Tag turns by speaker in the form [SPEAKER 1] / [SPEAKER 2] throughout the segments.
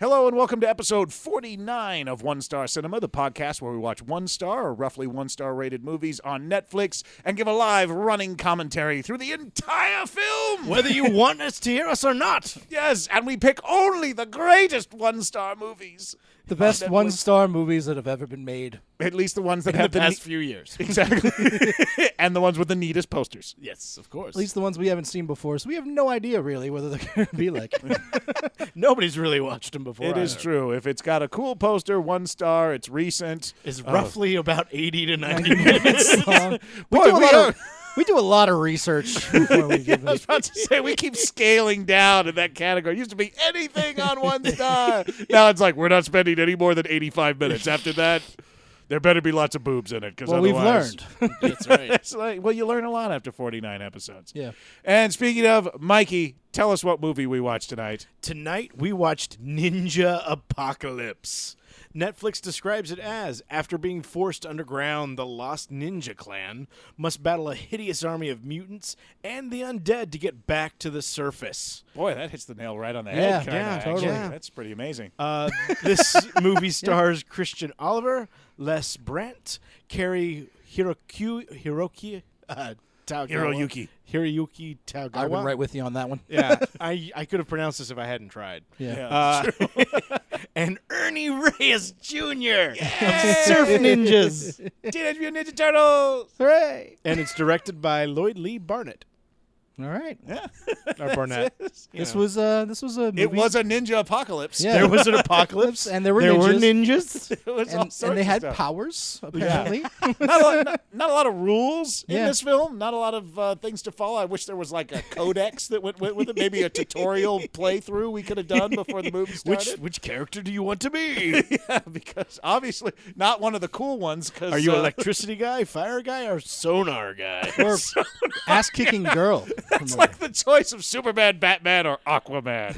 [SPEAKER 1] Hello and welcome to episode 49 of One Star Cinema, the podcast where we watch one star or roughly one star rated movies on Netflix and give a live running commentary through the entire film.
[SPEAKER 2] Whether you want us to hear us or not.
[SPEAKER 1] Yes, and we pick only the greatest one star movies.
[SPEAKER 3] The best one star movies that have ever been made.
[SPEAKER 1] At least the ones that
[SPEAKER 2] In the
[SPEAKER 1] have
[SPEAKER 2] past
[SPEAKER 1] ne-
[SPEAKER 2] few years.
[SPEAKER 1] Exactly. and the ones with the neatest posters.
[SPEAKER 2] Yes, of course.
[SPEAKER 3] At least the ones we haven't seen before, so we have no idea really whether they're going to be like.
[SPEAKER 2] nobody's really watched him before.
[SPEAKER 1] It is
[SPEAKER 2] either.
[SPEAKER 1] true. If it's got a cool poster, one star, it's recent.
[SPEAKER 2] It's
[SPEAKER 1] Oh.
[SPEAKER 2] roughly about 80 to 90 minutes.
[SPEAKER 3] Long. We,
[SPEAKER 1] Boy,
[SPEAKER 3] do a
[SPEAKER 1] we
[SPEAKER 3] lot
[SPEAKER 1] are-
[SPEAKER 3] of, we do a lot of research before we give
[SPEAKER 1] I was
[SPEAKER 3] it.
[SPEAKER 1] about to say we keep scaling down in that category. It used to be anything on one star. now it's like we're not spending any more than eighty-five minutes. After that, there better be lots of boobs in it. Because
[SPEAKER 3] Well, we've learned.
[SPEAKER 2] That's right.
[SPEAKER 1] It's like, well, you learn a lot after forty-nine episodes.
[SPEAKER 3] Yeah.
[SPEAKER 1] And speaking of Mikey, tell us what movie we watched tonight.
[SPEAKER 2] Tonight we watched Ninja Apocalypse. Netflix describes it as after being forced underground, the Lost Ninja Clan must battle a hideous army of mutants and the undead to get back to the surface.
[SPEAKER 1] Boy, that hits the nail right on the
[SPEAKER 3] Yeah,
[SPEAKER 1] head. Kinda,
[SPEAKER 3] yeah,
[SPEAKER 1] actually.
[SPEAKER 3] totally.
[SPEAKER 1] That's pretty amazing.
[SPEAKER 2] Uh, this movie stars Christian Oliver, Les Brandt, Carrie Hiroku, Hiroki uh, Tagawa.
[SPEAKER 1] Hiroyuki.
[SPEAKER 2] Hiroyuki Tagawa.
[SPEAKER 3] I've been right with you on that one.
[SPEAKER 2] yeah, I, I could have pronounced this if I hadn't tried.
[SPEAKER 3] Yeah.
[SPEAKER 1] Yeah,
[SPEAKER 2] Uh,
[SPEAKER 1] it's true.
[SPEAKER 2] and Ernie Reyes Jr. of Surf Ninjas.
[SPEAKER 1] Teenage Mutant Ninja Turtles.
[SPEAKER 3] Hooray!
[SPEAKER 2] and it's directed by Lloyd Lee Barnett.
[SPEAKER 3] All right.
[SPEAKER 2] Or Barnett. you
[SPEAKER 3] This
[SPEAKER 2] know.
[SPEAKER 3] was uh this was a movie.
[SPEAKER 1] It was a ninja apocalypse.
[SPEAKER 3] Yeah.
[SPEAKER 2] There was an apocalypse,
[SPEAKER 3] And there were
[SPEAKER 2] ninjas.
[SPEAKER 1] It was all
[SPEAKER 3] and,
[SPEAKER 1] sorts
[SPEAKER 3] and they
[SPEAKER 1] of
[SPEAKER 3] had
[SPEAKER 1] stuff.
[SPEAKER 3] powers apparently.
[SPEAKER 1] not, a lot, not, not a lot of rules in
[SPEAKER 3] Yeah.
[SPEAKER 1] this film. Not a lot of uh, things to follow. I wish there was like a codex that went, went with it. Maybe a tutorial playthrough we could have done before the movie
[SPEAKER 2] Which
[SPEAKER 1] started.
[SPEAKER 2] which character do you want to be?
[SPEAKER 1] yeah, because obviously not one of the cool ones. Because
[SPEAKER 2] Are you
[SPEAKER 1] uh,
[SPEAKER 2] electricity guy, fire guy, or sonar guy?
[SPEAKER 3] or ass kicking girl.
[SPEAKER 1] It's like the choice of Superman, Batman, or Aquaman.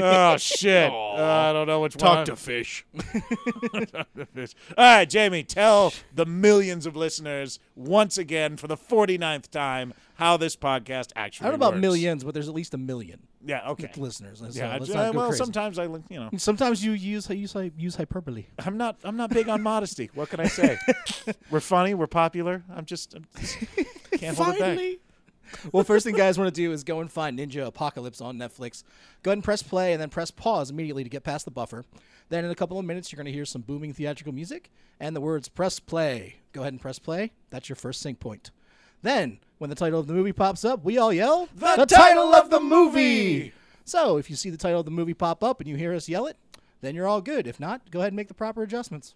[SPEAKER 1] oh shit!
[SPEAKER 2] Aw.
[SPEAKER 1] Uh, I don't know which
[SPEAKER 2] Talk
[SPEAKER 1] one.
[SPEAKER 2] to fish.
[SPEAKER 1] All right, Jamie, tell the millions of listeners once again for the 49th time how this podcast actually
[SPEAKER 3] I don't know about
[SPEAKER 1] works.
[SPEAKER 3] millions, but there's at least a million
[SPEAKER 1] Yeah, okay.
[SPEAKER 3] listeners. So
[SPEAKER 1] Yeah,
[SPEAKER 3] let's
[SPEAKER 1] I-
[SPEAKER 3] not go
[SPEAKER 1] well,
[SPEAKER 3] crazy.
[SPEAKER 1] sometimes I, you know,
[SPEAKER 3] Sometimes you use use hy- use hyperbole.
[SPEAKER 1] I'm not, I'm not big on modesty. What can I say? we're funny, we're popular. I'm just, I'm just can't hold it back.
[SPEAKER 2] Finally,
[SPEAKER 3] Well, first thing guys want to do is go and find Ninja Apocalypse on Netflix. Go ahead and press play, and then press pause immediately to get past the buffer. Then in a couple of minutes, you're going to hear some booming theatrical music and the words "press play." Go ahead and press play. That's your first sync point. Then, when the title of the movie pops up, we all yell
[SPEAKER 1] "The title of the movie!"
[SPEAKER 3] So, if you see the title of the movie pop up and you hear us yell it, then you're all good. If not, go ahead and make the proper adjustments.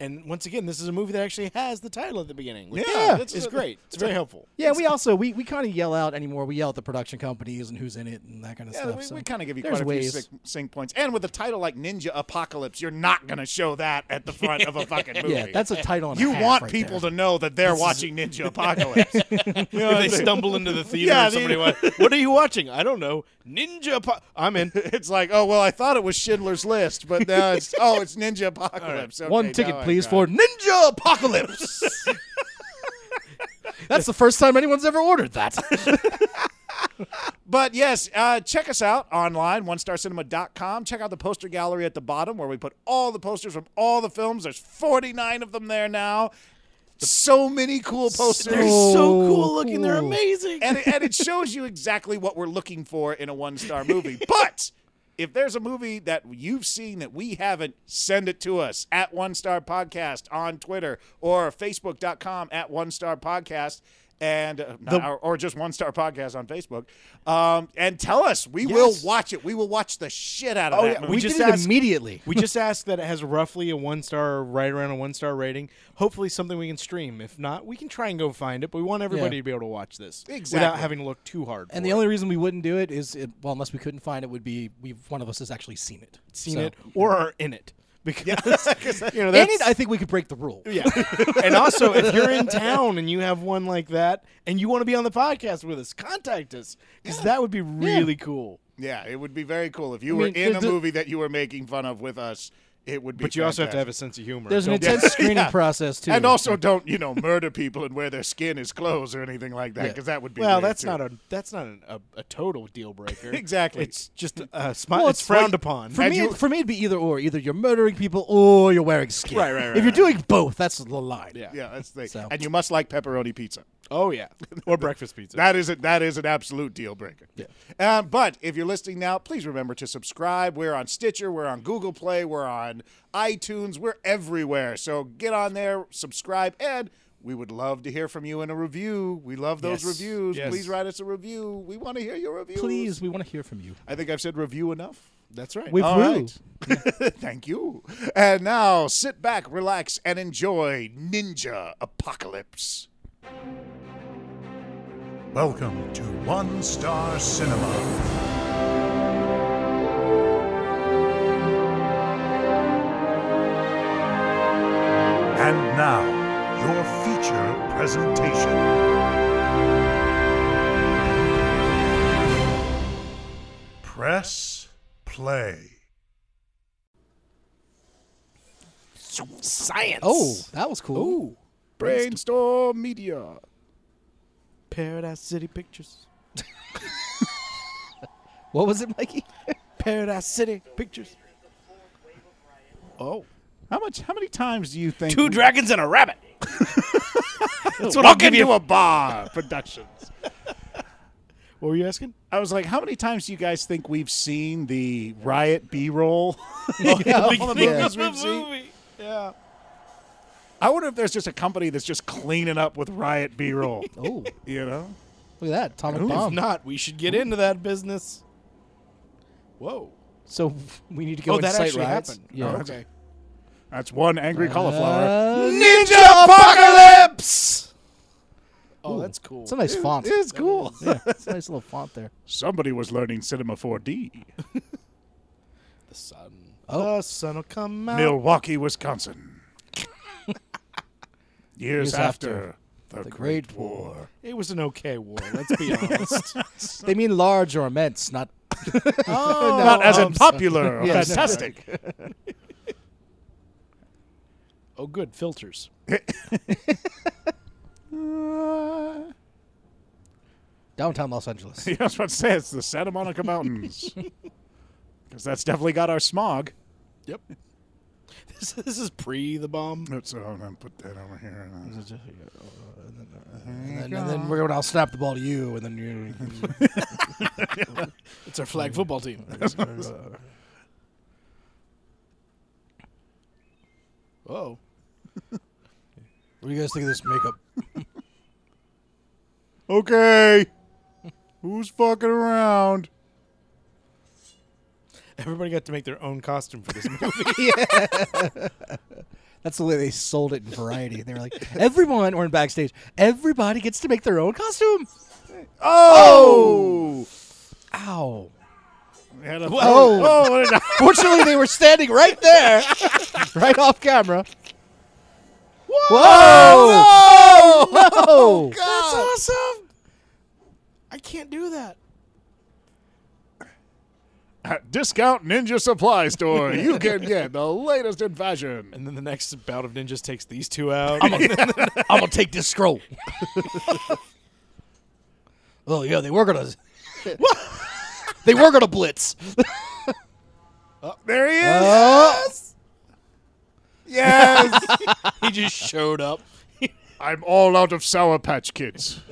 [SPEAKER 2] and once again, this is a movie that actually has the title at the beginning. Which
[SPEAKER 1] Yeah,
[SPEAKER 2] is it's great. It's very helpful.
[SPEAKER 3] Yeah, we also we, we kind of yell out anymore. We yell at the production companies and who's in it and that kind of
[SPEAKER 1] Yeah,
[SPEAKER 3] stuff.
[SPEAKER 1] we,
[SPEAKER 3] so
[SPEAKER 1] we kind of give you
[SPEAKER 3] there's
[SPEAKER 1] quite a
[SPEAKER 3] ways.
[SPEAKER 1] few sync, sync points, and with a title like Ninja Apocalypse, you're not going to show that at the front of a fucking movie.
[SPEAKER 3] Yeah, that's a title. And
[SPEAKER 1] you
[SPEAKER 3] a half
[SPEAKER 1] want
[SPEAKER 3] right
[SPEAKER 1] people
[SPEAKER 3] there.
[SPEAKER 1] to know that they're watching Ninja Apocalypse. You know what I'm
[SPEAKER 2] they
[SPEAKER 1] saying?
[SPEAKER 2] stumble into the theater
[SPEAKER 1] Yeah,
[SPEAKER 2] and somebody
[SPEAKER 1] they-
[SPEAKER 2] went, "What are you watching?" I don't know. Ninja. Po- I'm in.
[SPEAKER 1] It's like, oh well, I thought it was Schindler's List, but now it's oh, it's Ninja Apocalypse. Okay,
[SPEAKER 3] one ticket,
[SPEAKER 1] now I
[SPEAKER 3] please,
[SPEAKER 1] got
[SPEAKER 3] for Ninja Apocalypse. That's the first time anyone's ever ordered that.
[SPEAKER 1] But yes, uh, check us out online, onestarcinema.com. Check out the poster gallery at the bottom where we put all the posters from all the films. There's 49 of them there now. So many cool
[SPEAKER 2] They're
[SPEAKER 1] posters.
[SPEAKER 2] so
[SPEAKER 3] So
[SPEAKER 2] Oh, cool looking. They're
[SPEAKER 3] cool.
[SPEAKER 2] amazing.
[SPEAKER 1] and, it, and it shows you exactly what we're looking for in a one star movie. But if there's a movie that you've seen that we haven't, send it to us at One Star Podcast on Twitter or Facebook.com at One Star Podcast. And uh, not- or, or just one star podcast on Facebook, um, and tell us we will watch it. We will watch the shit out of
[SPEAKER 2] Oh,
[SPEAKER 1] that
[SPEAKER 2] yeah,
[SPEAKER 1] movie.
[SPEAKER 2] we
[SPEAKER 3] we
[SPEAKER 2] just
[SPEAKER 3] did
[SPEAKER 2] asked-
[SPEAKER 3] it immediately.
[SPEAKER 2] we just ask that it has roughly a one star, or right around a one star rating. Hopefully, something we can stream. If not, we can try and go find it. But we want everybody
[SPEAKER 3] Yeah.
[SPEAKER 2] to be able to watch this without
[SPEAKER 1] Exactly.
[SPEAKER 2] having to look too hard.
[SPEAKER 3] And
[SPEAKER 2] for
[SPEAKER 3] the
[SPEAKER 2] it.
[SPEAKER 3] only reason we wouldn't do it is, it, well, unless we couldn't find it, would be we one of us has actually seen it.
[SPEAKER 2] seen
[SPEAKER 3] So-
[SPEAKER 2] it or are in it because you know
[SPEAKER 3] In
[SPEAKER 2] that's
[SPEAKER 3] it, I think we could break the rule.
[SPEAKER 2] yeah. and also, if you're in town and you have one like that, and you want to be on the podcast with us, contact us because that would be really cool.
[SPEAKER 1] yeah, it would be very cool if you
[SPEAKER 3] I
[SPEAKER 1] were
[SPEAKER 3] mean,
[SPEAKER 1] in
[SPEAKER 3] the-
[SPEAKER 1] a
[SPEAKER 3] the-
[SPEAKER 1] movie that you were making fun of with us it would be.
[SPEAKER 2] But you also have to
[SPEAKER 1] fantastic.
[SPEAKER 2] have a sense of humor.
[SPEAKER 3] There's an
[SPEAKER 2] Don't-
[SPEAKER 3] intense screening process too.
[SPEAKER 1] And also, don't you know murder people and wear their skin as clothes or anything like that,
[SPEAKER 3] Yeah.
[SPEAKER 1] because that would be.
[SPEAKER 2] well,
[SPEAKER 1] weird,
[SPEAKER 2] that's
[SPEAKER 1] too.
[SPEAKER 2] not a that's not an, a, a total deal breaker.
[SPEAKER 1] Exactly.
[SPEAKER 2] It's just a smi-
[SPEAKER 3] Well,
[SPEAKER 2] it's
[SPEAKER 3] it's
[SPEAKER 2] frowned
[SPEAKER 3] like-
[SPEAKER 2] upon.
[SPEAKER 3] for
[SPEAKER 1] And
[SPEAKER 3] me,
[SPEAKER 1] you-
[SPEAKER 3] for me, it'd be either or. Either you're murdering people or you're wearing skin.
[SPEAKER 2] Right, right, right,
[SPEAKER 3] If you're
[SPEAKER 2] right.
[SPEAKER 3] doing both, that's the line.
[SPEAKER 2] Yeah.
[SPEAKER 1] Yeah, that's the thing.
[SPEAKER 3] So-
[SPEAKER 1] And you must like pepperoni pizza.
[SPEAKER 2] Oh yeah. Or breakfast pizza.
[SPEAKER 1] That is a, that is an absolute deal breaker. Um, but if you're listening now, please remember to subscribe. We're on Stitcher, we're on Google Play, we're on iTunes, we're everywhere. So get on there, subscribe, and we would love to hear from you in a review. We love those
[SPEAKER 2] Yes.
[SPEAKER 1] reviews.
[SPEAKER 2] Yes.
[SPEAKER 1] Please write us a review. We want to hear your review.
[SPEAKER 3] Please, we want to hear from you.
[SPEAKER 1] I think I've said review enough.
[SPEAKER 2] that's right.
[SPEAKER 3] We've
[SPEAKER 1] All
[SPEAKER 3] woo.
[SPEAKER 1] right. Thank you. And now sit back, relax, and enjoy Ninja Apocalypse. Welcome to One Star Cinema.
[SPEAKER 4] And now, your feature presentation. Press play.
[SPEAKER 2] Science.
[SPEAKER 3] Oh, that was cool.
[SPEAKER 1] Brainstorm Media.
[SPEAKER 2] Paradise City Pictures.
[SPEAKER 3] What was it, Mikey?
[SPEAKER 2] Paradise City Pictures. Oh.
[SPEAKER 1] How much? How many times do you think
[SPEAKER 2] Two dragons and a rabbit. that's what I'll
[SPEAKER 1] walk
[SPEAKER 2] give
[SPEAKER 1] into
[SPEAKER 2] you.
[SPEAKER 1] a bar productions?
[SPEAKER 2] what were you asking?
[SPEAKER 1] I was like, how many times do you guys think we've seen the Riot B-roll?
[SPEAKER 2] All the
[SPEAKER 3] Oh, yeah.
[SPEAKER 2] movies
[SPEAKER 1] The
[SPEAKER 2] we've seen. Yeah.
[SPEAKER 1] I wonder if there's just a company that's just cleaning up with Riot B-roll.
[SPEAKER 3] Oh, look
[SPEAKER 1] you know.
[SPEAKER 3] at that. Atomic
[SPEAKER 2] If
[SPEAKER 3] bomb.
[SPEAKER 2] not, we should get into that business. Whoa.
[SPEAKER 3] so we need to go
[SPEAKER 2] oh,
[SPEAKER 3] and
[SPEAKER 2] that
[SPEAKER 3] cite
[SPEAKER 2] actually
[SPEAKER 3] riots?
[SPEAKER 2] happened.
[SPEAKER 3] Yeah.
[SPEAKER 2] Oh, okay.
[SPEAKER 1] That's one angry cauliflower.
[SPEAKER 3] Uh,
[SPEAKER 1] Ninja apocalypse.
[SPEAKER 2] Oh,
[SPEAKER 3] Ooh,
[SPEAKER 2] that's cool.
[SPEAKER 3] It's a nice font.
[SPEAKER 1] It's cool.
[SPEAKER 3] yeah, it's a nice little font there.
[SPEAKER 1] Somebody was learning Cinema 4D.
[SPEAKER 2] the sun.
[SPEAKER 3] Oh.
[SPEAKER 2] The sun will come out.
[SPEAKER 1] Milwaukee, Wisconsin. Years,
[SPEAKER 3] Years
[SPEAKER 1] after,
[SPEAKER 3] after
[SPEAKER 1] the,
[SPEAKER 3] The
[SPEAKER 1] Great,
[SPEAKER 3] Great
[SPEAKER 1] War.
[SPEAKER 3] War.
[SPEAKER 2] It was an okay war. Let's be honest.
[SPEAKER 3] They mean large or immense, not.
[SPEAKER 2] oh,
[SPEAKER 1] Not as in
[SPEAKER 3] Um,
[SPEAKER 2] I'm sorry.
[SPEAKER 1] popular or
[SPEAKER 3] Yes.
[SPEAKER 1] fantastic.
[SPEAKER 2] Oh, good filters.
[SPEAKER 3] Downtown Los Angeles.
[SPEAKER 1] Yeah, I was about to say it's the Santa Monica Mountains. Because that's definitely got our smog.
[SPEAKER 2] Yep. This, this is pre the bomb.
[SPEAKER 1] So oh, I'm going to put that over here. and, uh,
[SPEAKER 3] and, and then we're gonna, I'll snap the ball to you, and then you.
[SPEAKER 2] It's our flag football team. Whoa.
[SPEAKER 3] What do you guys think of this makeup?
[SPEAKER 1] Okay. Who's fucking around?
[SPEAKER 2] Everybody got to make their own costume for this movie.
[SPEAKER 3] That's the way they sold it in Variety. They were like, everyone, or in backstage, everybody gets to make their own costume.
[SPEAKER 1] Oh!
[SPEAKER 3] Ow.
[SPEAKER 1] Had a-
[SPEAKER 3] Whoa.
[SPEAKER 1] Oh, what did I-
[SPEAKER 3] Fortunately, they were standing right there, right off camera. Whoa! No!
[SPEAKER 2] That's awesome. I can't do that.
[SPEAKER 1] At Discount Ninja Supply Store, you can get the latest in fashion.
[SPEAKER 2] And then the next bout of ninjas takes these two out.
[SPEAKER 3] I'm gonna take this scroll. oh yeah, they were gonna. they were gonna blitz.
[SPEAKER 1] There he is.
[SPEAKER 3] Yes.
[SPEAKER 1] yes.
[SPEAKER 2] he just showed up.
[SPEAKER 1] I'm all out of Sour Patch Kids.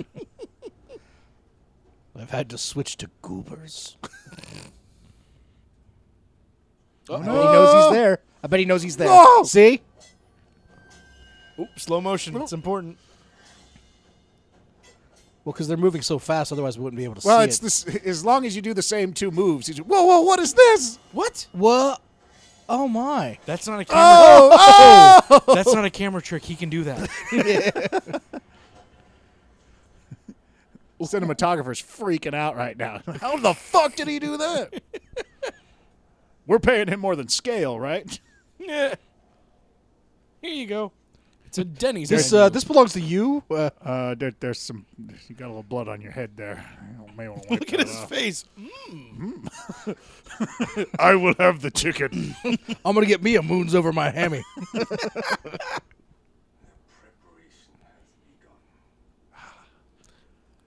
[SPEAKER 3] I've had to switch to goobers.
[SPEAKER 2] Oh,
[SPEAKER 3] I bet he knows he's there. I bet he knows he's there.
[SPEAKER 1] No!
[SPEAKER 3] See?
[SPEAKER 2] Oop, slow motion. It's important.
[SPEAKER 3] Well, because they're moving so fast, otherwise we wouldn't be able to
[SPEAKER 1] Well,
[SPEAKER 3] see
[SPEAKER 1] it's
[SPEAKER 3] it.
[SPEAKER 1] this. As long as you do the same two moves, you just, whoa, whoa, what is this?
[SPEAKER 2] What?
[SPEAKER 3] What? Oh my!
[SPEAKER 2] That's not a camera.
[SPEAKER 1] Oh,
[SPEAKER 2] That's not a camera trick. He can do that.
[SPEAKER 1] Cinematographer's freaking out right now. How the fuck did he do that? We're paying him more than scale, right?
[SPEAKER 2] Yeah. Here you go. It's a Denny's.
[SPEAKER 3] This
[SPEAKER 2] menu.
[SPEAKER 3] uh, this belongs to you. Uh,
[SPEAKER 1] Uh, there, there's some. You got a little blood on your head there. You may want to wipe
[SPEAKER 2] Look at
[SPEAKER 1] that
[SPEAKER 2] his
[SPEAKER 1] off.
[SPEAKER 2] face.
[SPEAKER 1] I will have the chicken.
[SPEAKER 3] I'm gonna get me a moons over my hammy.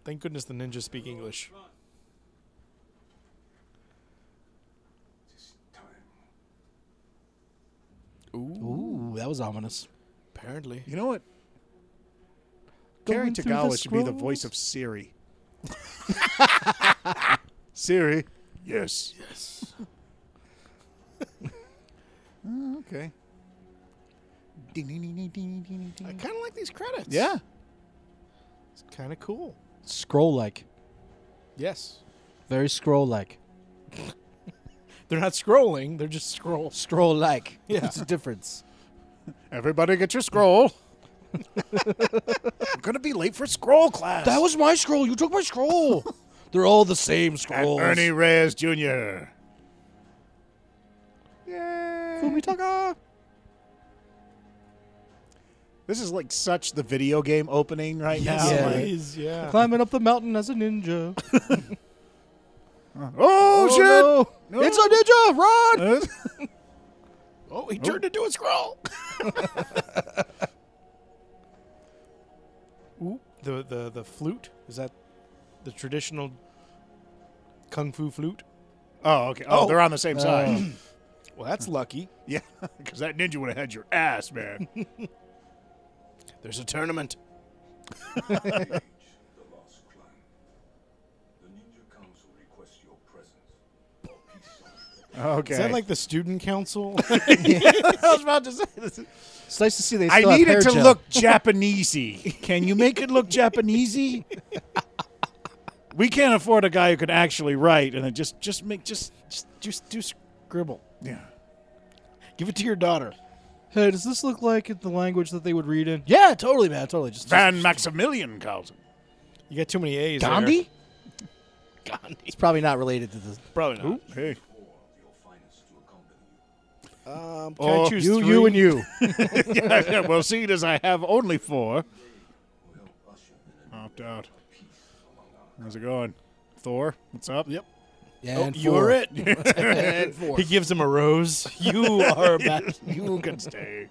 [SPEAKER 2] Thank goodness the ninjas speak English.
[SPEAKER 3] Ooh, that was ominous.
[SPEAKER 2] Apparently.
[SPEAKER 1] You know what? Carrie
[SPEAKER 3] Going through the
[SPEAKER 1] Tagawa should be the voice of Siri. Siri. Yes. Yes. okay.
[SPEAKER 2] I kind of like these credits.
[SPEAKER 1] Yeah.
[SPEAKER 2] It's kind of cool.
[SPEAKER 3] Scroll like,
[SPEAKER 2] Yes.
[SPEAKER 3] very scroll like,
[SPEAKER 2] They're not scrolling, they're just scrolls.
[SPEAKER 3] scroll like.
[SPEAKER 2] Yeah.
[SPEAKER 3] What's the difference?
[SPEAKER 1] Everybody get your scroll. I'm going to be late for scroll class.
[SPEAKER 3] That was my scroll. You took my scroll. They're all the same
[SPEAKER 1] And
[SPEAKER 3] scrolls.
[SPEAKER 1] Ernie Reyes Jr. Yay.
[SPEAKER 3] Fumitaka.
[SPEAKER 1] This is like such the video game opening right now.
[SPEAKER 3] Yeah.
[SPEAKER 1] like-
[SPEAKER 2] Please, yeah.
[SPEAKER 3] Climbing up the mountain as a ninja.
[SPEAKER 1] Oh, shit! No.
[SPEAKER 3] It's a ninja! Run!
[SPEAKER 1] Uh,
[SPEAKER 2] Oh, he turned into a scroll. Ooh, the, the the flute is that the traditional kung fu flute?
[SPEAKER 1] oh, okay. Oh,
[SPEAKER 2] Oh.
[SPEAKER 1] they're on the same side.
[SPEAKER 2] Well, that's lucky.
[SPEAKER 1] yeah, because that ninja would have had your ass, man.
[SPEAKER 2] There's a tournament.
[SPEAKER 5] the Lost Clan. The Ninja Council requests your presence.
[SPEAKER 1] Okay.
[SPEAKER 2] Is that like the student council?
[SPEAKER 1] I was about to say? This is-
[SPEAKER 3] It's nice to see they
[SPEAKER 1] I
[SPEAKER 3] still have
[SPEAKER 1] need
[SPEAKER 3] hair
[SPEAKER 1] it to
[SPEAKER 3] gel.
[SPEAKER 1] look Japanesey. Can you make it look Japanesey? we can't afford a guy who can actually write, and then just just make just
[SPEAKER 2] just just do scribble.
[SPEAKER 1] yeah.
[SPEAKER 2] Give it to your daughter.
[SPEAKER 3] Hey, does this look like the language that they would read in? Yeah, totally, man. Totally. Just
[SPEAKER 1] Van Maximilian Carlson.
[SPEAKER 2] You got too many A's.
[SPEAKER 3] Gandhi?
[SPEAKER 2] There. Gandhi.
[SPEAKER 3] It's probably not related to the.
[SPEAKER 2] Probably not.
[SPEAKER 1] Hey.
[SPEAKER 2] Um, can
[SPEAKER 1] Or
[SPEAKER 2] I choose
[SPEAKER 1] you,
[SPEAKER 2] three?
[SPEAKER 1] you, and you. yeah, yeah, well, seeing as I have only four, opt out. How's it going, Thor? What's up? Yep.
[SPEAKER 3] And
[SPEAKER 2] You're
[SPEAKER 3] four.
[SPEAKER 2] Oh, it.
[SPEAKER 3] and four.
[SPEAKER 2] He gives him a rose. You are bad.
[SPEAKER 1] You can stay.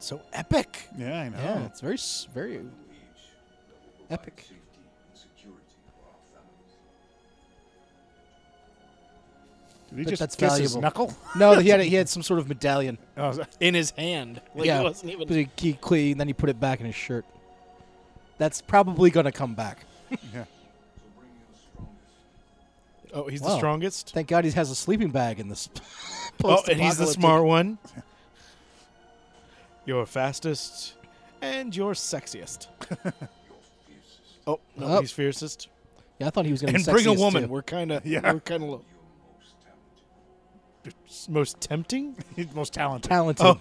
[SPEAKER 2] so epic.
[SPEAKER 1] Yeah, I know.
[SPEAKER 3] Yeah, it's very, s- very epic.
[SPEAKER 5] Safety and security for our families.
[SPEAKER 1] Did he
[SPEAKER 3] But
[SPEAKER 1] just
[SPEAKER 3] that's
[SPEAKER 1] kiss his
[SPEAKER 3] valuable.
[SPEAKER 1] knuckle?
[SPEAKER 3] No, he had he had some sort of medallion.
[SPEAKER 1] Oh, is that-
[SPEAKER 2] In his hand. Like
[SPEAKER 3] yeah,
[SPEAKER 2] it wasn't even.
[SPEAKER 3] but he, he clean- then he put it back in his shirt. That's probably gonna come back.
[SPEAKER 1] yeah.
[SPEAKER 2] Oh, he's
[SPEAKER 3] Wow.
[SPEAKER 2] the strongest.
[SPEAKER 3] Thank God he has a sleeping bag in this.
[SPEAKER 2] Oh, and he's the
[SPEAKER 3] post-apocalyptic-
[SPEAKER 2] smart one. You're fastest, and you're sexiest. oh no,
[SPEAKER 3] Oh.
[SPEAKER 2] he's fiercest.
[SPEAKER 3] Yeah, I thought he was gonna
[SPEAKER 2] And
[SPEAKER 3] be
[SPEAKER 2] bring a
[SPEAKER 3] sexiest,
[SPEAKER 2] woman.
[SPEAKER 3] too.
[SPEAKER 2] We're kind of
[SPEAKER 1] Yeah.
[SPEAKER 2] we're kind of low. Most tempting.
[SPEAKER 1] He's most talented.
[SPEAKER 3] Talented.
[SPEAKER 2] Oh.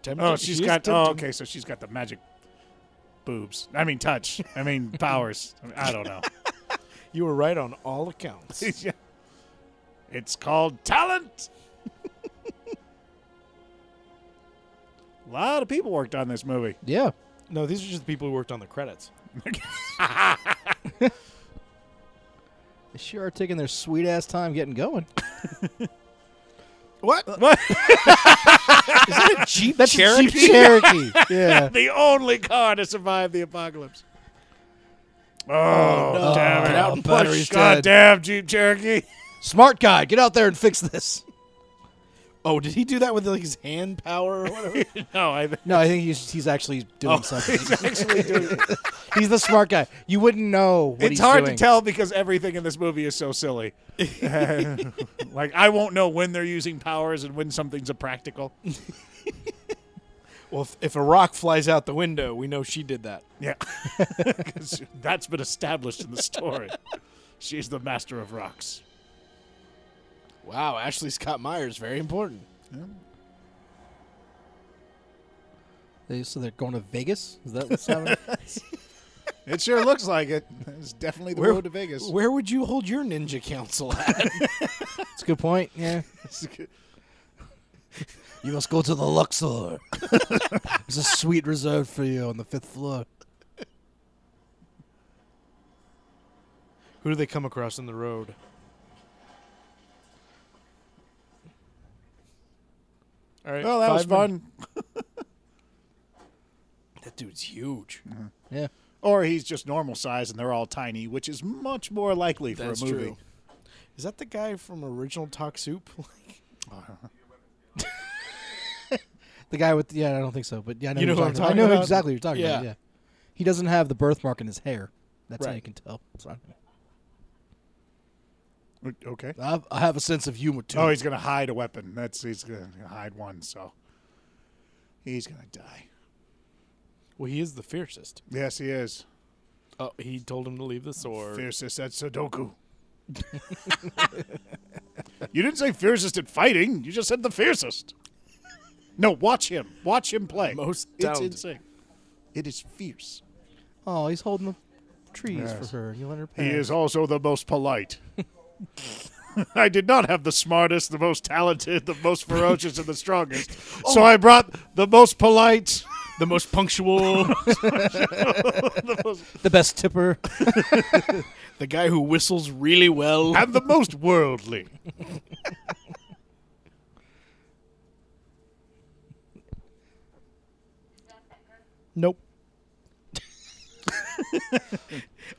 [SPEAKER 2] tempting.
[SPEAKER 1] oh, she's
[SPEAKER 2] She is
[SPEAKER 1] got. Oh,
[SPEAKER 2] tempting.
[SPEAKER 1] okay. So she's got the magic boobs. I mean, touch. I mean, powers. I, mean, I don't know.
[SPEAKER 2] You were right on all accounts.
[SPEAKER 1] Yeah. It's called talent. A lot of people worked on this movie.
[SPEAKER 3] Yeah.
[SPEAKER 2] no, these are just the people who worked on the credits.
[SPEAKER 3] They sure are taking their sweet ass time getting going.
[SPEAKER 2] What?
[SPEAKER 1] What?
[SPEAKER 3] Jeep That's a Jeep
[SPEAKER 2] Cherokee?
[SPEAKER 3] Cherokee. yeah.
[SPEAKER 1] the only car to survive the apocalypse. Oh, damn it.
[SPEAKER 3] Get out and battery's
[SPEAKER 1] God
[SPEAKER 3] dead.
[SPEAKER 1] damn Jeep Cherokee.
[SPEAKER 3] Smart guy, get out there and fix this.
[SPEAKER 2] Oh, did he do that with like his hand power or whatever? Oh,
[SPEAKER 1] no, I
[SPEAKER 3] No, I think he's he's actually doing something. He's actually doing. he's the smart guy. You wouldn't know. What
[SPEAKER 1] it's
[SPEAKER 3] he's
[SPEAKER 1] hard
[SPEAKER 3] doing.
[SPEAKER 1] to tell because everything in this movie is so silly. like I won't know when they're using powers and when something's a practical.
[SPEAKER 2] well, if, if a rock flies out the window, we know she did that.
[SPEAKER 1] Yeah, 'Cause that's been established in the story. She's the master of rocks.
[SPEAKER 2] Wow, Ashley Scott Myers, very important.
[SPEAKER 3] They- So they're going to Vegas. Is that what's happening?
[SPEAKER 1] It sure looks like it. It's definitely the
[SPEAKER 2] Where-
[SPEAKER 1] road to Vegas.
[SPEAKER 2] Where would you hold your ninja council at?
[SPEAKER 1] It's
[SPEAKER 3] It's a good point. Yeah. you must go to the Luxor. There's a suite reserved for you on the fifth floor.
[SPEAKER 2] Who do they come across on the road? All right.
[SPEAKER 1] Well, that was
[SPEAKER 2] five minutes.
[SPEAKER 1] fun.
[SPEAKER 2] That dude's huge.
[SPEAKER 3] Yeah.
[SPEAKER 1] Or he's just normal size and they're all tiny, which is much more likely for a movie.
[SPEAKER 2] Is that the guy from original Talk Soup? Like,
[SPEAKER 3] The guy with yeah, I don't think so, but yeah, I know,
[SPEAKER 2] You
[SPEAKER 3] who
[SPEAKER 2] know
[SPEAKER 3] you're
[SPEAKER 2] who I'm talking
[SPEAKER 3] talking about. I know
[SPEAKER 2] about?
[SPEAKER 3] exactly what you're talking about.
[SPEAKER 2] Yeah.
[SPEAKER 3] Yeah. He doesn't have the birthmark in his hair. That's how
[SPEAKER 2] Right.
[SPEAKER 3] you can tell. Sorry.
[SPEAKER 1] Okay.
[SPEAKER 3] I have, I have a sense of humor too.
[SPEAKER 1] Oh, he's gonna hide a weapon. That's he's gonna hide one. So he's gonna die.
[SPEAKER 2] well, he is the fiercest.
[SPEAKER 1] Yes, he is.
[SPEAKER 2] Oh, he told him to leave the sword.
[SPEAKER 1] Fiercest at Sudoku. you didn't say fiercest at fighting. You just said the fiercest. No, watch him. Watch him play.
[SPEAKER 2] Most
[SPEAKER 1] it's
[SPEAKER 2] talented.
[SPEAKER 1] insane. It is fierce.
[SPEAKER 3] Oh, he's holding the trees
[SPEAKER 1] Yes.
[SPEAKER 3] for her. You let her pass.
[SPEAKER 1] He is also the most polite. I did not have the smartest, the most talented, the most ferocious, and the strongest. So I brought the most polite.
[SPEAKER 2] The most punctual.
[SPEAKER 3] the best tipper.
[SPEAKER 2] the guy who whistles really well.
[SPEAKER 1] and the most worldly.
[SPEAKER 2] Nope.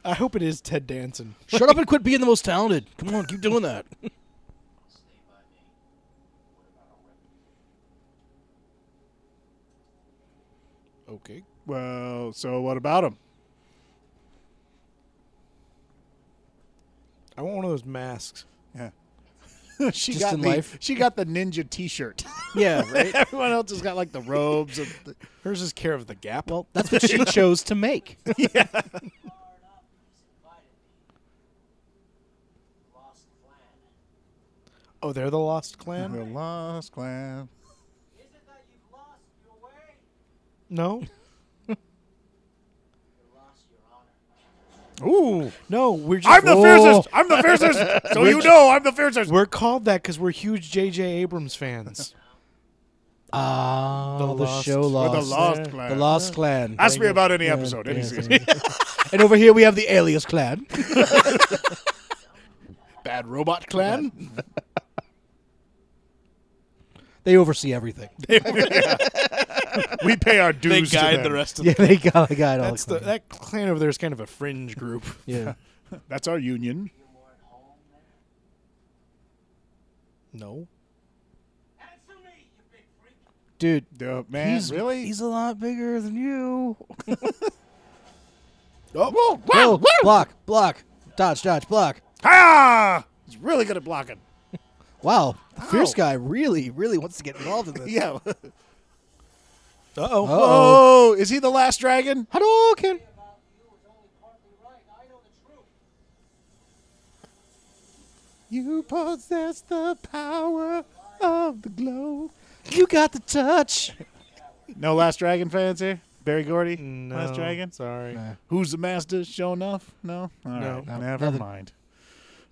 [SPEAKER 2] I hope it is Ted Danson.
[SPEAKER 3] Shut up and quit being the most talented. Come on, keep doing that.
[SPEAKER 2] Okay.
[SPEAKER 1] Well, so what about him?
[SPEAKER 2] I want one of those masks.
[SPEAKER 1] Yeah. she
[SPEAKER 3] Just
[SPEAKER 1] got
[SPEAKER 3] in
[SPEAKER 1] the,
[SPEAKER 3] life?
[SPEAKER 1] She got the ninja T-shirt.
[SPEAKER 3] yeah, right.
[SPEAKER 1] Everyone else has got like the robes. And the,
[SPEAKER 2] Hers is care of the gap.
[SPEAKER 3] Well, that's what she chose to make.
[SPEAKER 2] oh, they're the Lost Clan.
[SPEAKER 1] lost clan.
[SPEAKER 2] No,
[SPEAKER 1] Ooh!
[SPEAKER 2] no, we're just.
[SPEAKER 1] I'm the
[SPEAKER 2] Oh.
[SPEAKER 1] fiercest. I'm the fiercest. So you know I'm the fiercest.
[SPEAKER 2] We're called that because we're huge J.J. Abrams fans.
[SPEAKER 3] Ah, the,
[SPEAKER 2] Lost-
[SPEAKER 3] show
[SPEAKER 2] or the
[SPEAKER 1] We're the
[SPEAKER 3] lost.
[SPEAKER 1] lost
[SPEAKER 2] Yeah.
[SPEAKER 1] clan.
[SPEAKER 3] The Lost Clan.
[SPEAKER 1] Ask me about any episode, any season.
[SPEAKER 3] and over here we have the Alias Clan.
[SPEAKER 2] Bad Robot Clan.
[SPEAKER 3] They oversee everything.
[SPEAKER 1] we pay our dues. to them.
[SPEAKER 2] rest of
[SPEAKER 3] yeah, they got, they got all
[SPEAKER 2] That's
[SPEAKER 3] the
[SPEAKER 2] the, that clan over there is kind of a fringe group.
[SPEAKER 3] Yeah.
[SPEAKER 1] That's our union.
[SPEAKER 2] no,
[SPEAKER 3] Dude,
[SPEAKER 1] The man,
[SPEAKER 3] he's
[SPEAKER 1] really?
[SPEAKER 3] he's a lot bigger than you.
[SPEAKER 1] oh, whoa, whoa,
[SPEAKER 3] Oh,
[SPEAKER 1] whoa.
[SPEAKER 3] block, block, dodge, dodge, block.
[SPEAKER 1] Ah! He's really good at blocking.
[SPEAKER 3] Wow, the fierce
[SPEAKER 1] Ow.
[SPEAKER 3] guy really, really wants to get involved in this.
[SPEAKER 1] Yeah.
[SPEAKER 2] uh oh,
[SPEAKER 3] Uh-oh.
[SPEAKER 1] Oh, is he the last dragon?
[SPEAKER 3] Hadouken.
[SPEAKER 1] You possess the power of the glow.
[SPEAKER 3] You got the touch.
[SPEAKER 1] No Last Dragon fans here? Barry Gordy?
[SPEAKER 2] no,
[SPEAKER 1] Last Dragon?
[SPEAKER 2] Sorry,
[SPEAKER 3] Nah.
[SPEAKER 1] Who's the master? Show enough? No? All right.
[SPEAKER 2] No.
[SPEAKER 3] No,
[SPEAKER 1] Never
[SPEAKER 3] nothing.
[SPEAKER 1] mind.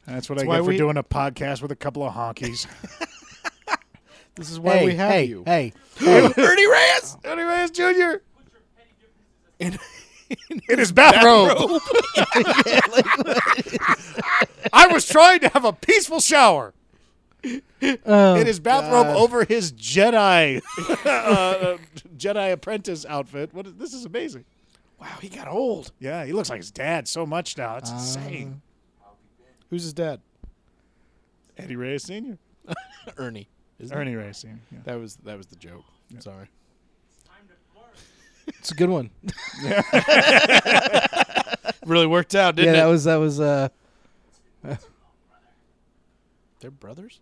[SPEAKER 1] That's what I
[SPEAKER 2] why
[SPEAKER 1] get for
[SPEAKER 2] we-
[SPEAKER 1] doing a podcast with a couple of honkies.
[SPEAKER 2] this is why
[SPEAKER 3] hey,
[SPEAKER 2] we have
[SPEAKER 3] hey,
[SPEAKER 2] you.
[SPEAKER 3] Hey,
[SPEAKER 2] Ernie Reyes
[SPEAKER 1] Ernie Reyes Jr.
[SPEAKER 2] in, in
[SPEAKER 1] in his bathrobe. I was trying to have a peaceful shower. in his bathrobe over his Jedi uh, uh, Jedi apprentice outfit. What is, this is amazing.
[SPEAKER 2] Wow, he got old.
[SPEAKER 1] Yeah, he looks like his dad so much now. It's insane.
[SPEAKER 2] Who's his dad?
[SPEAKER 1] Eddie Reyes Sr.
[SPEAKER 2] Ernie. Isn't
[SPEAKER 1] Ernie Reyes Sr. Yeah.
[SPEAKER 2] That was that was the joke. Sorry.
[SPEAKER 3] it's a good one.
[SPEAKER 2] Really worked out,
[SPEAKER 3] yeah,
[SPEAKER 2] didn't
[SPEAKER 3] that
[SPEAKER 2] it?
[SPEAKER 3] was that was. Uh,
[SPEAKER 2] They're brothers.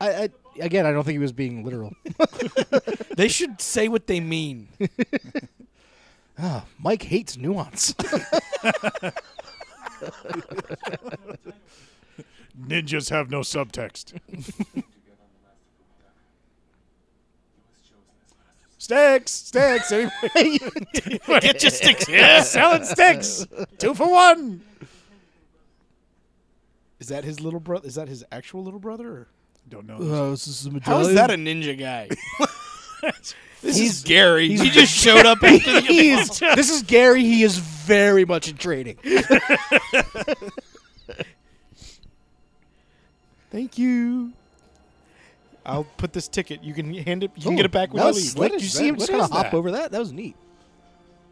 [SPEAKER 3] I, I again, I don't think he was being literal.
[SPEAKER 2] they should say what they mean.
[SPEAKER 3] Mike hates nuance.
[SPEAKER 1] Ninjas have no subtext. Sticks, sticks. Everybody
[SPEAKER 2] Get your sticks.
[SPEAKER 1] selling sticks. Two for one.
[SPEAKER 2] Is that his little brother? Is that his actual little brother? Or?
[SPEAKER 1] Don't know.
[SPEAKER 3] Uh, this is a
[SPEAKER 2] How is that a ninja guy? this is Gary. he just showed up. After the
[SPEAKER 3] he is, this is Gary. He is very much in training.
[SPEAKER 2] Thank you. I'll put this ticket. You can hand it. You can
[SPEAKER 1] Oh,
[SPEAKER 2] get it back when you
[SPEAKER 3] That was
[SPEAKER 2] leave.
[SPEAKER 3] slick.
[SPEAKER 2] Did
[SPEAKER 3] Did
[SPEAKER 2] you see him
[SPEAKER 3] just
[SPEAKER 2] just
[SPEAKER 3] kind
[SPEAKER 2] kinda
[SPEAKER 3] of hop over that? That was neat.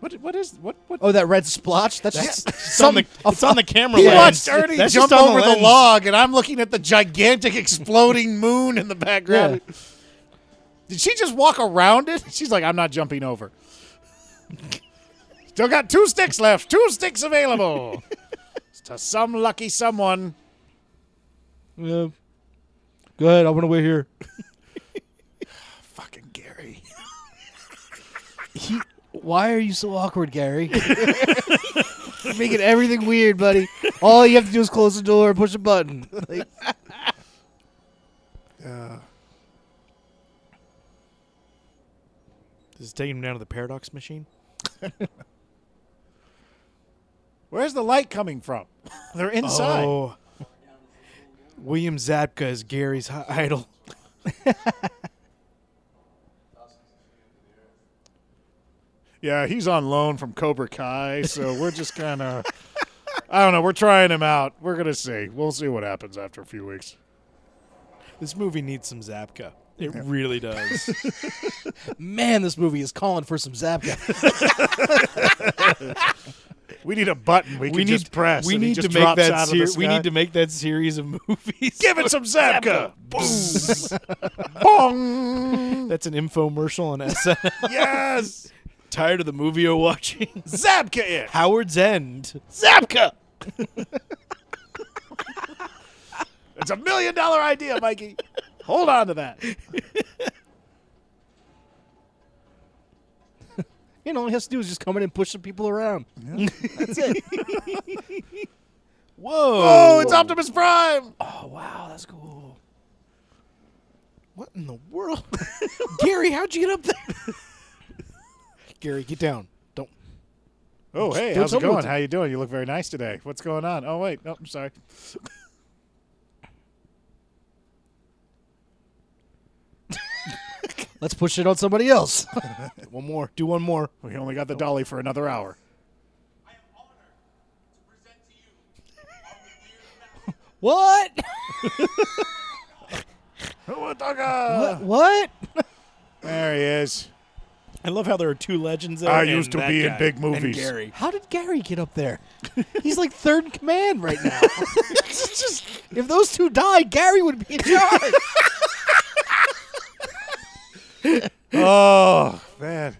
[SPEAKER 1] What? What is? What? What?
[SPEAKER 3] Oh, that red splotch. That's, just
[SPEAKER 2] It's on the,
[SPEAKER 3] a
[SPEAKER 2] it's on the camera
[SPEAKER 1] He watched
[SPEAKER 2] lens.
[SPEAKER 1] Ernie
[SPEAKER 2] That's
[SPEAKER 1] jump
[SPEAKER 2] just on
[SPEAKER 1] over the,
[SPEAKER 2] lens.
[SPEAKER 1] log, and I'm looking at the gigantic exploding moon in the background. Did she just walk around it? She's like, I'm not jumping over. Still got two sticks left. Two sticks available. to some lucky someone.
[SPEAKER 3] Yeah. Go ahead. I want to wait here.
[SPEAKER 1] Fucking Gary.
[SPEAKER 3] Why are you so awkward, Gary? You're making everything weird, buddy. All you have to do is close the door and push a button. Like,
[SPEAKER 2] This is taking him down to the paradox machine.
[SPEAKER 1] Where's the light coming from? They're inside.
[SPEAKER 2] Oh. William Zabka is Gary's hi- idol.
[SPEAKER 1] Yeah, he's on loan from Cobra Kai, so we're just kind of. I don't know. We're trying him out. We're gonna see. We'll see what happens after a few weeks.
[SPEAKER 2] This movie needs some Zabka. It really does.
[SPEAKER 3] man, this movie is calling for some Zapka.
[SPEAKER 1] We need a button we, can just press.
[SPEAKER 2] We
[SPEAKER 1] and he
[SPEAKER 2] need to
[SPEAKER 1] just
[SPEAKER 2] make
[SPEAKER 1] drops
[SPEAKER 2] that.
[SPEAKER 1] out of the
[SPEAKER 2] we
[SPEAKER 1] sky.
[SPEAKER 2] need to make that series of movies.
[SPEAKER 1] give it some Zabka. Boom. Bong.
[SPEAKER 2] That's an infomercial on SNL.
[SPEAKER 1] Yes.
[SPEAKER 2] Tired of the movie you're watching?
[SPEAKER 1] Zabka it.
[SPEAKER 2] Howard's End.
[SPEAKER 1] Zabka. it's a million dollar idea, Mikey. Hold on to that.
[SPEAKER 3] You know, all he has to do is just come in and push some people around.
[SPEAKER 2] Whoa!
[SPEAKER 1] Oh, it's Optimus Prime.
[SPEAKER 3] Oh, wow, that's cool.
[SPEAKER 2] What in the world, Gary? How'd you get up there? Gary, get down! Don't.
[SPEAKER 1] Oh, hey,
[SPEAKER 2] Don't
[SPEAKER 1] how's
[SPEAKER 2] tell
[SPEAKER 1] it
[SPEAKER 2] me what
[SPEAKER 1] going?
[SPEAKER 2] to-
[SPEAKER 1] How you doing? You look very nice today. What's going on? Oh, wait. No, I'm sorry.
[SPEAKER 3] Let's push it on somebody else.
[SPEAKER 2] One more. Do one more.
[SPEAKER 1] We only got the dolly for another hour.
[SPEAKER 6] I am honored to present
[SPEAKER 3] what?
[SPEAKER 6] to you
[SPEAKER 1] Oh, Huataga!
[SPEAKER 3] what?
[SPEAKER 1] ah! There he is.
[SPEAKER 2] I love how there are two legends. There
[SPEAKER 1] I
[SPEAKER 2] and
[SPEAKER 1] used to
[SPEAKER 2] that
[SPEAKER 1] be in
[SPEAKER 2] guy.
[SPEAKER 1] big
[SPEAKER 2] And
[SPEAKER 1] movies.
[SPEAKER 2] Gary.
[SPEAKER 3] How did Gary get up there? He's like third in command right now. It's just- if those two died, Gary would be in charge.
[SPEAKER 1] Oh, man.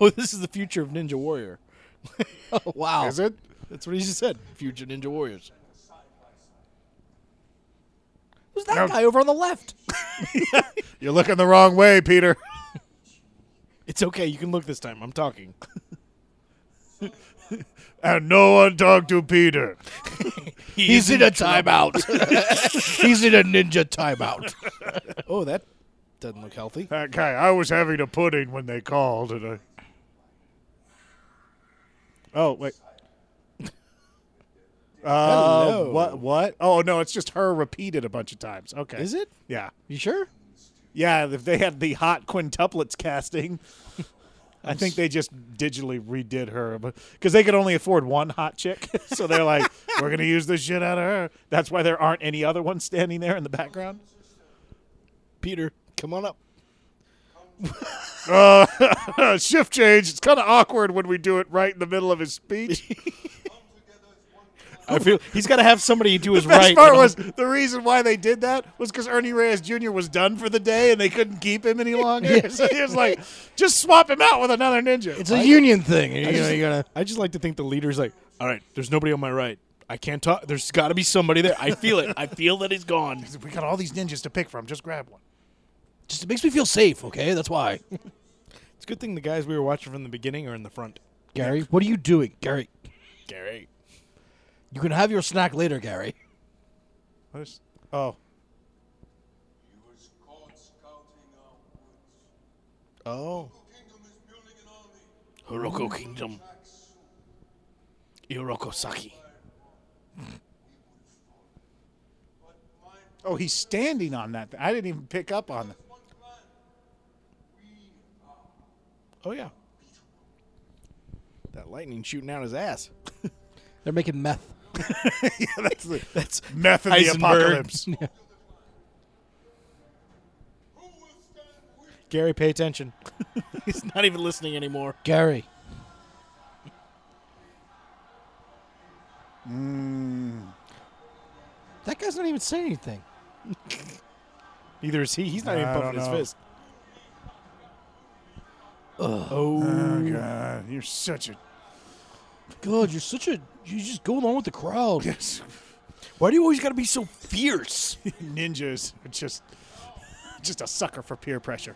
[SPEAKER 2] Oh, this is the future of Ninja Warrior.
[SPEAKER 3] oh, wow.
[SPEAKER 1] Is it?
[SPEAKER 2] That's what he just said. Future Ninja Warriors.
[SPEAKER 3] Who's that guy over on the left?
[SPEAKER 1] You're looking the wrong way, Peter.
[SPEAKER 2] It's okay. You can look this time. I'm talking.
[SPEAKER 1] And no one talked to Peter.
[SPEAKER 2] He's in a timeout. He's in a ninja timeout. oh, that doesn't look healthy.
[SPEAKER 1] That guy, I was having a pudding when they called. And I... Oh, wait. Uh,
[SPEAKER 2] Hello.
[SPEAKER 1] what? What? Oh no, it's just her repeated a bunch of times. Okay,
[SPEAKER 2] Is it?
[SPEAKER 1] Yeah,
[SPEAKER 3] You sure?
[SPEAKER 1] yeah. If they had the hot quintuplets casting, I think they just digitally redid her because they could only afford one hot chick, so they're like, "We're gonna use the shit out of her." That's why there aren't any other ones standing there in the background.
[SPEAKER 2] Peter, come on up.
[SPEAKER 1] Uh, shift change. It's kind of awkward when we do it right in the middle of his speech.
[SPEAKER 2] I feel he's got to have somebody do his
[SPEAKER 1] The best
[SPEAKER 2] right.
[SPEAKER 1] part
[SPEAKER 2] you know?
[SPEAKER 1] was the reason why they did that was because Ernie Reyes Jr. was done for the day and they couldn't keep him any longer. So he was like, just swap him out with another ninja.
[SPEAKER 3] It's a union thing. You know, you gotta.
[SPEAKER 2] I just like to think the leader's like, all right, there's nobody on my right. I can't talk. There's got to be somebody there. I feel it. I feel that he's gone.
[SPEAKER 1] we got all these ninjas to pick from. Just grab one.
[SPEAKER 3] Just it makes me feel safe. Okay, that's why.
[SPEAKER 2] It's a good thing the guys we were watching from the beginning are in the front.
[SPEAKER 3] Gary, what are you doing, Gary?
[SPEAKER 2] Gary.
[SPEAKER 3] You can have your snack later, Gary.
[SPEAKER 1] What is- oh,
[SPEAKER 5] You was caught scouting our woods.
[SPEAKER 2] Oh.
[SPEAKER 5] The kingdom is building an army.
[SPEAKER 2] Hiroko Kingdom. Hirokosaki.
[SPEAKER 5] Axel,
[SPEAKER 2] Irokosaki.
[SPEAKER 5] I want.
[SPEAKER 6] But mine
[SPEAKER 1] Oh, he's standing on that. I didn't even pick up on that.
[SPEAKER 6] one plan. We are
[SPEAKER 2] Oh yeah. That lightning shooting out his ass.
[SPEAKER 3] They're making meth.
[SPEAKER 1] That's the
[SPEAKER 2] That's
[SPEAKER 1] meth of the
[SPEAKER 2] Heisenberg.
[SPEAKER 1] apocalypse.
[SPEAKER 6] who will stand with
[SPEAKER 2] Gary, pay attention. He's not even listening anymore.
[SPEAKER 3] Gary.
[SPEAKER 2] Mm.
[SPEAKER 3] That guy's not even saying anything.
[SPEAKER 2] Neither is he. He's not even
[SPEAKER 1] I
[SPEAKER 2] pumping
[SPEAKER 1] don't
[SPEAKER 2] his
[SPEAKER 1] know.
[SPEAKER 2] fist. Oh,
[SPEAKER 1] Oh, God. You're such a.
[SPEAKER 3] God, you're such a. You just go along with the crowd.
[SPEAKER 2] why do you always got to be so fierce?
[SPEAKER 1] Ninjas are just. Just a sucker for peer pressure.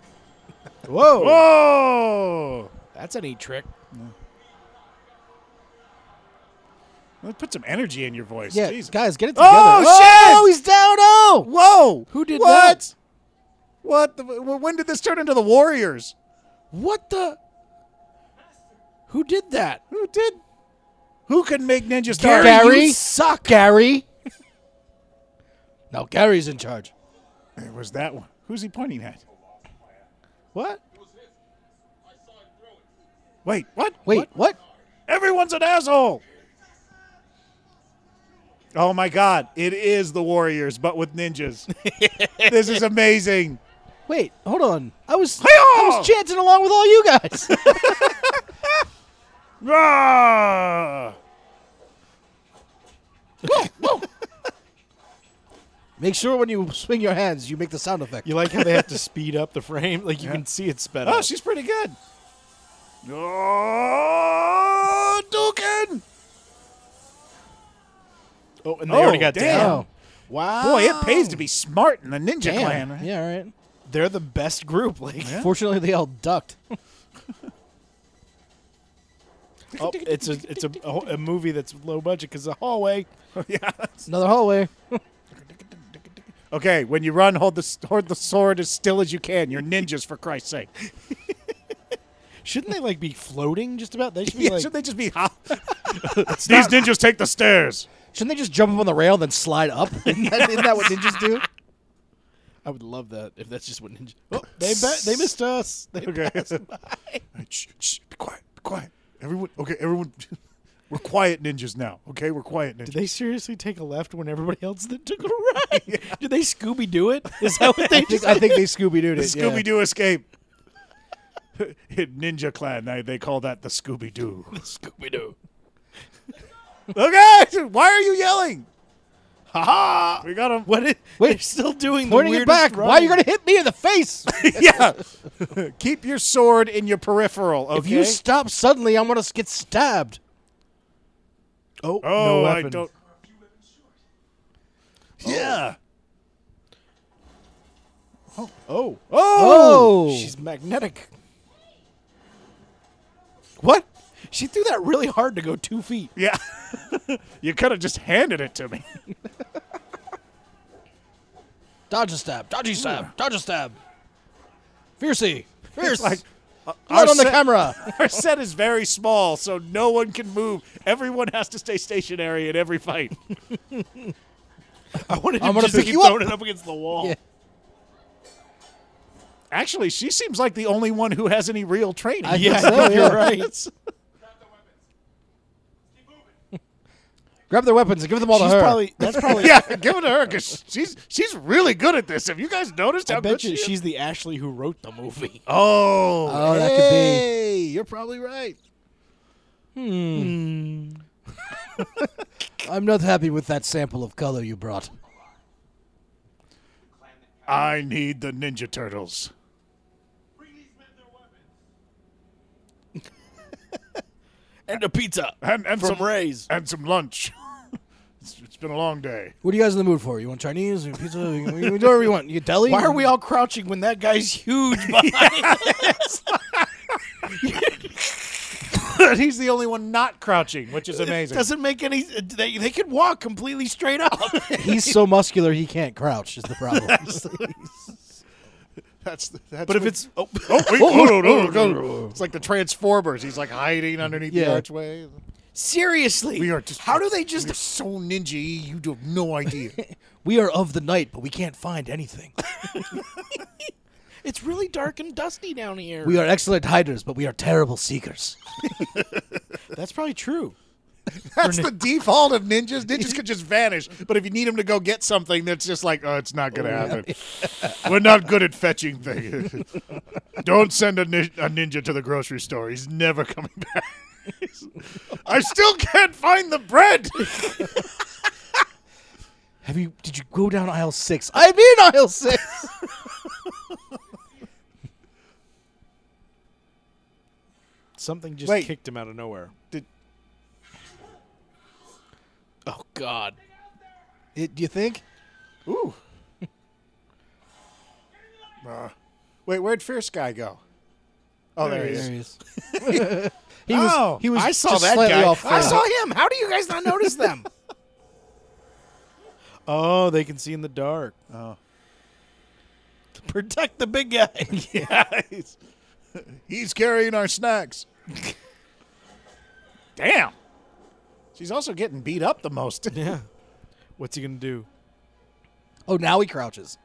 [SPEAKER 1] Oh!
[SPEAKER 2] Whoa,
[SPEAKER 1] Whoa!
[SPEAKER 2] that's a neat trick.
[SPEAKER 1] Well, Put some energy in your voice.
[SPEAKER 3] Yeah,
[SPEAKER 1] Jesus.
[SPEAKER 3] guys, get it together.
[SPEAKER 1] Oh, shit!
[SPEAKER 3] he's down. Oh,
[SPEAKER 1] Whoa!
[SPEAKER 3] Who did
[SPEAKER 1] what?
[SPEAKER 3] that?
[SPEAKER 1] What? The, wh- when did this turn into the Warriors?
[SPEAKER 3] what the? Who did that?
[SPEAKER 2] Hmm,
[SPEAKER 1] Who did? Who can make ninja stars?
[SPEAKER 3] Gary,
[SPEAKER 1] You
[SPEAKER 3] you
[SPEAKER 1] s-
[SPEAKER 3] suck, Gary. now Gary's in charge.
[SPEAKER 1] It was that one. Who's he pointing at?
[SPEAKER 3] What?
[SPEAKER 1] Wait, what?
[SPEAKER 3] Wait, what?
[SPEAKER 1] Everyone's an asshole. Oh my God! It is the Warriors, but with ninjas. this is amazing.
[SPEAKER 3] Wait, hold on. I was I
[SPEAKER 1] Hi-yah!
[SPEAKER 3] was chanting along with all you guys.
[SPEAKER 1] Ah!
[SPEAKER 3] Make sure when you swing your hands, you make the sound effect.
[SPEAKER 2] You like how they have to speed up the frame? Like you can see it's sped
[SPEAKER 1] Oh,
[SPEAKER 2] up.
[SPEAKER 1] she's pretty good. Oh, Dukin!
[SPEAKER 2] Oh, and they already
[SPEAKER 1] Oh,
[SPEAKER 2] got
[SPEAKER 1] damn.
[SPEAKER 2] down. Wow,
[SPEAKER 1] Boy, it pays to be smart in the ninja
[SPEAKER 3] Damn.
[SPEAKER 1] clan. Right?
[SPEAKER 3] Yeah, all right.
[SPEAKER 2] They're the best group. Like,
[SPEAKER 3] Fortunately, they all ducked.
[SPEAKER 2] oh, it's a it's a, a, whole- a movie that's low budget because the hallway.
[SPEAKER 3] It's another hallway.
[SPEAKER 1] Okay, when you run, hold the s- hold the sword as still as you can. You're ninjas, for Christ's sake.
[SPEAKER 2] Shouldn't they like be floating just about? They should be
[SPEAKER 1] Yeah,
[SPEAKER 2] like
[SPEAKER 1] should they just be? hot? These ninjas take the stairs.
[SPEAKER 3] Shouldn't they just jump up on the rail and then slide up? Isn't that, isn't that what ninjas do?
[SPEAKER 2] I would love that if that's just what ninja. Oh, they bet they missed us. They
[SPEAKER 1] Okay. shh, shh, be quiet. Be quiet. Everyone. Okay, everyone. We're quiet ninjas now. Okay, we're quiet ninjas.
[SPEAKER 2] Did they seriously take a left when everybody else then took a right? Did they Scooby Doo it? Is that what they
[SPEAKER 3] I think,
[SPEAKER 2] just?
[SPEAKER 3] I think they Scooby Dooed it. yeah.
[SPEAKER 1] Scooby Doo escape. Ninja clan. They, they call that the Scooby Doo.
[SPEAKER 2] Scooby Doo.
[SPEAKER 1] okay, why are you yelling? Ha ha! We got him.
[SPEAKER 2] What? Is,
[SPEAKER 3] Wait,
[SPEAKER 2] they're still doing the
[SPEAKER 3] Pointing it
[SPEAKER 2] weirdest
[SPEAKER 3] back. Why are you
[SPEAKER 2] running.
[SPEAKER 3] gonna hit me in the face?
[SPEAKER 1] yeah. Keep your sword in your peripheral. Okay.
[SPEAKER 3] If you stop suddenly, I'm gonna get stabbed.
[SPEAKER 2] Oh,
[SPEAKER 1] oh,
[SPEAKER 2] no
[SPEAKER 1] I
[SPEAKER 2] weapon.
[SPEAKER 1] don't. Yeah.
[SPEAKER 2] Oh,
[SPEAKER 3] Oh,
[SPEAKER 2] she's magnetic.
[SPEAKER 3] what?
[SPEAKER 2] She threw that really hard to go two feet.
[SPEAKER 1] Yeah. you could have just handed it to me.
[SPEAKER 3] Dodge a stab. Dodge a stab. Dodge a stab. Fiercey. Fierce.
[SPEAKER 1] like, uh,
[SPEAKER 3] Blood
[SPEAKER 1] our
[SPEAKER 3] on the
[SPEAKER 1] set-
[SPEAKER 3] camera.
[SPEAKER 1] Our set is very small, so no one can move. Everyone has to stay stationary in every fight.
[SPEAKER 2] I wanted
[SPEAKER 3] I'm
[SPEAKER 2] him
[SPEAKER 3] gonna
[SPEAKER 2] just to
[SPEAKER 3] pick
[SPEAKER 2] keep
[SPEAKER 3] you up.
[SPEAKER 2] throwing it up against the wall.
[SPEAKER 3] Yeah.
[SPEAKER 1] Actually, she seems like the only one who has any real training.
[SPEAKER 3] I
[SPEAKER 2] Yeah,
[SPEAKER 3] think so,
[SPEAKER 2] I think
[SPEAKER 3] yeah.
[SPEAKER 2] you're right.
[SPEAKER 6] Grab the weapons. Keep moving.
[SPEAKER 3] Grab their weapons and give them all
[SPEAKER 2] She's
[SPEAKER 3] to her.
[SPEAKER 2] probably that's probably.
[SPEAKER 1] yeah, give it to her because she's she's really good at this. Have you guys noticed how
[SPEAKER 2] I bet
[SPEAKER 1] good
[SPEAKER 2] you
[SPEAKER 1] she is?
[SPEAKER 2] she's the Ashley who wrote the movie.
[SPEAKER 1] Oh,
[SPEAKER 3] Oh, that could be.
[SPEAKER 1] hey, You're probably right.
[SPEAKER 3] I'm not happy with that sample of color you brought.
[SPEAKER 1] I need the Ninja Turtles.
[SPEAKER 6] Bring these men their weapons.
[SPEAKER 2] And a pizza
[SPEAKER 1] And, and
[SPEAKER 2] from
[SPEAKER 1] some
[SPEAKER 2] Ray's.
[SPEAKER 1] and some lunch. it's, it's been a long day.
[SPEAKER 3] What are you guys in the mood for? You want Chinese or pizza? You can- you can do whatever you want. You deli?
[SPEAKER 2] Why are we all crouching when that guy's huge behind us?
[SPEAKER 1] He's the only one not crouching, which is
[SPEAKER 2] It doesn't make any. They, they could walk completely straight up.
[SPEAKER 3] He's so muscular he can't crouch. Is the problem?
[SPEAKER 1] That's, that's
[SPEAKER 2] but if
[SPEAKER 1] what-
[SPEAKER 2] it's oh,
[SPEAKER 1] oh, wait, oh, no, no, no, no. it's like the Transformers. He's like hiding underneath
[SPEAKER 3] Yeah.
[SPEAKER 1] the archway.
[SPEAKER 2] Seriously.
[SPEAKER 1] We are just.
[SPEAKER 2] How do they
[SPEAKER 1] we are
[SPEAKER 2] just
[SPEAKER 1] so ninja? You have no idea.
[SPEAKER 3] We are of the night, but we can't find anything.
[SPEAKER 2] It's really dark and dusty down here.
[SPEAKER 3] we are excellent hiders, but we are terrible seekers.
[SPEAKER 2] That's probably true.
[SPEAKER 1] That's the default of ninjas. Ninjas could just vanish, but if you need them to go get something, that's just like, oh, it's not going to happen. We're not good at fetching things. Don't send a, nin- a ninja to the grocery store. He's never coming back. I still can't find the bread.
[SPEAKER 3] Have you? Did you go down aisle six? I'm in aisle six.
[SPEAKER 2] Something just
[SPEAKER 1] Wait.
[SPEAKER 2] kicked him out of nowhere.
[SPEAKER 1] Did-
[SPEAKER 2] Oh God.
[SPEAKER 3] It- do you think?
[SPEAKER 1] Ooh. Uh, wait, where'd Fierce Guy go? Oh, there, he is.
[SPEAKER 3] He was.
[SPEAKER 1] Oh,
[SPEAKER 3] he was
[SPEAKER 1] I saw
[SPEAKER 3] just
[SPEAKER 1] that
[SPEAKER 3] slightly
[SPEAKER 1] guy.
[SPEAKER 3] off.
[SPEAKER 1] I
[SPEAKER 3] frame.
[SPEAKER 1] saw
[SPEAKER 2] him. How do you guys not notice them? oh, they can see in the dark. Oh. Protect the big guy.
[SPEAKER 1] He's- He's carrying our snacks. Damn. She's also getting beat up the most.
[SPEAKER 2] yeah. What's he gonna do?
[SPEAKER 3] Oh, now he crouches.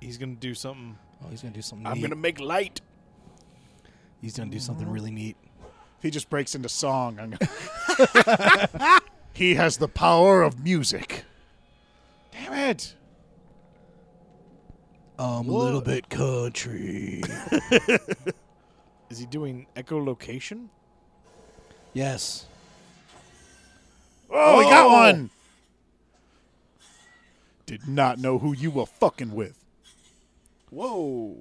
[SPEAKER 2] He's gonna do something.
[SPEAKER 3] Oh, he's gonna do something.
[SPEAKER 2] I'm
[SPEAKER 3] neat.
[SPEAKER 2] gonna make light.
[SPEAKER 3] He's gonna do something really neat.
[SPEAKER 1] If he just breaks into song. I'm gonna- he has the power of music. Damn it.
[SPEAKER 3] Um, a little bit country.
[SPEAKER 2] Is he doing echolocation?
[SPEAKER 3] yes.
[SPEAKER 1] Oh, we got one. Did not know who you were fucking with. Whoa.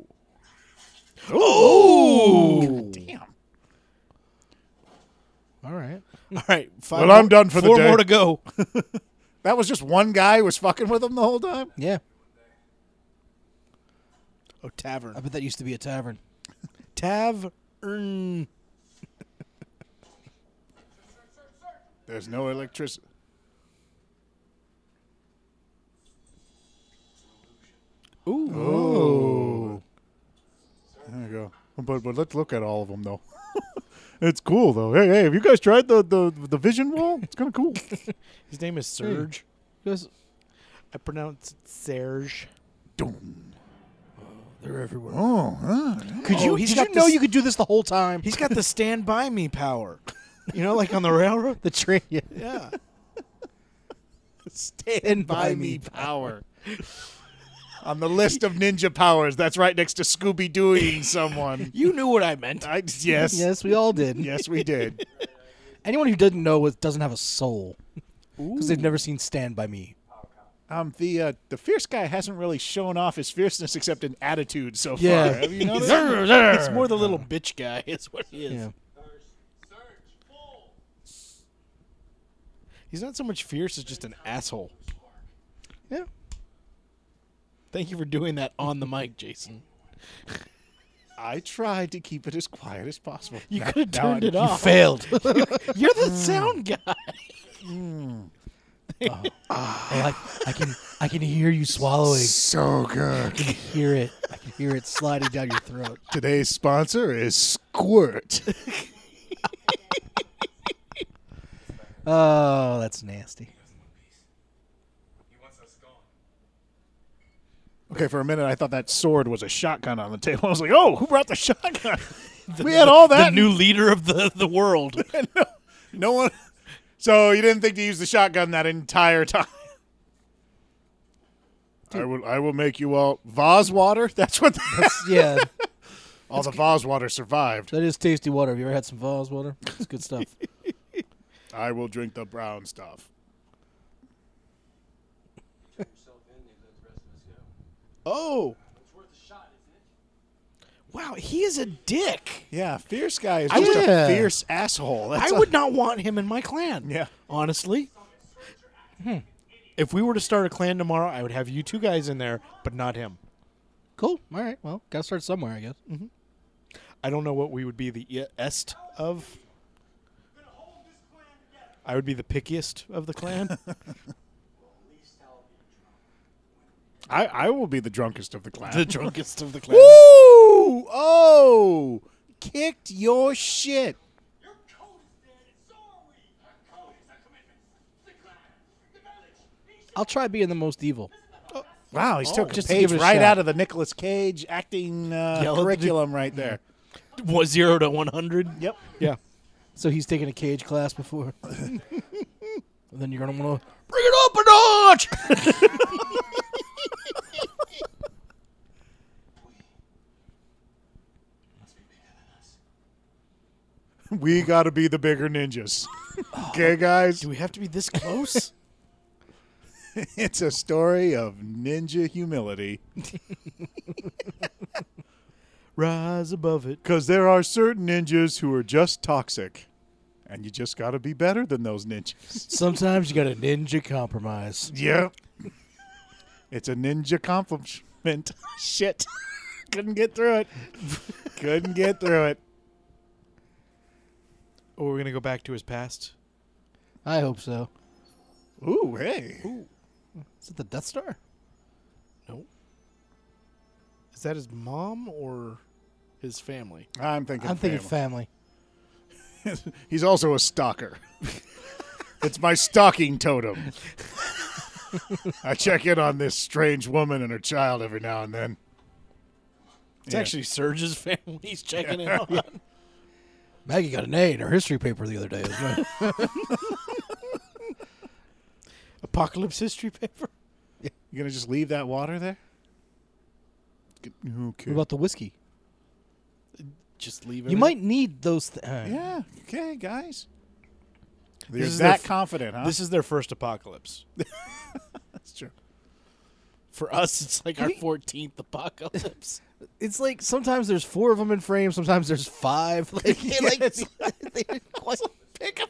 [SPEAKER 1] Oh. Damn.
[SPEAKER 3] All right.
[SPEAKER 2] All right. Five
[SPEAKER 1] Well, I'm
[SPEAKER 2] more-
[SPEAKER 1] done for the
[SPEAKER 2] four
[SPEAKER 1] day.
[SPEAKER 2] more to go.
[SPEAKER 1] That was just one guy who was fucking with him the whole time?
[SPEAKER 3] Yeah.
[SPEAKER 2] oh, tavern.
[SPEAKER 3] I bet that used to be a tavern.
[SPEAKER 2] tavern.
[SPEAKER 1] There's no electricity.
[SPEAKER 2] Ooh.
[SPEAKER 1] Oh. There you go. But but let's look at all of them though. it's cool though. Hey hey, have you guys tried the the, the vision wall? It's kind of cool.
[SPEAKER 2] His name is Serge.
[SPEAKER 3] Yes.
[SPEAKER 2] Hmm. I pronounce it Serge.
[SPEAKER 1] Doom. They're everywhere. Oh, huh.
[SPEAKER 3] Could you?
[SPEAKER 2] he's
[SPEAKER 3] did
[SPEAKER 2] got
[SPEAKER 3] you know
[SPEAKER 2] this-
[SPEAKER 3] you could do this the whole time?
[SPEAKER 2] He's got the stand by me power. You know, like on the railroad?
[SPEAKER 3] the train. Yeah.
[SPEAKER 2] Yeah.
[SPEAKER 3] Stand by me.
[SPEAKER 1] power. On the list of ninja powers, that's right next to Scooby Dooing someone.
[SPEAKER 2] You knew what I meant.
[SPEAKER 1] I, yes. yes.
[SPEAKER 3] Yes, we all did.
[SPEAKER 1] we did.
[SPEAKER 3] Anyone who doesn't know is- doesn't have a soul because they've never seen Stand by Me.
[SPEAKER 1] Um, the uh, the fierce guy hasn't really shown off his fierceness except in attitude so
[SPEAKER 3] Yeah.
[SPEAKER 1] far. Have you noticed?
[SPEAKER 2] It's more the little bitch guy, is what he is.
[SPEAKER 3] Yeah.
[SPEAKER 6] Surge, pull.
[SPEAKER 2] He's not so much fierce as just an asshole.
[SPEAKER 3] Yeah.
[SPEAKER 2] Thank you for doing that on the mic, Jason.
[SPEAKER 1] I tried to keep it as quiet as possible.
[SPEAKER 2] You
[SPEAKER 1] Now-
[SPEAKER 2] could have
[SPEAKER 1] now
[SPEAKER 2] turned
[SPEAKER 1] I-
[SPEAKER 2] it off.
[SPEAKER 3] Failed.
[SPEAKER 2] You're the sound guy.
[SPEAKER 3] Oh, I, I can I can hear you swallowing.
[SPEAKER 1] So good.
[SPEAKER 3] I can hear it. I can hear it sliding down your throat.
[SPEAKER 1] Today's sponsor is Squirt.
[SPEAKER 3] Oh, that's nasty.
[SPEAKER 6] He wants us gone.
[SPEAKER 1] Okay, for a minute I thought that sword was a shotgun on the table. I was like, oh, who brought the shotgun? we had all that.
[SPEAKER 2] the new leader of the, the world.
[SPEAKER 1] no one. So you didn't think to use the shotgun that entire time? I will. I will make you all Vaz water. That's what. That's,
[SPEAKER 3] Yeah,
[SPEAKER 1] all the Vaz water survived.
[SPEAKER 3] that is tasty water. Have you ever had some Voss water? It's good stuff.
[SPEAKER 1] I will drink the brown stuff.
[SPEAKER 7] Yourself in, they let the rest of us go.
[SPEAKER 2] Oh.
[SPEAKER 6] It's worth a shot, isn't it?
[SPEAKER 2] Wow, he is a dick.
[SPEAKER 1] Yeah, fierce guy is
[SPEAKER 2] I
[SPEAKER 1] just
[SPEAKER 3] would-
[SPEAKER 1] a fierce asshole. That's
[SPEAKER 2] I
[SPEAKER 1] all-
[SPEAKER 2] would not want him in my clan.
[SPEAKER 1] Yeah.
[SPEAKER 2] Honestly. Hmm. If we were to start a clan tomorrow, I would have you two guys in there, but not him.
[SPEAKER 3] Cool. All right. Well, gotta start somewhere, I guess.
[SPEAKER 2] I don't know what we would be the est of. I would be the pickiest of the clan.
[SPEAKER 1] I, I will be the drunkest of the class.
[SPEAKER 2] drunkest of the clan.
[SPEAKER 1] Woo! Oh, kicked your shit.
[SPEAKER 6] Your code is dead, and so are we.
[SPEAKER 3] I'll try being the most evil.
[SPEAKER 1] Wow, he's took a
[SPEAKER 3] Just to
[SPEAKER 1] Oh, page
[SPEAKER 3] give it a
[SPEAKER 1] right
[SPEAKER 3] shot.
[SPEAKER 1] out of the Nicolas Cage acting uh,
[SPEAKER 2] Yeah, look at the-
[SPEAKER 1] curriculum right there.
[SPEAKER 2] One zero to one hundred.
[SPEAKER 1] Yep.
[SPEAKER 3] Yeah. So he's taken a cage class before. then you're gonna want to bring it up a notch.
[SPEAKER 1] We got to be the bigger ninjas.
[SPEAKER 8] Okay, guys,
[SPEAKER 2] Do we have to be this close?
[SPEAKER 1] It's a story of ninja humility
[SPEAKER 2] Rise above it.
[SPEAKER 1] because there are certain ninjas who are just toxic, and you just got to be better than those ninjas.
[SPEAKER 3] Sometimes you got a ninja compromise.
[SPEAKER 1] Yep. it's a ninja compliment. Shit. Couldn't get through it. Couldn't get through it.
[SPEAKER 2] Or we're gonna go back to his past.
[SPEAKER 3] I hope so.
[SPEAKER 1] Ooh, hey.
[SPEAKER 3] Is it the Death Star?
[SPEAKER 2] No. Is that his mom or his family?
[SPEAKER 1] I'm thinking.
[SPEAKER 3] I'm thinking
[SPEAKER 1] family.
[SPEAKER 3] family.
[SPEAKER 8] he's also a stalker. it's my stalking totem. I check in on this strange woman and her child every now and then.
[SPEAKER 2] It's actually Serge's family he's checking in on.
[SPEAKER 3] Maggie got an A in her history paper the other day. It was nice.
[SPEAKER 2] Apocalypse history paper.
[SPEAKER 1] You gonna just leave that water there? Okay.
[SPEAKER 3] what about the whiskey?
[SPEAKER 2] Just leave it.
[SPEAKER 3] You might need those. Th- uh,
[SPEAKER 1] yeah. Okay, guys. They're
[SPEAKER 2] is
[SPEAKER 1] that
[SPEAKER 2] their f-
[SPEAKER 1] confident, huh?
[SPEAKER 2] This is their first apocalypse.
[SPEAKER 1] That's true.
[SPEAKER 2] For us, it's like our fourteenth apocalypse.
[SPEAKER 3] It's like sometimes there's four of them in frame, sometimes there's five. Like, like, they didn't quite pick up.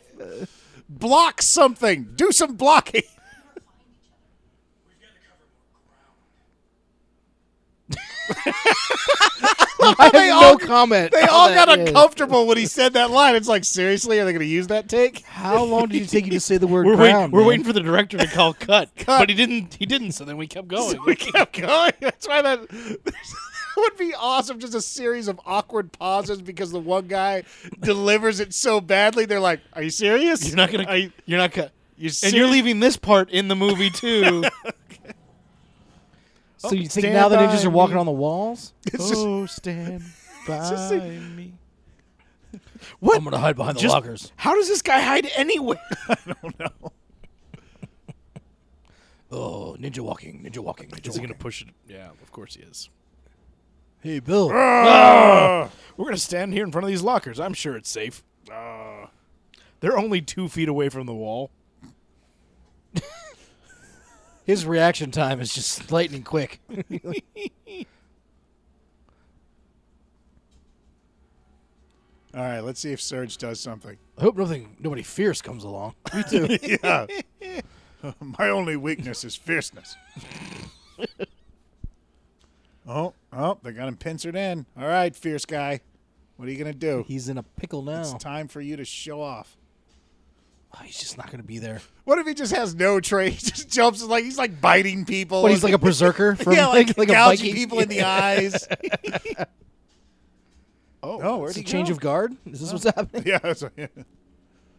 [SPEAKER 1] Block something. Do some blocking.
[SPEAKER 6] We've got to cover more ground.
[SPEAKER 3] I have no comment.
[SPEAKER 1] They
[SPEAKER 3] on
[SPEAKER 1] all
[SPEAKER 3] that.
[SPEAKER 1] got uncomfortable when he said that line. It's like, seriously, are they gonna use that take?
[SPEAKER 3] How long did it take you to say the word
[SPEAKER 2] We're,
[SPEAKER 3] ground?
[SPEAKER 2] waiting, we're
[SPEAKER 3] man?
[SPEAKER 2] waiting for the director to call cut, but he didn't. He didn't. So then we kept going.
[SPEAKER 1] we kept going. That's why that, that would be awesome. Just a series of awkward pauses because the one guy delivers it so badly. They're like, "Are you serious?
[SPEAKER 2] You're not gonna.
[SPEAKER 1] Are you,
[SPEAKER 2] you're not cut.
[SPEAKER 1] you
[SPEAKER 2] And you're
[SPEAKER 1] serious?
[SPEAKER 2] leaving this part in the movie too.
[SPEAKER 3] So you think
[SPEAKER 2] Stand
[SPEAKER 3] now the
[SPEAKER 2] by
[SPEAKER 3] ninjas are walking
[SPEAKER 2] me.
[SPEAKER 3] on the walls?
[SPEAKER 2] oh, stand
[SPEAKER 1] just
[SPEAKER 2] by
[SPEAKER 1] like-
[SPEAKER 2] me.
[SPEAKER 3] What? I'm gonna hide behind the
[SPEAKER 2] Just-
[SPEAKER 3] lockers.
[SPEAKER 2] How does this guy hide anywhere?
[SPEAKER 3] Oh, ninja walking, ninja walking, ninja
[SPEAKER 2] Is he
[SPEAKER 3] walking.
[SPEAKER 2] gonna push it? Yeah, of course he is.
[SPEAKER 3] Hey, Bill.
[SPEAKER 1] Ah!
[SPEAKER 2] We're gonna stand here in front of these lockers. I'm sure it's safe. Uh, They're only two feet away from the wall.
[SPEAKER 3] His reaction time is just lightning quick.
[SPEAKER 1] All right, let's see if Serge does something.
[SPEAKER 3] I hope nothing, nobody fierce comes along.
[SPEAKER 8] Yeah. My only weakness is fierceness.
[SPEAKER 1] Oh, oh, they got him pincered in. All right, fierce guy, what are you gonna do?
[SPEAKER 3] He's in a pickle
[SPEAKER 1] It's
[SPEAKER 3] now.
[SPEAKER 1] time for you to show off.
[SPEAKER 3] Oh, he's just not gonna be there.
[SPEAKER 1] What if he just has no trait? He just jumps like he's like biting people.
[SPEAKER 3] But he's like a berserker from
[SPEAKER 1] Oh, yeah, like,
[SPEAKER 3] like a
[SPEAKER 1] gouging
[SPEAKER 3] Viking.
[SPEAKER 1] people in the eyes. oh, oh, where'd
[SPEAKER 3] It's
[SPEAKER 1] he
[SPEAKER 3] a change
[SPEAKER 1] go?
[SPEAKER 3] of guard. Is this what's happening?
[SPEAKER 1] yeah, that's right.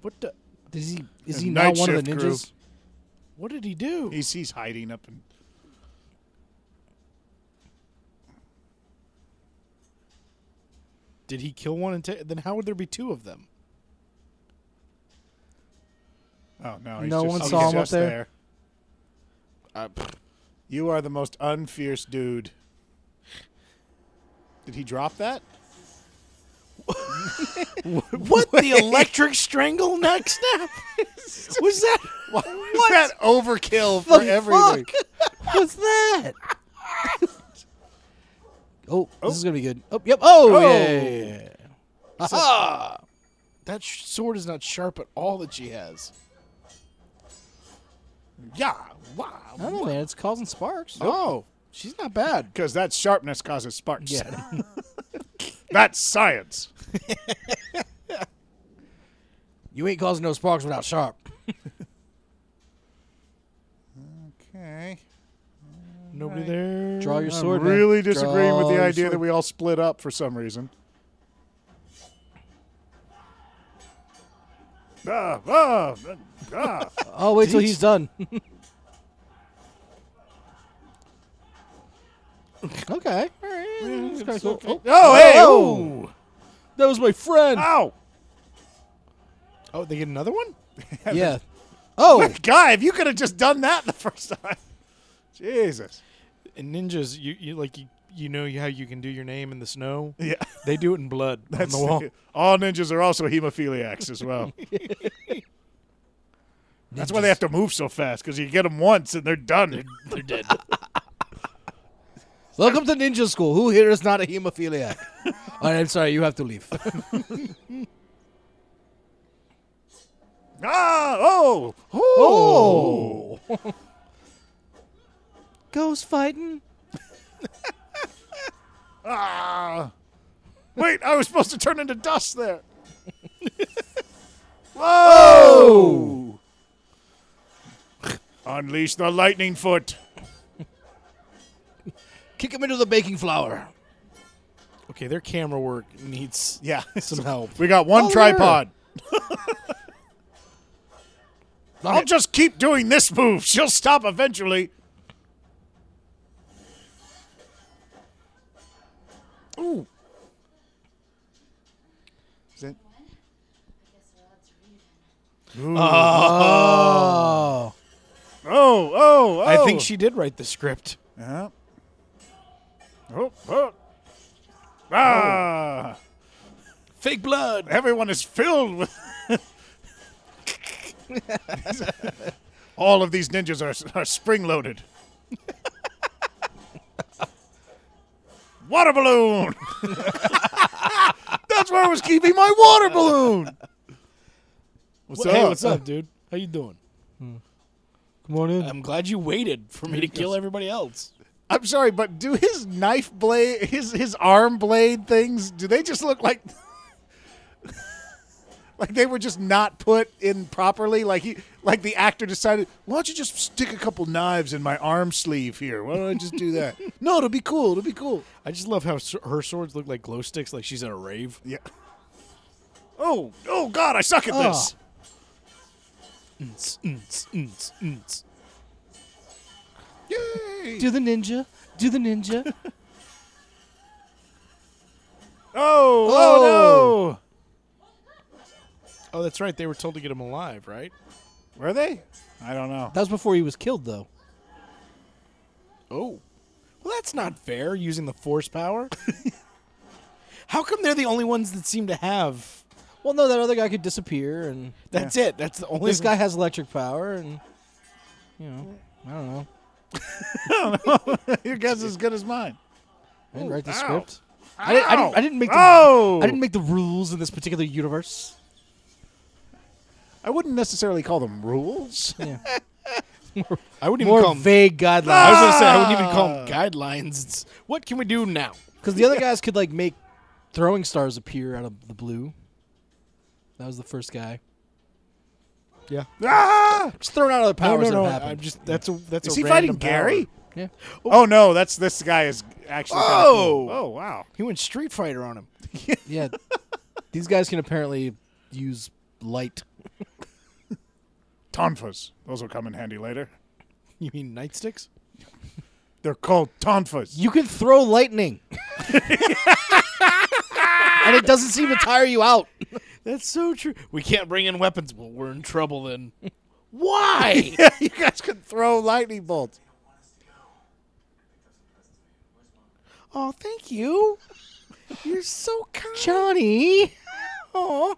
[SPEAKER 2] What the?
[SPEAKER 3] Is he is he now
[SPEAKER 1] Night
[SPEAKER 3] one of
[SPEAKER 1] shift
[SPEAKER 3] the
[SPEAKER 1] crew.
[SPEAKER 3] ninjas?
[SPEAKER 2] What did he do?
[SPEAKER 1] He's he's hiding up and
[SPEAKER 2] Did he kill one and take? Then how would there be two of them?
[SPEAKER 1] oh no, he's
[SPEAKER 3] No
[SPEAKER 1] just,
[SPEAKER 3] one
[SPEAKER 1] he's
[SPEAKER 3] saw him up
[SPEAKER 1] just Uh,
[SPEAKER 3] there?
[SPEAKER 1] You are the most unfierce dude. Did he drop that?
[SPEAKER 2] What the electric strangle neck snap? Was that?
[SPEAKER 1] What? that overkill for everything?
[SPEAKER 3] Fuck was that? oh, this is gonna be good. Oh, yep. Oh, yeah. yeah, yeah, yeah.
[SPEAKER 2] That sh- sword is not sharp at all that she has.
[SPEAKER 1] Yeah, wow.
[SPEAKER 3] I don't know, man. Oh. It's causing sparks.
[SPEAKER 2] Oh, she's not bad.
[SPEAKER 1] Because that sharpness causes sparks.
[SPEAKER 3] Yeah.
[SPEAKER 1] That's science.
[SPEAKER 3] you ain't causing no sparks without sharp.
[SPEAKER 1] Okay.
[SPEAKER 2] Nobody there.
[SPEAKER 3] Draw your
[SPEAKER 1] I'm
[SPEAKER 3] sword. man.
[SPEAKER 1] really disagreeing with
[SPEAKER 3] Draw
[SPEAKER 1] the
[SPEAKER 3] your
[SPEAKER 1] idea that
[SPEAKER 3] sword.
[SPEAKER 1] we all split up for some reason. Ah, ah, ah.
[SPEAKER 3] Oh, wait till he's done. Okay. All right. That's kinda cool. Oh,
[SPEAKER 1] Oh, hey! ooh.
[SPEAKER 2] Oh,
[SPEAKER 3] that was my friend.
[SPEAKER 1] Ow!
[SPEAKER 2] oh, they get another one.
[SPEAKER 3] yeah. Oh,
[SPEAKER 1] Guy, if you could have just done that the first time. Jesus.
[SPEAKER 2] And ninjas, you, you like you, you know how you can do your name in the snow.
[SPEAKER 1] Yeah.
[SPEAKER 2] They do it in blood
[SPEAKER 1] That's
[SPEAKER 2] on the wall.
[SPEAKER 1] the- all ninjas are also hemophiliacs as well. That's why they have to move so fast because you get them once and they're done.
[SPEAKER 2] They're dead.
[SPEAKER 3] welcome to ninja school. Who here is not a hemophiliac? All right, I'm sorry. You have to leave.
[SPEAKER 1] ah! Oh!
[SPEAKER 3] Oh. Ghost fighting.
[SPEAKER 1] Ah! Wait, I was supposed to turn into dust there. Whoa! Oh. Unleash the lightning foot.
[SPEAKER 3] Kick him into the baking flour.
[SPEAKER 2] okay, their camera work needs
[SPEAKER 1] Yeah.
[SPEAKER 2] some help.
[SPEAKER 1] We got one
[SPEAKER 3] Oh,
[SPEAKER 1] tripod. I'll
[SPEAKER 3] it.
[SPEAKER 1] just keep doing this move. She'll stop eventually. Ooh. Is it-
[SPEAKER 3] Oh.
[SPEAKER 1] Oh, oh, oh.
[SPEAKER 2] I think she did write the script.
[SPEAKER 1] Uh-huh. Oh, oh. Ah.
[SPEAKER 2] Fake blood.
[SPEAKER 1] Everyone is filled with. All of these ninjas are, are spring loaded. water balloon! That's where I was keeping my water balloon! What's
[SPEAKER 2] hey,
[SPEAKER 1] up?
[SPEAKER 2] what's up, dude? How you doing?
[SPEAKER 3] Come on in.
[SPEAKER 2] I'm glad you waited for me to kill everybody else.
[SPEAKER 1] I'm sorry, but do his knife blade, his his arm blade things, do they just look like like they were just not put in properly? Like he, like the actor decided, why don't you just stick a couple knives in my arm sleeve here? Why don't I just do that? no, it'll be cool. It'll be cool.
[SPEAKER 2] I just love how s- her swords look like glow sticks, like she's at a rave.
[SPEAKER 1] Yeah. Oh, oh God, I suck at this.
[SPEAKER 3] Ah.
[SPEAKER 2] Nts, nts, nts, nts.
[SPEAKER 1] Yay!
[SPEAKER 3] Do the ninja. Do the ninja.
[SPEAKER 1] Oh, oh,
[SPEAKER 2] Oh, that's right. They were told to get him alive, right?
[SPEAKER 1] no. Were they? I don't know.
[SPEAKER 3] that was before he was killed, though.
[SPEAKER 2] Oh, well, that's not fair. Using the force power. how come they're the only ones that seem to have?
[SPEAKER 3] Well, no, that other guy could disappear, and
[SPEAKER 2] That's it. That's the only.
[SPEAKER 3] this guy has electric power, and you know, I don't know.
[SPEAKER 1] Your guess is as good as mine.
[SPEAKER 3] I didn't write the
[SPEAKER 1] ow.
[SPEAKER 3] script. I didn't, I, didn't, I didn't make the.
[SPEAKER 1] Oh!
[SPEAKER 3] I didn't make the rules in this particular universe.
[SPEAKER 1] I wouldn't necessarily call them rules.
[SPEAKER 2] I wouldn't even
[SPEAKER 3] More
[SPEAKER 2] call him.
[SPEAKER 3] vague
[SPEAKER 2] I was
[SPEAKER 3] guidelines
[SPEAKER 2] gonna say I wouldn't even call him guidelines. It's, what can we do now?
[SPEAKER 3] because the other guys could like make throwing stars appear out of the blue. That was the first guy. Yeah,
[SPEAKER 1] Ah!
[SPEAKER 3] just throwing out other powers
[SPEAKER 2] no, no, no.
[SPEAKER 3] that have
[SPEAKER 2] I'm
[SPEAKER 3] happened.
[SPEAKER 2] just. That's a. That's
[SPEAKER 1] Is
[SPEAKER 2] a
[SPEAKER 1] he fighting
[SPEAKER 2] random
[SPEAKER 1] Gary?
[SPEAKER 2] power.
[SPEAKER 3] Yeah.
[SPEAKER 1] Oh no, that's this guy is actually. kinda cool.
[SPEAKER 2] Oh.
[SPEAKER 1] Oh wow!
[SPEAKER 2] He went Street Fighter on him.
[SPEAKER 3] Yeah. These guys can apparently use light.
[SPEAKER 1] Tonfas. Those will come in handy later.
[SPEAKER 2] You mean nightsticks?
[SPEAKER 1] They're called tonfas.
[SPEAKER 3] You can throw lightning. and it doesn't seem to tire you out.
[SPEAKER 2] That's so true. We can't bring in weapons. Well, we're in trouble then. Why?
[SPEAKER 1] you guys can throw lightning bolts.
[SPEAKER 2] oh, thank you. You're so kind.
[SPEAKER 3] Johnny.
[SPEAKER 2] Aw.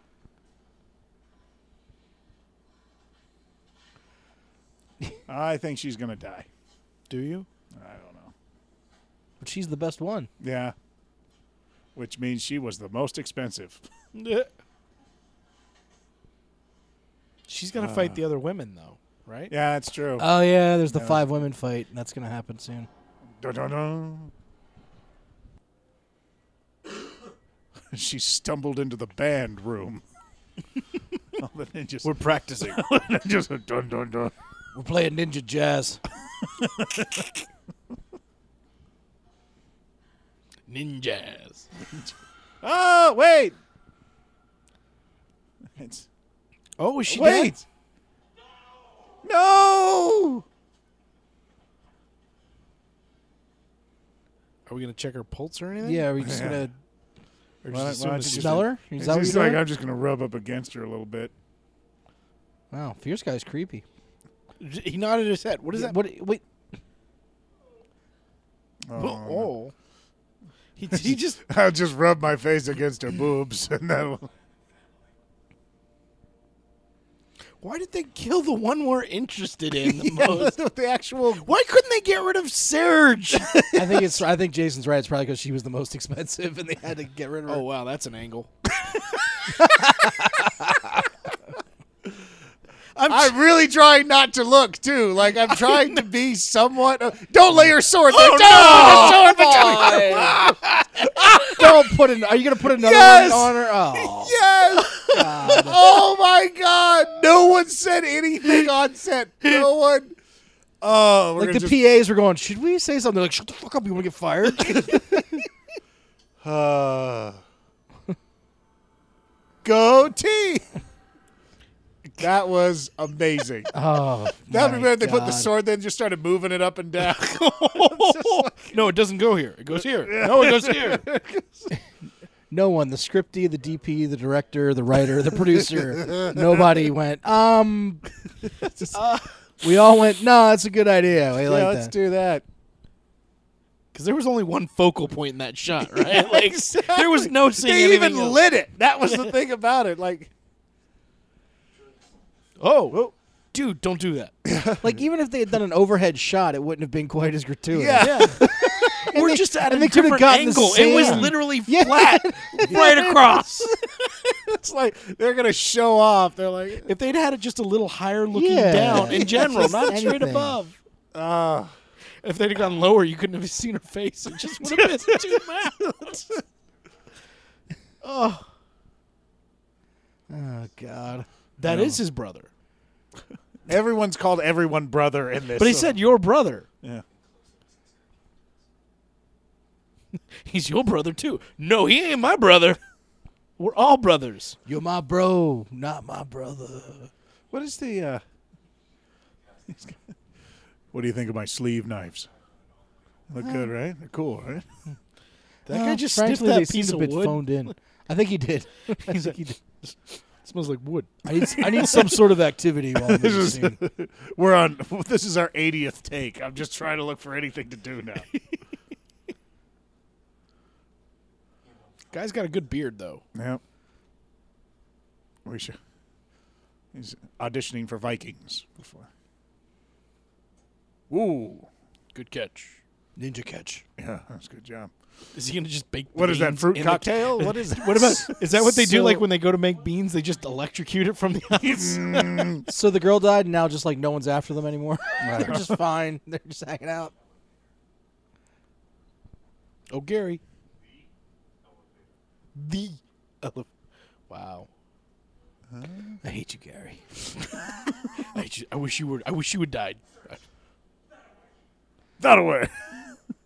[SPEAKER 1] I think she's gonna die.
[SPEAKER 2] Do you?
[SPEAKER 1] I don't know.
[SPEAKER 3] But she's the best one.
[SPEAKER 1] Yeah. Which means she was the most expensive.
[SPEAKER 2] She's gonna fight the other women though, right?
[SPEAKER 1] Yeah, that's true.
[SPEAKER 3] Uh. Oh yeah, there's the five women fight. and That's gonna happen soon.
[SPEAKER 1] Dun-dun-dun. she stumbled into the band room. All the ninjas.
[SPEAKER 2] We're practicing.
[SPEAKER 1] just a dun dun dun.
[SPEAKER 3] We're playing ninja jazz.
[SPEAKER 2] Ninjas.
[SPEAKER 1] Oh wait! It's
[SPEAKER 2] Oh, is she
[SPEAKER 1] wait!
[SPEAKER 2] dead?
[SPEAKER 1] No!
[SPEAKER 2] Are we gonna check her pulse or anything?
[SPEAKER 3] Yeah, are we just gonna
[SPEAKER 2] Or
[SPEAKER 1] Why
[SPEAKER 2] just
[SPEAKER 1] don't- why
[SPEAKER 2] assume
[SPEAKER 1] don't
[SPEAKER 2] it's
[SPEAKER 1] you
[SPEAKER 2] just
[SPEAKER 3] smell her? Is
[SPEAKER 1] It's
[SPEAKER 3] that what
[SPEAKER 1] just
[SPEAKER 3] you're
[SPEAKER 1] like
[SPEAKER 3] doing?
[SPEAKER 1] I'm just gonna rub up against her a little bit.
[SPEAKER 3] Wow, fierce guy's creepy.
[SPEAKER 2] a- He nodded his head. What is that?
[SPEAKER 3] What? Wait,
[SPEAKER 2] Oh, oh. He, he just
[SPEAKER 1] I'll just rub my face against her boobs, and that'll.
[SPEAKER 2] Why did they kill the one we're interested in the
[SPEAKER 1] Yeah,
[SPEAKER 2] most?
[SPEAKER 1] that's what the actual.
[SPEAKER 2] Why couldn't they get rid of Serge?
[SPEAKER 3] I think it's. I think Jason's right. It's probably because she was the most expensive, and they had to get rid of her.
[SPEAKER 2] oh wow, that's an angle. I'm
[SPEAKER 1] I'm really trying not to look too. Like I'm trying to be somewhat. don't lay your sword. there. Don't lay your sword between-
[SPEAKER 3] Don't put an. Are you gonna put another
[SPEAKER 1] Yes!
[SPEAKER 3] one on her? Oh,
[SPEAKER 1] Yes. oh my God! No one said anything on set. No one. Oh, we're
[SPEAKER 3] like
[SPEAKER 1] gonna
[SPEAKER 3] the
[SPEAKER 1] just-
[SPEAKER 3] PA's were going. Should we say something? They're Like, shut the fuck up. You want to get fired?
[SPEAKER 1] Uh, goatee. That was amazing.
[SPEAKER 3] oh,
[SPEAKER 1] That would be better if they put
[SPEAKER 3] God.
[SPEAKER 1] the sword, then just started moving it up and down.
[SPEAKER 2] no, it doesn't go here. It goes here. No, it goes here.
[SPEAKER 3] no one. The scripty, the DP, the director, the writer, the producer. nobody went. Um. uh, we all went. No, that's a good idea. We like
[SPEAKER 1] let's
[SPEAKER 3] that.
[SPEAKER 1] do that.
[SPEAKER 2] Because there was only one focal point in that shot, right? like there was no seeing
[SPEAKER 1] They even
[SPEAKER 2] anything else.
[SPEAKER 1] lit it. That was the thing about it. Like,
[SPEAKER 2] Oh, dude, don't do that.
[SPEAKER 3] like even if they had done an overhead shot, it wouldn't have been quite as gratuitous.
[SPEAKER 1] yeah,
[SPEAKER 2] We're just at a
[SPEAKER 3] and they could've
[SPEAKER 2] different
[SPEAKER 3] gotten the
[SPEAKER 2] angle. It was
[SPEAKER 3] same.
[SPEAKER 2] literally
[SPEAKER 3] Yeah.
[SPEAKER 2] flat, right across.
[SPEAKER 1] it's like they're gonna show off. They're like,
[SPEAKER 2] if they'd had it just a little higher looking
[SPEAKER 3] Yeah.
[SPEAKER 2] down in general,
[SPEAKER 3] Just
[SPEAKER 2] not straight
[SPEAKER 3] anything.
[SPEAKER 2] above.
[SPEAKER 1] ah,
[SPEAKER 2] If they'd have gone lower, you couldn't have seen her face. It just would have been too much.
[SPEAKER 3] Oh God.
[SPEAKER 2] That is his brother.
[SPEAKER 1] everyone's called everyone brother in this.
[SPEAKER 2] But he
[SPEAKER 1] so-
[SPEAKER 2] said your brother.
[SPEAKER 1] Yeah.
[SPEAKER 2] He's your brother too. No, he ain't my brother. We're all brothers.
[SPEAKER 3] You're my bro, not my brother.
[SPEAKER 1] "What is the? uh What do you think of my sleeve knives? Look good, right? They're cool, right?
[SPEAKER 2] That
[SPEAKER 3] Well,
[SPEAKER 2] guy just
[SPEAKER 3] frankly,
[SPEAKER 2] sniffed that
[SPEAKER 3] they
[SPEAKER 2] piece
[SPEAKER 3] seemed
[SPEAKER 2] of
[SPEAKER 3] a bit
[SPEAKER 2] wood.
[SPEAKER 3] phoned in. I think he did. I
[SPEAKER 2] He's
[SPEAKER 3] think he
[SPEAKER 2] like,
[SPEAKER 3] did.
[SPEAKER 2] smells like wood.
[SPEAKER 3] I need, I need some sort of activity while this is scene.
[SPEAKER 1] We're on. This is our 80th take. I'm just trying to look for anything to do now.
[SPEAKER 2] Guy's got a good beard though.
[SPEAKER 1] Yep. We should. He's auditioning for Vikings before. Ooh.
[SPEAKER 2] Good catch.
[SPEAKER 3] Ninja catch.
[SPEAKER 1] Yeah, that's a good job.
[SPEAKER 2] Is he gonna just bake?
[SPEAKER 1] What is that
[SPEAKER 2] beans
[SPEAKER 1] fruit
[SPEAKER 2] in the-
[SPEAKER 1] cocktail? what is that?
[SPEAKER 2] What about? Is that what they do?
[SPEAKER 3] So-
[SPEAKER 2] Like when they go to make beans, they just electrocute it from the ice.
[SPEAKER 3] So the girl died, and now just like no one's after them anymore. They're just fine. They're just hanging out.
[SPEAKER 2] oh, Gary. The elevator. Wow.
[SPEAKER 3] I hate you, Gary.
[SPEAKER 2] I, ju- I wish you were. I wish you had died.
[SPEAKER 1] that away?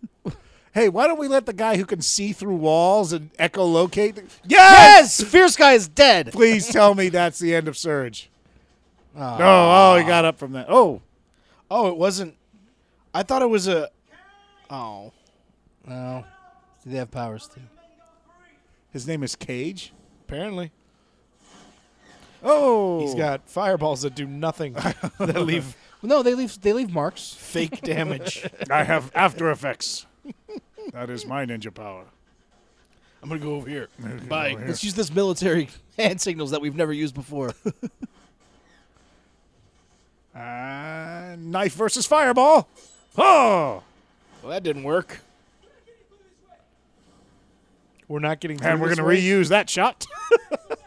[SPEAKER 1] hey, why don't we let the guy who can see through walls and echolocate? The- yes!
[SPEAKER 3] Yes, fierce guy is dead.
[SPEAKER 1] Please tell me that's the end of Surge.
[SPEAKER 2] Ah.
[SPEAKER 1] No, oh, he got up from that. Oh,
[SPEAKER 2] Oh, it wasn't. I thought it was a. Oh.
[SPEAKER 3] No, they have powers too.
[SPEAKER 1] his name is Cage.
[SPEAKER 2] Apparently,
[SPEAKER 1] Oh,
[SPEAKER 2] he's got fireballs that do nothing. that leave
[SPEAKER 3] No, they leave. They leave marks.
[SPEAKER 2] fake damage.
[SPEAKER 1] I have After Effects. that is my ninja power.
[SPEAKER 2] I'm gonna go over here. Bye.
[SPEAKER 1] over here.
[SPEAKER 3] Let's use this military hand signals that we've never used before.
[SPEAKER 1] Uh, knife versus fireball. Oh,
[SPEAKER 2] Well, that didn't work. We're not getting.
[SPEAKER 1] and we're gonna reuse that shot.
[SPEAKER 6] They're not at hands.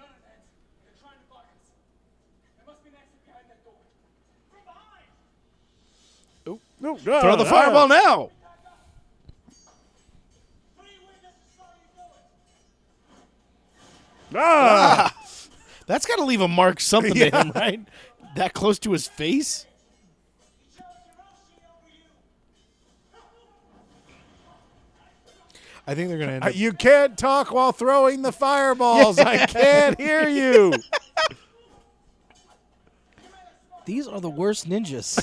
[SPEAKER 6] They're trying to block us. There must be an exit behind that door. From behind!
[SPEAKER 1] Throw
[SPEAKER 2] throw the fireball now.
[SPEAKER 6] Three witnesses saw you do it.
[SPEAKER 1] Ah.
[SPEAKER 2] That's got to leave a mark something to him, right? That close to his face.
[SPEAKER 6] He chose Hiroshi over you.
[SPEAKER 2] I think they're gonna end
[SPEAKER 1] Uh, You can't talk while throwing the fireballs. I can't hear you.
[SPEAKER 3] These are the worst ninjas.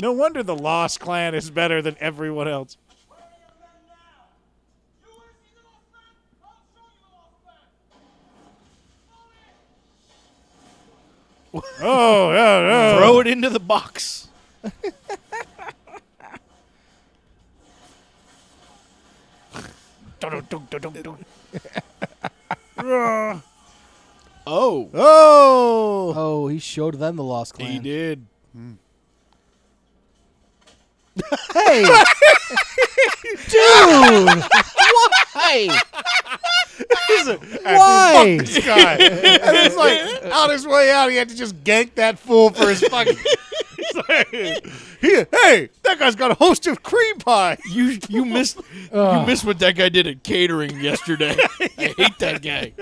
[SPEAKER 9] No wonder the Lost Clan is better than everyone else.
[SPEAKER 6] Where are your men now? You wanna see the lost man? I'll show you the lost man. Fall in.
[SPEAKER 9] Oh, yeah, yeah.
[SPEAKER 2] Throw it into the box. Oh,
[SPEAKER 9] Oh,
[SPEAKER 3] Oh, he showed them the Lost Clan.
[SPEAKER 2] he did.
[SPEAKER 3] Hey, dude, why? Why?
[SPEAKER 9] this guy. And it's like out his way out. He had to just gank that fool for his fucking. It's like, he- hey, that guy's got a host of cream pie.
[SPEAKER 2] You you missed you missed what that guy did at catering yesterday. I hate that guy.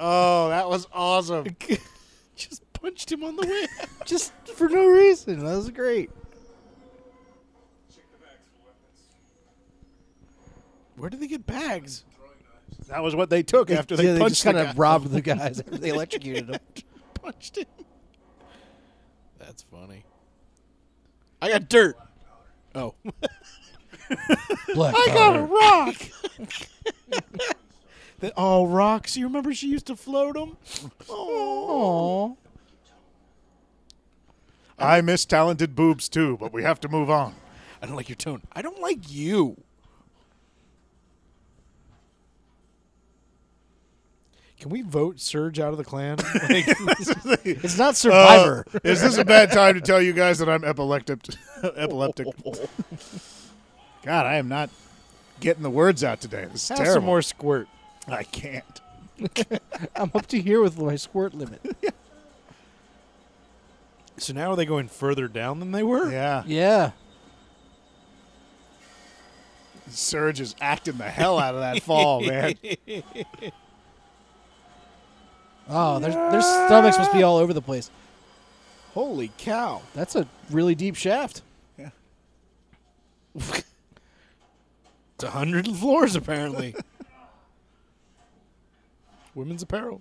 [SPEAKER 9] Oh, that was awesome.
[SPEAKER 2] Just punched him on the way.
[SPEAKER 3] Just for no reason. That was great.
[SPEAKER 2] Where did they get bags?
[SPEAKER 9] That was what they took after
[SPEAKER 3] yeah,
[SPEAKER 9] they
[SPEAKER 3] they
[SPEAKER 9] punched
[SPEAKER 3] just kind
[SPEAKER 9] the
[SPEAKER 3] of robbed the guys. after They electrocuted them.
[SPEAKER 2] Punched him. That's funny. I got dirt. Oh,
[SPEAKER 3] Black
[SPEAKER 2] I got a rock. that, oh, rocks! You remember she used to float them?
[SPEAKER 3] Aww.
[SPEAKER 1] I miss talented boobs too, but we have to move on.
[SPEAKER 2] I don't like your tone. I don't like you. Can we vote Surge out of the clan? Like,
[SPEAKER 3] It's not Survivor.
[SPEAKER 1] Uh, is this a bad time to tell you guys that I'm epileptic? epileptic. God, I am not getting the words out today. This is
[SPEAKER 2] have
[SPEAKER 1] terrible.
[SPEAKER 2] some more squirt.
[SPEAKER 1] I can't.
[SPEAKER 3] I'm up to here with my squirt limit.
[SPEAKER 2] So now are they going further down than they were?
[SPEAKER 1] Yeah,
[SPEAKER 3] Yeah.
[SPEAKER 1] Surge is acting the hell out of that fall, man.
[SPEAKER 3] Oh, their, their stomachs must be all over the place.
[SPEAKER 2] Holy cow!
[SPEAKER 3] That's a really deep shaft.
[SPEAKER 2] It's a hundred floors apparently. Women's apparel.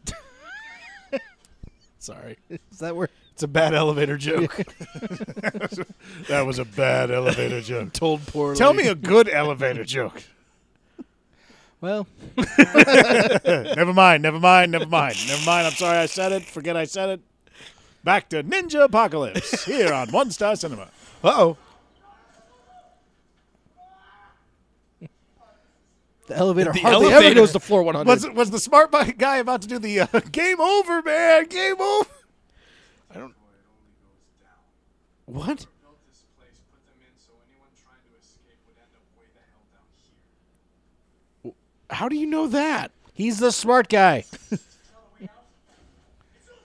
[SPEAKER 2] Sorry,
[SPEAKER 3] Is that where?
[SPEAKER 2] it's a bad elevator joke.
[SPEAKER 1] That was a bad elevator joke.
[SPEAKER 2] Told poorly.
[SPEAKER 1] Tell me a good elevator joke.
[SPEAKER 3] Well,
[SPEAKER 1] Never mind. Never mind. Never mind. Never mind. I'm sorry I said it. Forget I said it. Back to Ninja Apocalypse here on One Star Cinema.
[SPEAKER 2] Uh oh.
[SPEAKER 3] the elevator
[SPEAKER 2] The
[SPEAKER 3] hardly ever
[SPEAKER 2] elevator.
[SPEAKER 3] goes to floor 100.
[SPEAKER 1] Was was the smart bu- guy about to do the uh, game over, man? Game over.
[SPEAKER 2] What?
[SPEAKER 10] Built this place, put them in, so anyone trying to escape would end up way the hell down here.
[SPEAKER 2] How do you know that?
[SPEAKER 3] He's the smart guy.
[SPEAKER 6] It's all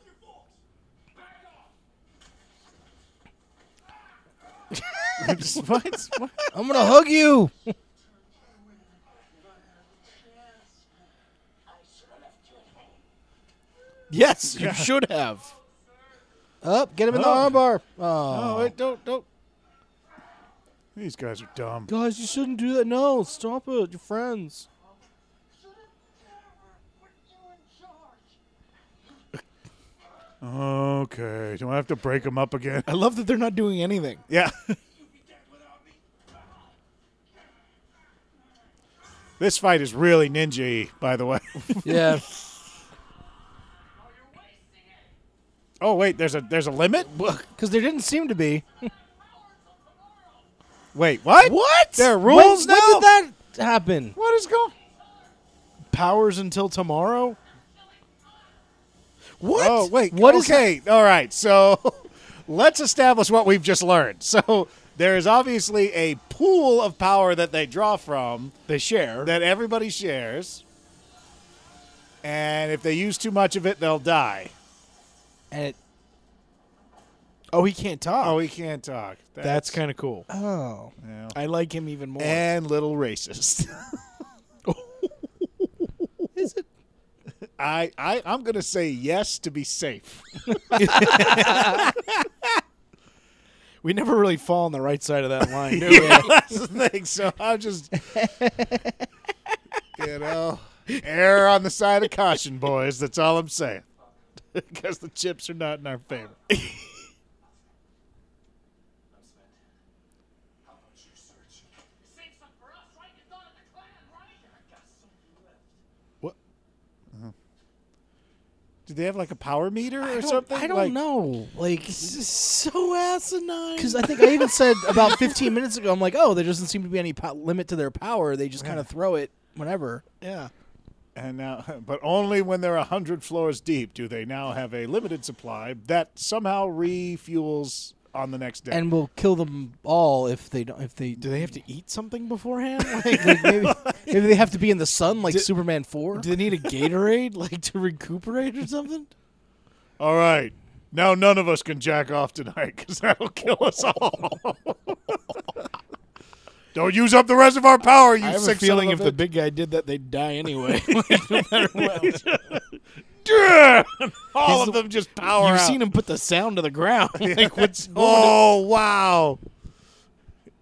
[SPEAKER 6] your fault. Back off.
[SPEAKER 3] I'm gonna hug you.
[SPEAKER 2] Yes, you should have.
[SPEAKER 3] Up, get him in the armbar. Oh,
[SPEAKER 1] wait, don't, don't. These guys are dumb.
[SPEAKER 3] guys, you shouldn't do that. No, stop it. You're friends.
[SPEAKER 6] Shouldn't Terror put you in charge?
[SPEAKER 1] Okay, do I have to break them up again?
[SPEAKER 2] I love that they're not doing anything.
[SPEAKER 1] Yeah.
[SPEAKER 6] You'd be dead without me.
[SPEAKER 1] This fight is really ninja by the way.
[SPEAKER 3] Yeah.
[SPEAKER 6] Oh, you're wasting it.
[SPEAKER 1] oh wait, there's a there's a limit.
[SPEAKER 3] Because there didn't seem to be.
[SPEAKER 1] Wait, what?
[SPEAKER 2] What?
[SPEAKER 1] There are rules
[SPEAKER 3] when,
[SPEAKER 1] now.
[SPEAKER 3] When did that happen?
[SPEAKER 1] what is going?
[SPEAKER 2] Powers until tomorrow? What?
[SPEAKER 1] Oh wait,
[SPEAKER 3] What is
[SPEAKER 1] okay? All right, so let's establish what we've just learned. So there is obviously a pool of power that they draw from.
[SPEAKER 2] They share.
[SPEAKER 1] that everybody shares. And if they use too much of it, they'll die.
[SPEAKER 3] And it,
[SPEAKER 2] oh, he can't talk.
[SPEAKER 1] Oh, he can't talk.
[SPEAKER 2] That's kind of cool.
[SPEAKER 3] oh.
[SPEAKER 2] I like him even more.
[SPEAKER 1] and little racist.
[SPEAKER 3] Is it?
[SPEAKER 1] I, I I'm gonna say yes to be safe.
[SPEAKER 2] we never really fall on the right side of that line. do we?
[SPEAKER 1] Yeah, that's the thing. So I'll just you know err on the side of caution, boys. That's all I'm saying. Because the chips are not in our favor. Did they have like a power meter or
[SPEAKER 3] I don't-
[SPEAKER 1] something?
[SPEAKER 3] I don't
[SPEAKER 1] Like,
[SPEAKER 3] know. Like,
[SPEAKER 2] This is so asinine.
[SPEAKER 3] because I think I even said about 15 minutes ago, I'm like, oh, there doesn't seem to be any po- limit to their power. They just kind of throw it whenever.
[SPEAKER 2] yeah.
[SPEAKER 1] And now, but only when they're a hundred floors deep do they now have a limited supply that somehow refuels on the next day.
[SPEAKER 3] And we'll kill them all if they don't. If they
[SPEAKER 2] Do they have to eat something beforehand?
[SPEAKER 3] like, maybe, maybe they have to be in the sun like Superman four.
[SPEAKER 2] Do they need a Gatorade like to recuperate or something?
[SPEAKER 1] All right, now none of us can jack off tonight because that'll kill us all.
[SPEAKER 8] Don't use up the rest of our power, you
[SPEAKER 2] I have a
[SPEAKER 8] sick
[SPEAKER 2] feeling
[SPEAKER 8] son
[SPEAKER 2] if
[SPEAKER 8] of
[SPEAKER 2] the big guy did that, they'd die anyway. Like, no matter what.
[SPEAKER 8] bitch.
[SPEAKER 1] all
[SPEAKER 2] He's
[SPEAKER 1] of
[SPEAKER 2] the-
[SPEAKER 1] them just power
[SPEAKER 2] You've
[SPEAKER 1] out.
[SPEAKER 2] seen him put the sound to the ground. Like what's
[SPEAKER 1] oh wow!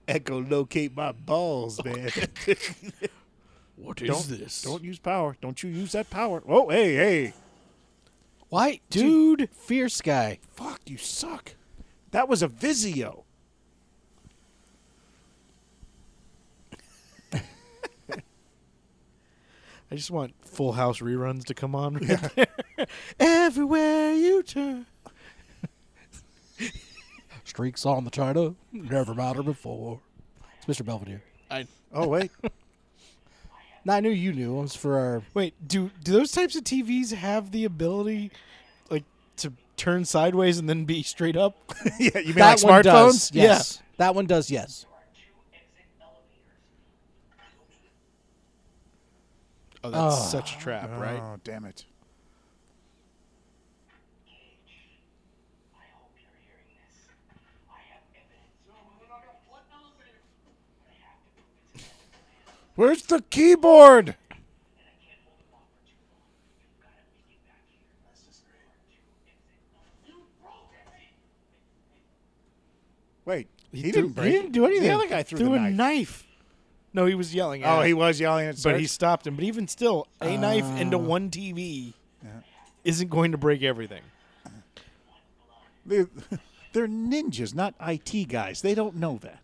[SPEAKER 1] Echolocate my balls, man.
[SPEAKER 2] What is this?
[SPEAKER 1] don't use power. Don't you use that power? Oh hey hey!
[SPEAKER 3] Why, dude? Fierce guy.
[SPEAKER 1] Fuck you suck. That was a Vizio.
[SPEAKER 2] I just want Full House reruns to come on. Right there. Everywhere you turn.
[SPEAKER 3] Streaks on the China. Never matter before. It's Mr. Belvedere.
[SPEAKER 2] I,
[SPEAKER 1] Oh wait.
[SPEAKER 3] No, I knew you knew. It was for our.
[SPEAKER 2] wait, do do those types of TVs have the ability, like, to turn sideways and then be straight up?
[SPEAKER 1] yeah, you mean
[SPEAKER 3] that one
[SPEAKER 1] like smartphones?
[SPEAKER 3] does. Yes. That one does. Yes.
[SPEAKER 2] Oh, that's such a trap, right?
[SPEAKER 1] Oh damn it!
[SPEAKER 6] I hope you're hearing this. I have evidence. No, we're not gonna flood an elevator. But I have to prove it.
[SPEAKER 1] Where's the keyboard?
[SPEAKER 6] I can't hold them off for too long. You've gotta make it back here. That's just great. You broke it!
[SPEAKER 1] Wait, he,
[SPEAKER 2] threw-
[SPEAKER 1] didn't break.
[SPEAKER 2] He
[SPEAKER 1] it.
[SPEAKER 2] didn't do anything.
[SPEAKER 1] The other guy threw, the
[SPEAKER 2] a
[SPEAKER 1] knife.
[SPEAKER 2] No, he was yelling. At
[SPEAKER 1] Oh,
[SPEAKER 2] it,
[SPEAKER 1] he was yelling at.
[SPEAKER 2] But
[SPEAKER 1] Serge?
[SPEAKER 2] he stopped him. But even still, a knife into one TV isn't going to break everything.
[SPEAKER 1] They're, they're ninjas, not IT guys. They don't know that.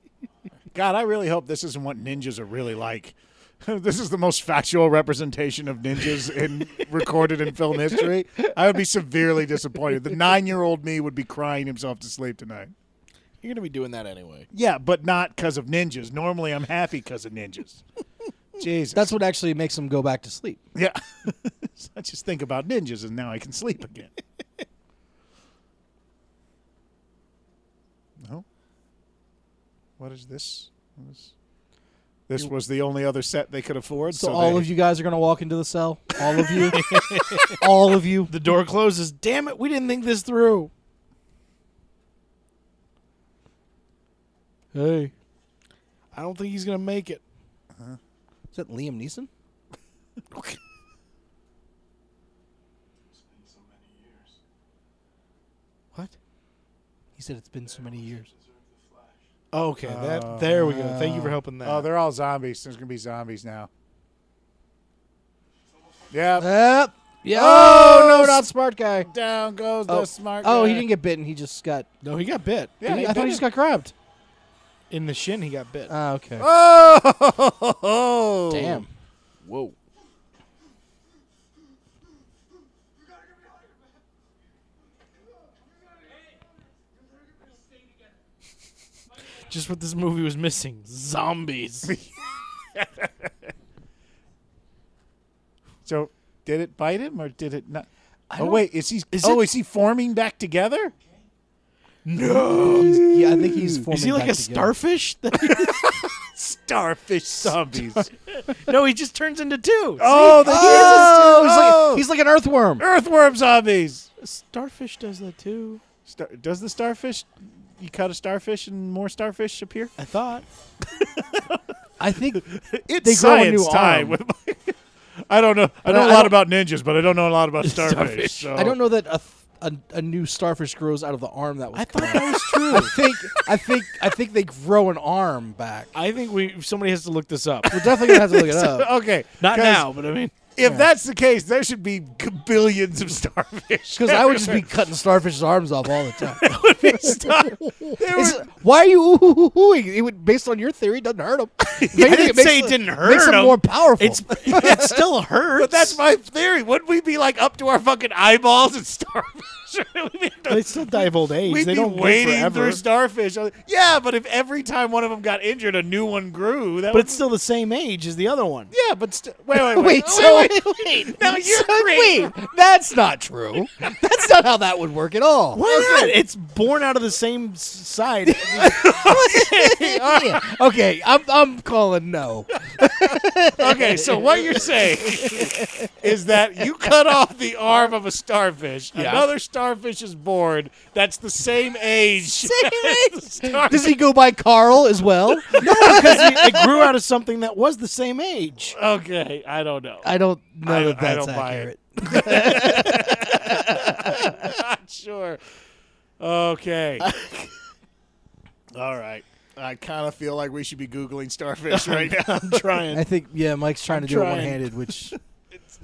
[SPEAKER 1] God, I really hope this isn't what ninjas are really like. This is the most factual representation of ninjas in recorded in film history. I would be severely disappointed. The nine-year-old me would be crying himself to sleep tonight.
[SPEAKER 2] You're going to be doing that anyway.
[SPEAKER 1] Yeah, but not because of ninjas. Normally, I'm happy because of ninjas. Jesus,
[SPEAKER 3] That's what actually makes him go back to sleep.
[SPEAKER 1] yeah. So I just think about ninjas, and now I can sleep again. no. What is this? What is- This was the only other set they could afford.
[SPEAKER 3] So,
[SPEAKER 1] So,
[SPEAKER 3] all
[SPEAKER 1] they-
[SPEAKER 3] of you guys are gonna walk into the cell. All of you. all of you.
[SPEAKER 2] The door closes. Damn it, we didn't think this through.
[SPEAKER 3] Hey.
[SPEAKER 2] I don't think he's going to make it.
[SPEAKER 3] Is that Liam Neeson?
[SPEAKER 2] What?
[SPEAKER 3] He said it's been so many years.
[SPEAKER 2] Okay, that there we go. Thank you for helping that.
[SPEAKER 1] Oh, they're all zombies. There's gonna be zombies now. Yeah.
[SPEAKER 3] Yep. Yeah. Oh,
[SPEAKER 1] no,
[SPEAKER 3] no, not smart guy.
[SPEAKER 1] down goes
[SPEAKER 3] Oh.
[SPEAKER 1] the smart.
[SPEAKER 3] Oh, he
[SPEAKER 1] guy.
[SPEAKER 3] didn't get bitten. He just got.
[SPEAKER 2] no, he got bit.
[SPEAKER 1] Yeah,
[SPEAKER 3] I
[SPEAKER 1] he
[SPEAKER 3] thought
[SPEAKER 1] bit
[SPEAKER 3] he just got grabbed.
[SPEAKER 2] In the shin, he got bit.
[SPEAKER 3] Ah, okay.
[SPEAKER 1] Oh,
[SPEAKER 3] Damn.
[SPEAKER 2] Whoa.
[SPEAKER 6] You gotta get me out of here, man. You gotta get You gotta get me to stay together.
[SPEAKER 2] Just what this movie was missing zombies.
[SPEAKER 1] So, did it bite him or did it not? Oh
[SPEAKER 3] don't-
[SPEAKER 1] wait, is he?
[SPEAKER 2] Is
[SPEAKER 1] oh,
[SPEAKER 2] it-
[SPEAKER 1] is he forming back together?
[SPEAKER 2] no.
[SPEAKER 3] He's, yeah, I think he's.
[SPEAKER 2] Is he
[SPEAKER 3] forming
[SPEAKER 2] like
[SPEAKER 3] back
[SPEAKER 2] a
[SPEAKER 3] together.
[SPEAKER 2] starfish?
[SPEAKER 1] Starfish zombies.
[SPEAKER 2] no, he just turns into two.
[SPEAKER 1] Oh, the
[SPEAKER 3] Oh, he's,
[SPEAKER 1] oh!
[SPEAKER 3] Like, he's like an earthworm.
[SPEAKER 1] earthworm zombies.
[SPEAKER 2] Starfish does that too.
[SPEAKER 1] Star- does the starfish? You cut a starfish and more starfish appear?
[SPEAKER 2] I thought.
[SPEAKER 3] I think
[SPEAKER 1] It's
[SPEAKER 3] They grow a
[SPEAKER 1] science
[SPEAKER 3] new
[SPEAKER 1] time.
[SPEAKER 3] arm.
[SPEAKER 1] with- I don't know. I know
[SPEAKER 3] I
[SPEAKER 1] a lot
[SPEAKER 3] don't-
[SPEAKER 1] about ninjas, but I don't know a lot about starfish. so-
[SPEAKER 3] I don't know that a, th- a a new starfish grows out of the arm that was.
[SPEAKER 2] I thought
[SPEAKER 3] cut
[SPEAKER 2] that
[SPEAKER 3] off.
[SPEAKER 2] was true.
[SPEAKER 3] I think I think I think they grow an arm back.
[SPEAKER 2] I think we somebody has to look this up.
[SPEAKER 3] We're definitely gonna have to look it up.
[SPEAKER 1] Okay,
[SPEAKER 2] Not
[SPEAKER 1] 'cause
[SPEAKER 2] now, but I mean,
[SPEAKER 11] If that's the case, there should be g- billions of starfish.
[SPEAKER 3] Because I would just be cutting starfish's arms off all the time. It's-
[SPEAKER 11] would-
[SPEAKER 3] why are you ooh, ooh, ooh, It would, based on your theory, it doesn't hurt him.
[SPEAKER 2] I didn't say it didn't hurt
[SPEAKER 3] Makes 'em
[SPEAKER 2] him.
[SPEAKER 3] more powerful.
[SPEAKER 2] It's it still hurts.
[SPEAKER 11] But that's my theory. Wouldn't we be like up to our fucking eyeballs in starfish? We'd be-
[SPEAKER 2] they still die of old age.
[SPEAKER 11] We'd
[SPEAKER 2] they
[SPEAKER 11] be
[SPEAKER 2] don't live
[SPEAKER 11] wading
[SPEAKER 2] forever.
[SPEAKER 11] through starfish. Yeah, but if every time one of them got injured, a new one grew. That
[SPEAKER 2] but
[SPEAKER 11] would
[SPEAKER 2] it's still the same age as the other one.
[SPEAKER 11] Yeah, but st- wait, wait, wait,
[SPEAKER 3] wait,
[SPEAKER 11] wait,
[SPEAKER 3] so
[SPEAKER 11] wait,
[SPEAKER 3] wait,
[SPEAKER 11] No, you're
[SPEAKER 3] so
[SPEAKER 11] great.
[SPEAKER 3] wait, that's not true. That's not how that would work at all.
[SPEAKER 2] Why not? It's born out of the same s- side.
[SPEAKER 3] Yeah. Okay, I'm I'm calling no.
[SPEAKER 11] Oh, Okay, so what you're saying is that you cut off the arm of a starfish. Another starfish is born. That's the same age. as the starfish.
[SPEAKER 3] Does he go by Carl as well?
[SPEAKER 2] because it, it grew out of something that was the same age.
[SPEAKER 11] okay, I don't know.
[SPEAKER 3] I don't know
[SPEAKER 11] I-
[SPEAKER 3] that
[SPEAKER 11] I
[SPEAKER 3] that's
[SPEAKER 11] don't buy it.
[SPEAKER 3] accurate.
[SPEAKER 11] sure. Okay. All right.
[SPEAKER 1] I kind of feel like we should be googling starfish right now.
[SPEAKER 2] I'm trying.
[SPEAKER 3] I think yeah, Mike's trying to do it
[SPEAKER 2] trying.
[SPEAKER 3] one-handed, which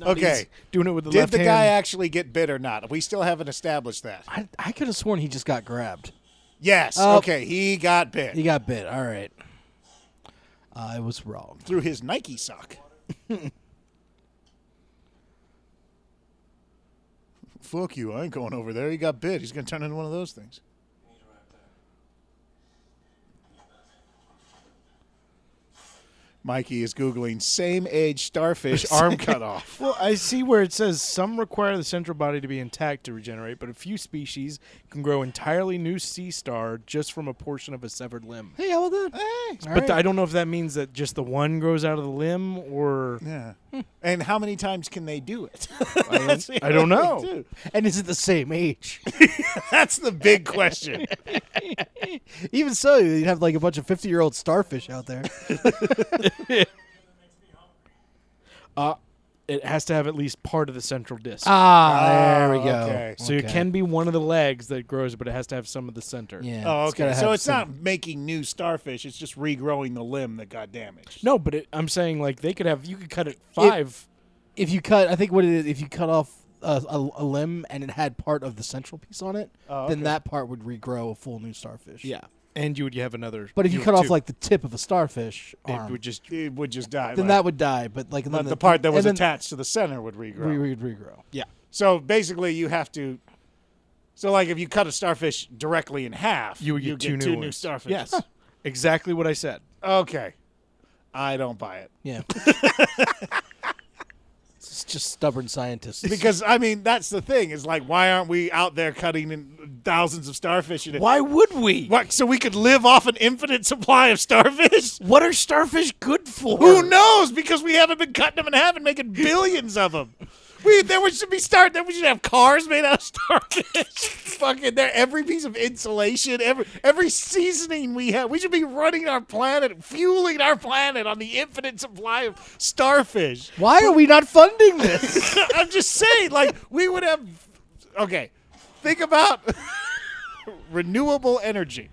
[SPEAKER 1] okay.
[SPEAKER 2] Doing it with the
[SPEAKER 1] Did
[SPEAKER 2] left
[SPEAKER 1] the
[SPEAKER 2] hand.
[SPEAKER 1] guy actually get bit or not? We still haven't established that.
[SPEAKER 3] I, I could have sworn he just got grabbed.
[SPEAKER 1] Yes.
[SPEAKER 3] Oh.
[SPEAKER 1] okay. He got bit
[SPEAKER 3] He got bit. All right, I was wrong.
[SPEAKER 1] through his Nike sock. Fuck you. I ain't going over there. He got bit. He's going to turn into one of those things. Mikey is Googling same age starfish arm cut off.
[SPEAKER 2] Well, I see where it says some require the central body to be intact to regenerate, but a few species can grow entirely new sea star just from a portion of a severed limb.
[SPEAKER 3] Hey, how about that? All
[SPEAKER 2] But
[SPEAKER 3] right.
[SPEAKER 2] I don't know if that means that just the one grows out of the limb or
[SPEAKER 1] Yeah. And how many times can they do it?
[SPEAKER 2] I don't know.
[SPEAKER 3] and is it the same age?
[SPEAKER 1] That's the big question.
[SPEAKER 3] Even so, you'd have like a bunch of fifty-year-old starfish out there.
[SPEAKER 2] It has to have at least part of the central disc.
[SPEAKER 3] Ah, there we go.
[SPEAKER 1] Oh, okay.
[SPEAKER 2] so it
[SPEAKER 3] Okay.
[SPEAKER 2] can be one of the legs that grows, but it has to have some of the center.
[SPEAKER 3] Yeah.
[SPEAKER 1] Oh,
[SPEAKER 3] gotta
[SPEAKER 1] okay.
[SPEAKER 3] have
[SPEAKER 1] So it's
[SPEAKER 3] some-
[SPEAKER 1] not making new starfish; it's just regrowing the limb that got damaged.
[SPEAKER 2] No, but it, I'm saying like they could have. You could cut it five.
[SPEAKER 3] If you cut, I think what it is, if you cut off a, a, a limb and it had part of the central piece on it,
[SPEAKER 1] Oh,
[SPEAKER 3] then that part would regrow a full new starfish.
[SPEAKER 2] yeah, and you would have another.
[SPEAKER 3] But if you
[SPEAKER 2] know,
[SPEAKER 3] cut off
[SPEAKER 2] two.
[SPEAKER 3] like the tip of a starfish,
[SPEAKER 2] it
[SPEAKER 3] arm,
[SPEAKER 2] would just
[SPEAKER 1] It would just die.
[SPEAKER 3] then
[SPEAKER 1] like-
[SPEAKER 3] that would die. But like
[SPEAKER 1] but
[SPEAKER 3] then
[SPEAKER 1] the, part that was
[SPEAKER 3] and then
[SPEAKER 1] attached to the center would regrow.
[SPEAKER 3] we would regrow.
[SPEAKER 2] yeah.
[SPEAKER 1] so basically, you have to. So, like, if you cut a starfish directly in half,
[SPEAKER 2] You would get
[SPEAKER 1] you
[SPEAKER 2] two, new,
[SPEAKER 1] two new
[SPEAKER 2] ones.
[SPEAKER 1] starfish.
[SPEAKER 2] Yes, exactly what I said.
[SPEAKER 1] Okay. I don't buy it
[SPEAKER 3] Yeah. it's just stubborn scientists.
[SPEAKER 1] because I mean that's the thing is like why aren't we out there cutting in thousands of starfish? In a-
[SPEAKER 2] Why would we?
[SPEAKER 1] What, so we could live off an infinite supply of starfish?
[SPEAKER 2] What are starfish good for?
[SPEAKER 1] Who knows? Because we haven't been cutting them in half and making billions of them. We there should be start. There we should have cars made out of starfish. Fucking there, every piece of insulation, every every seasoning we have. We should be running our planet, fueling our planet on the infinite supply of starfish.
[SPEAKER 3] Why are we not funding this?
[SPEAKER 1] I'm just saying, like we would have. Okay, think about renewable energy.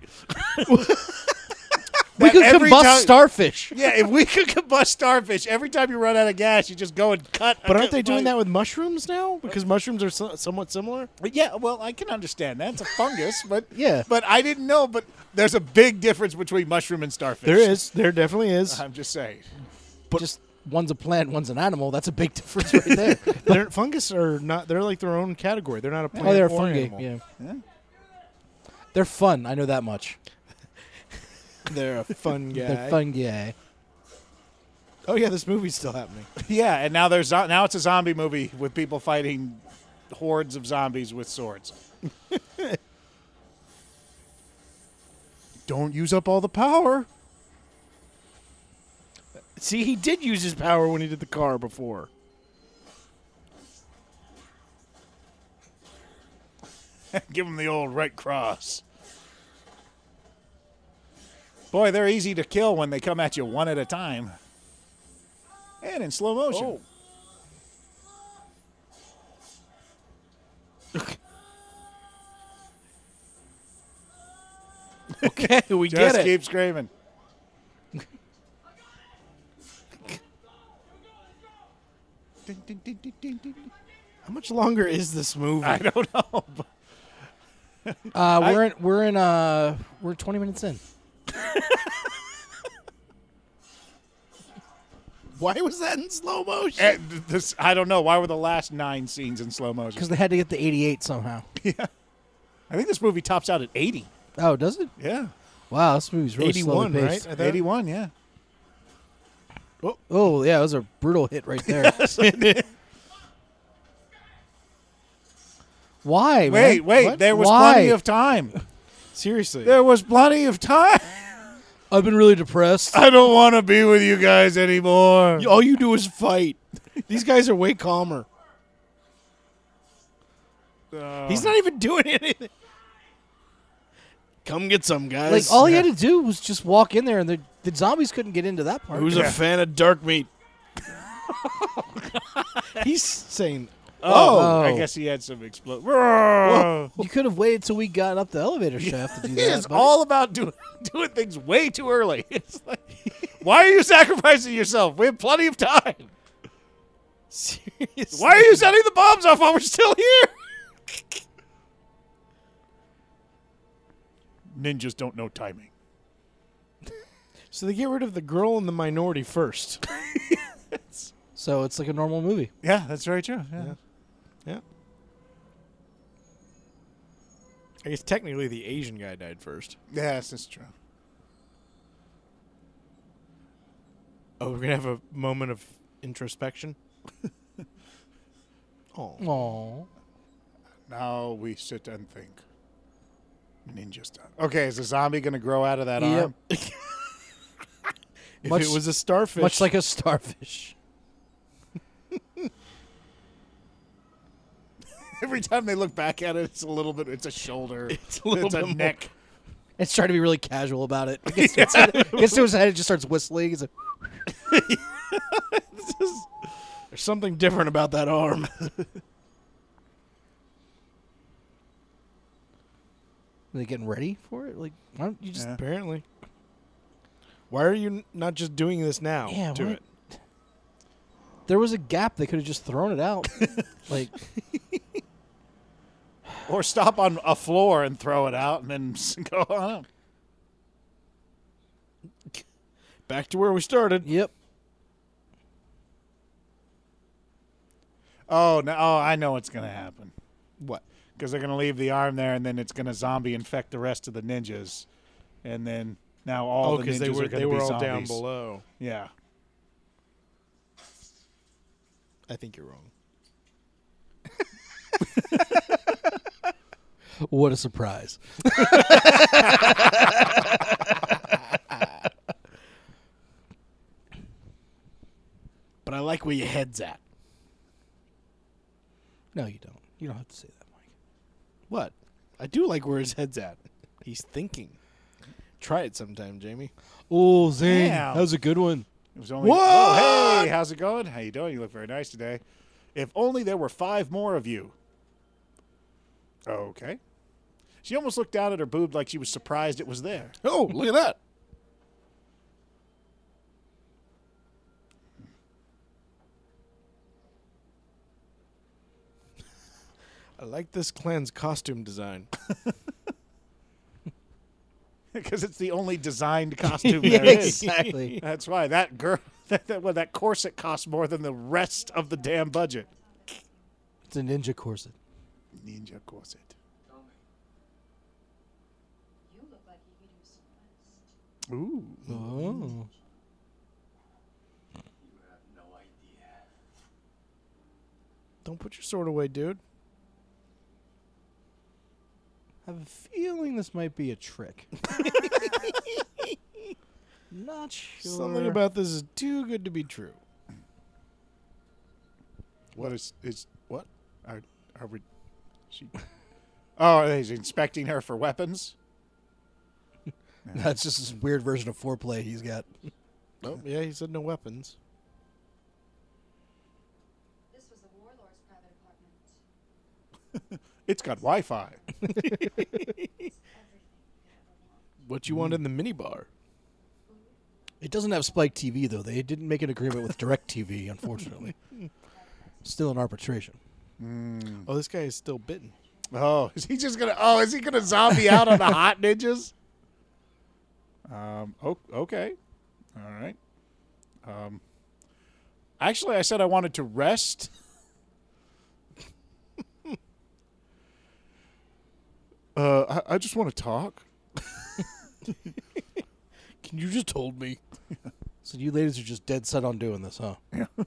[SPEAKER 3] we
[SPEAKER 1] That
[SPEAKER 3] could
[SPEAKER 1] every
[SPEAKER 3] combust
[SPEAKER 1] time-
[SPEAKER 3] starfish.
[SPEAKER 1] Yeah, if we could combust starfish, every time you run out of gas, you just go and cut.
[SPEAKER 2] But aren't they doing that with mushrooms now? Because mushrooms are so- somewhat similar.
[SPEAKER 1] But yeah, well, I can understand that. It's a fungus, but
[SPEAKER 3] Yeah.
[SPEAKER 1] But I didn't know. But there's a big difference between mushroom and starfish.
[SPEAKER 2] There is. There definitely is.
[SPEAKER 1] I'm just saying.
[SPEAKER 3] just one's a plant, one's an animal. That's a big difference right there.
[SPEAKER 2] They're, fungus are not. They're like their own category. They're not a plant.
[SPEAKER 3] oh,
[SPEAKER 2] or
[SPEAKER 3] they're fungi.
[SPEAKER 2] animal.
[SPEAKER 3] Yeah. They're fun. I know that much.
[SPEAKER 2] They're a fun guy.
[SPEAKER 3] They're fungi.
[SPEAKER 2] Oh yeah, this movie's still happening.
[SPEAKER 1] Yeah, and now there's zo- now it's a zombie movie with people fighting hordes of zombies with swords. Don't use up all the power.
[SPEAKER 2] See, he did use his power when he did the car before.
[SPEAKER 1] Give them the old Red Cross. Boy, they're easy to kill when they come at you one at a time. And in slow motion.
[SPEAKER 2] Okay, we
[SPEAKER 1] Just
[SPEAKER 2] get it.
[SPEAKER 1] keep screaming. Ding, ding, ding, ding, ding, ding, ding.
[SPEAKER 2] How much longer is this movie?
[SPEAKER 1] I don't know. but-
[SPEAKER 3] Uh, we're in we're in uh we're 20 minutes in.
[SPEAKER 2] Why was that in slow motion?
[SPEAKER 1] Eh, th- this, I don't know. Why were the last nine scenes in slow motion?
[SPEAKER 3] Because they had to get the 88 somehow.
[SPEAKER 1] I think this movie tops out at 80.
[SPEAKER 3] Oh, does it?
[SPEAKER 1] Yeah.
[SPEAKER 3] Wow, this movie's really slowly
[SPEAKER 2] 81,
[SPEAKER 3] paced.
[SPEAKER 2] right? I thought-
[SPEAKER 1] 81, yeah.
[SPEAKER 3] Oh yeah, it was a brutal hit right there. Why? man?
[SPEAKER 1] Wait, wait.
[SPEAKER 3] What?
[SPEAKER 1] There was
[SPEAKER 3] Why?
[SPEAKER 1] plenty of time.
[SPEAKER 2] Seriously.
[SPEAKER 1] There was plenty of time.
[SPEAKER 3] I've been really depressed.
[SPEAKER 1] I don't want to be with you guys anymore.
[SPEAKER 2] All you do is fight. These guys are way calmer. He's not even doing anything. Come get some guys.
[SPEAKER 3] Like all he had to do was just walk in there, and the, the zombies couldn't get into that part.
[SPEAKER 2] Who's
[SPEAKER 1] Yeah.
[SPEAKER 2] a fan of dark meat? He's saying,
[SPEAKER 1] Oh,
[SPEAKER 3] Oh.
[SPEAKER 1] I guess he had some explode.
[SPEAKER 3] you could have waited till we got up the elevator shaft to do
[SPEAKER 1] He
[SPEAKER 3] that.
[SPEAKER 1] is
[SPEAKER 3] buddy.
[SPEAKER 1] all about doing doing things way too early. It's like, why are you sacrificing yourself? We have plenty of time.
[SPEAKER 2] seriously.
[SPEAKER 1] Why are you setting the bombs off while we're still here? Ninjas don't know timing.
[SPEAKER 2] So they get rid of the girl in the minority first.
[SPEAKER 3] so it's like a normal movie.
[SPEAKER 1] Yeah, that's very true. Yeah.
[SPEAKER 2] yeah. I guess technically the Asian guy died first.
[SPEAKER 1] Yes, that's true.
[SPEAKER 2] Oh, we're gonna have a moment of introspection. oh,
[SPEAKER 3] Oh,
[SPEAKER 1] Now we sit and think. Ninja stuff. Okay, is the zombie going to grow out of that
[SPEAKER 3] Yep.
[SPEAKER 1] arm?
[SPEAKER 2] if
[SPEAKER 3] Much-
[SPEAKER 2] it was a starfish,
[SPEAKER 3] much like a starfish.
[SPEAKER 1] Every time they look back at it, it's a little bit. It's a shoulder. It's
[SPEAKER 2] a little bit more.
[SPEAKER 1] neck.
[SPEAKER 3] It's trying to be really casual about it. I guess, it's- I guess to his head, it just starts whistling. It's like,
[SPEAKER 2] there's something different about that arm.
[SPEAKER 3] are they getting ready for it? Like, why don't you just? Yeah,
[SPEAKER 2] Apparently, why are you n- not just doing this now? to
[SPEAKER 3] why-
[SPEAKER 2] it.
[SPEAKER 3] There was a gap. They could have just thrown it out. like,
[SPEAKER 1] Or stop on a floor and throw it out and then go on up.
[SPEAKER 2] Back to where we started.
[SPEAKER 3] yep.
[SPEAKER 1] Oh, no. Oh, I know what's going to happen.
[SPEAKER 2] What?
[SPEAKER 1] Because they're going to leave the arm there and then it's going to zombie infect the rest of the ninjas. And then now all
[SPEAKER 2] Oh,
[SPEAKER 1] the ninjas
[SPEAKER 2] because they
[SPEAKER 1] are
[SPEAKER 2] were
[SPEAKER 1] going to
[SPEAKER 2] they
[SPEAKER 1] be
[SPEAKER 2] were all
[SPEAKER 1] zombies.
[SPEAKER 2] down below.
[SPEAKER 1] Yeah.
[SPEAKER 2] I think you're wrong.
[SPEAKER 3] What a surprise.
[SPEAKER 2] But I like where your head's at.
[SPEAKER 3] No, you don't. You don't have to say that, Mike.
[SPEAKER 2] What? I do like where his head's at. He's thinking. Try it sometime, Jamie.
[SPEAKER 3] Oh, Zane.
[SPEAKER 1] Damn.
[SPEAKER 3] That was a good one.
[SPEAKER 1] It was only. Oh, hey, how's it going? How you doing? You look very nice today. If only there were five more of you. Okay. She almost looked down at her boob like she was surprised it was there.
[SPEAKER 2] Oh, look at that. I like this clan's costume design.
[SPEAKER 1] Because it's the only designed costume
[SPEAKER 3] Yeah,
[SPEAKER 1] there is.
[SPEAKER 3] exactly.
[SPEAKER 1] That's why that girl, that, that, well, that corset costs more than the rest of the damn budget.
[SPEAKER 3] it's a ninja corset.
[SPEAKER 1] Ninja corset.
[SPEAKER 12] You look like you could use some rest.
[SPEAKER 1] Ooh.
[SPEAKER 3] Oh.
[SPEAKER 5] You have no idea.
[SPEAKER 2] Don't put your sword away, dude.
[SPEAKER 3] I have a feeling this might be a trick. Not sure.
[SPEAKER 2] Something about this is too good to be true.
[SPEAKER 1] What is is what? Are are we? She. Oh, he's inspecting her for weapons.
[SPEAKER 3] That's just this weird version of foreplay he's got.
[SPEAKER 2] Oh, yeah, he said no weapons.
[SPEAKER 12] This was the warlord's private apartment.
[SPEAKER 1] It's got Wi-Fi.
[SPEAKER 12] Everything you could ever want.
[SPEAKER 2] What you want in the minibar?
[SPEAKER 3] It doesn't have Spike TV though. They didn't make an agreement with DirecTV, unfortunately. Still in arbitration.
[SPEAKER 2] Oh, this guy is still bitten.
[SPEAKER 1] Oh, is he just gonna? Oh, is he gonna zombie out on the hot ninjas? Um. o- Okay. All right. Um. Actually, I said I wanted to rest. uh, I, I just want to talk.
[SPEAKER 2] Can you just hold me?
[SPEAKER 3] So you ladies are just dead set on doing this, huh?
[SPEAKER 12] Is that what you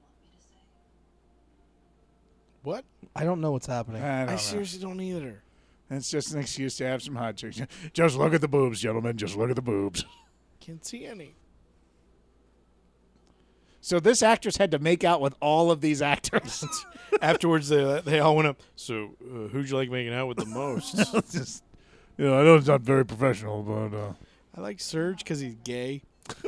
[SPEAKER 12] want me to say?
[SPEAKER 2] What?
[SPEAKER 3] I don't know what's happening.
[SPEAKER 1] I
[SPEAKER 2] I
[SPEAKER 1] don't know.
[SPEAKER 2] seriously don't either.
[SPEAKER 1] It's just an excuse to have some hot chicks. Just look at the boobs, gentlemen. Just look at the boobs.
[SPEAKER 2] Can't see any.
[SPEAKER 1] So this actress had to make out with all of these actors.
[SPEAKER 2] Afterwards, they they all went up. So, uh, who'd you like making out with the most?
[SPEAKER 1] just, you know, I know it's not very professional, but uh,
[SPEAKER 2] I like Serge because he's gay.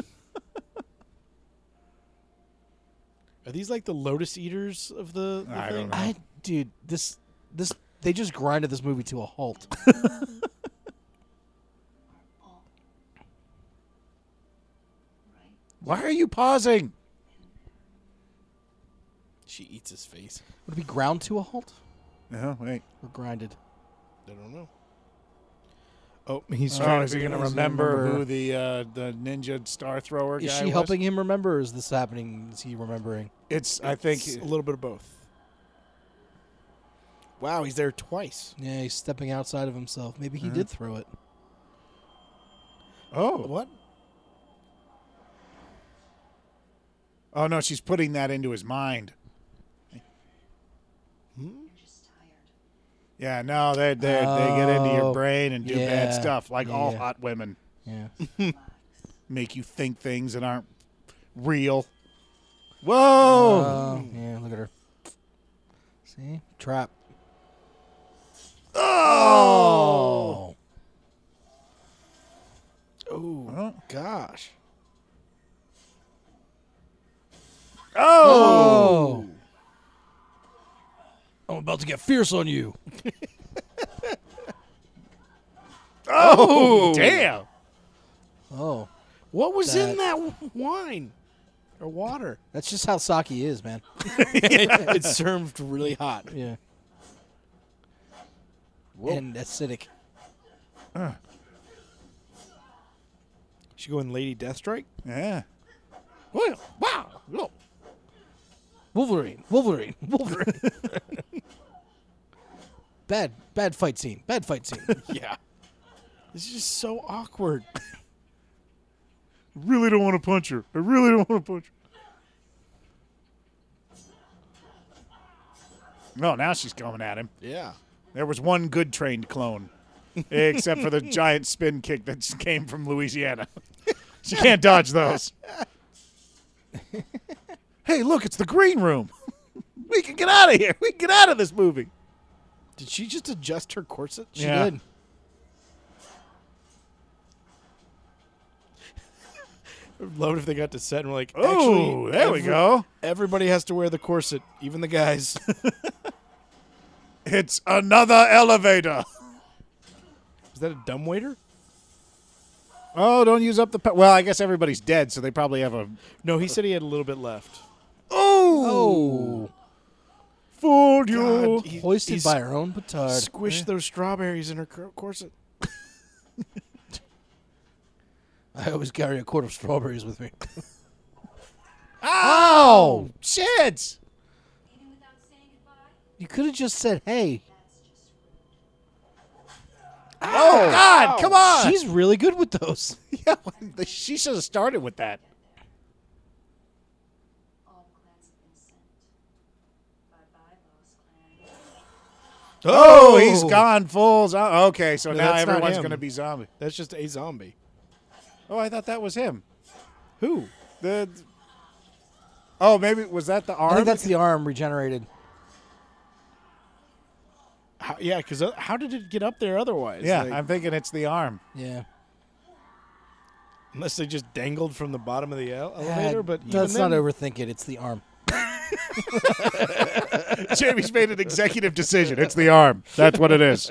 [SPEAKER 2] Are these like the lotus eaters of the? the
[SPEAKER 1] I
[SPEAKER 2] thing?
[SPEAKER 1] don't know.
[SPEAKER 3] I dude, this this they just grinded this movie to a halt.
[SPEAKER 12] Right?
[SPEAKER 1] why are you pausing?
[SPEAKER 2] She eats his face.
[SPEAKER 3] Would it be ground to a halt
[SPEAKER 1] No, wait.
[SPEAKER 3] or grinded?
[SPEAKER 2] I don't know. Oh, he's
[SPEAKER 1] Oh,
[SPEAKER 2] trying
[SPEAKER 1] is he
[SPEAKER 2] figure
[SPEAKER 1] going to
[SPEAKER 2] out-
[SPEAKER 1] remember
[SPEAKER 3] remember.
[SPEAKER 1] who the uh, the ninja star thrower
[SPEAKER 3] Is
[SPEAKER 1] guy
[SPEAKER 3] she
[SPEAKER 1] was?
[SPEAKER 3] helping him remember or is this happening? Is he remembering?
[SPEAKER 1] It's, I think,
[SPEAKER 2] It's a little bit of both. Wow, he's there twice.
[SPEAKER 3] Yeah, he's stepping outside of himself. Maybe
[SPEAKER 1] Mm-hmm.
[SPEAKER 3] he did throw it.
[SPEAKER 1] oh.
[SPEAKER 2] What?
[SPEAKER 1] Oh, no, she's putting that into his mind.
[SPEAKER 12] You're just tired.
[SPEAKER 1] Yeah, no, they they they get into your
[SPEAKER 3] Oh,
[SPEAKER 1] brain and do
[SPEAKER 3] yeah,
[SPEAKER 1] bad stuff like all
[SPEAKER 3] yeah.
[SPEAKER 1] hot women
[SPEAKER 3] Yeah.
[SPEAKER 1] make you think things that aren't real. Whoa.
[SPEAKER 3] Oh, yeah, look at her. See? Trap. Oh!
[SPEAKER 1] oh.
[SPEAKER 2] Gosh.
[SPEAKER 3] Oh! I'm about to get fierce on you.
[SPEAKER 1] Damn.
[SPEAKER 3] Oh.
[SPEAKER 2] What was in that w- wine or water?
[SPEAKER 3] That's just how sake is, man.
[SPEAKER 2] it's served really hot.
[SPEAKER 3] Yeah. And acidic.
[SPEAKER 2] She going Lady Deathstrike?
[SPEAKER 1] Yeah. Well, wow. Look.
[SPEAKER 3] Wolverine, Wolverine, Wolverine. bad, bad fight scene. Bad fight scene.
[SPEAKER 2] Yeah. This is just so awkward.
[SPEAKER 8] Really don't want to punch her. I really don't want to punch her.
[SPEAKER 1] No, now she's coming at him.
[SPEAKER 2] Yeah.
[SPEAKER 1] There was one good trained clone, except for the giant spin kick that came from Louisiana. She can't dodge those. hey, look, it's the green room. We can get out of here. We can get out of this movie.
[SPEAKER 2] Did she just adjust her corset?
[SPEAKER 3] She
[SPEAKER 1] Yeah.
[SPEAKER 3] did.
[SPEAKER 2] Love it if they got to set and were like,
[SPEAKER 1] Oh,
[SPEAKER 2] actually,
[SPEAKER 1] there we
[SPEAKER 2] every-
[SPEAKER 1] go.
[SPEAKER 2] Everybody has to wear the corset, even the guys.
[SPEAKER 1] It's another elevator.
[SPEAKER 2] Is that a dumb waiter?
[SPEAKER 1] Oh, don't use up the. Pa- well, I guess everybody's dead, so they probably have a.
[SPEAKER 2] No, he said he had a little bit left.
[SPEAKER 1] Oh! Fooled you.
[SPEAKER 2] God, he-
[SPEAKER 3] Hoisted
[SPEAKER 2] he
[SPEAKER 3] by her own petard.
[SPEAKER 2] Squish those strawberries in her cor- corset.
[SPEAKER 3] I always carry a quart of strawberries with me.
[SPEAKER 1] Ow! Oh, Shit!
[SPEAKER 12] Eating without saying goodbye?
[SPEAKER 3] You could have just said, "Hey,
[SPEAKER 12] That's just rude.
[SPEAKER 1] Oh, God, come on!
[SPEAKER 3] she's really good with those."
[SPEAKER 1] Yeah, she should have started with that.
[SPEAKER 12] All clans have been sent. Bye-bye, Lost Clan.
[SPEAKER 1] Oh, he's gone full. Zo- okay, so
[SPEAKER 2] No,
[SPEAKER 1] now
[SPEAKER 2] that's not
[SPEAKER 1] everyone's
[SPEAKER 2] him.
[SPEAKER 1] going to be zombie.
[SPEAKER 2] That's just a zombie.
[SPEAKER 1] Oh, I thought that was him.
[SPEAKER 2] Who?
[SPEAKER 1] The. Oh, maybe was that the arm?
[SPEAKER 3] I think that's the arm regenerated.
[SPEAKER 2] How, yeah, because how did it get up there otherwise?
[SPEAKER 1] yeah,
[SPEAKER 2] Like,
[SPEAKER 1] I'm thinking it's the arm.
[SPEAKER 3] Yeah,
[SPEAKER 2] unless they just dangled from the bottom of the ele-
[SPEAKER 3] Ah,
[SPEAKER 2] elevator. But even
[SPEAKER 3] let's
[SPEAKER 2] then,
[SPEAKER 3] not overthink it. It's the arm.
[SPEAKER 1] Jamie's made an executive decision. It's the arm. That's what it is.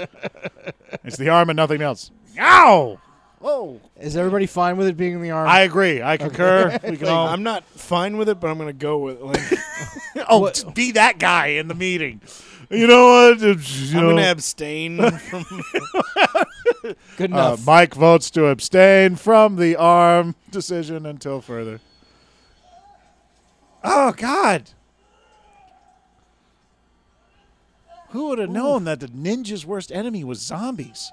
[SPEAKER 1] It's the arm and nothing else. Ow!
[SPEAKER 13] Whoa.
[SPEAKER 3] Is everybody fine with it being in the arm?
[SPEAKER 1] I agree. I concur. We can all.
[SPEAKER 2] I'm not fine with it, but I'm gonna go with. Like,
[SPEAKER 1] oh, just be that guy in the meeting. You know what? You
[SPEAKER 2] I'm
[SPEAKER 1] know,
[SPEAKER 2] gonna abstain from.
[SPEAKER 3] Good
[SPEAKER 1] uh,
[SPEAKER 3] enough.
[SPEAKER 1] Mike votes to abstain from the arm decision until further. Oh God! Who would have known that the ninja's worst enemy was zombies?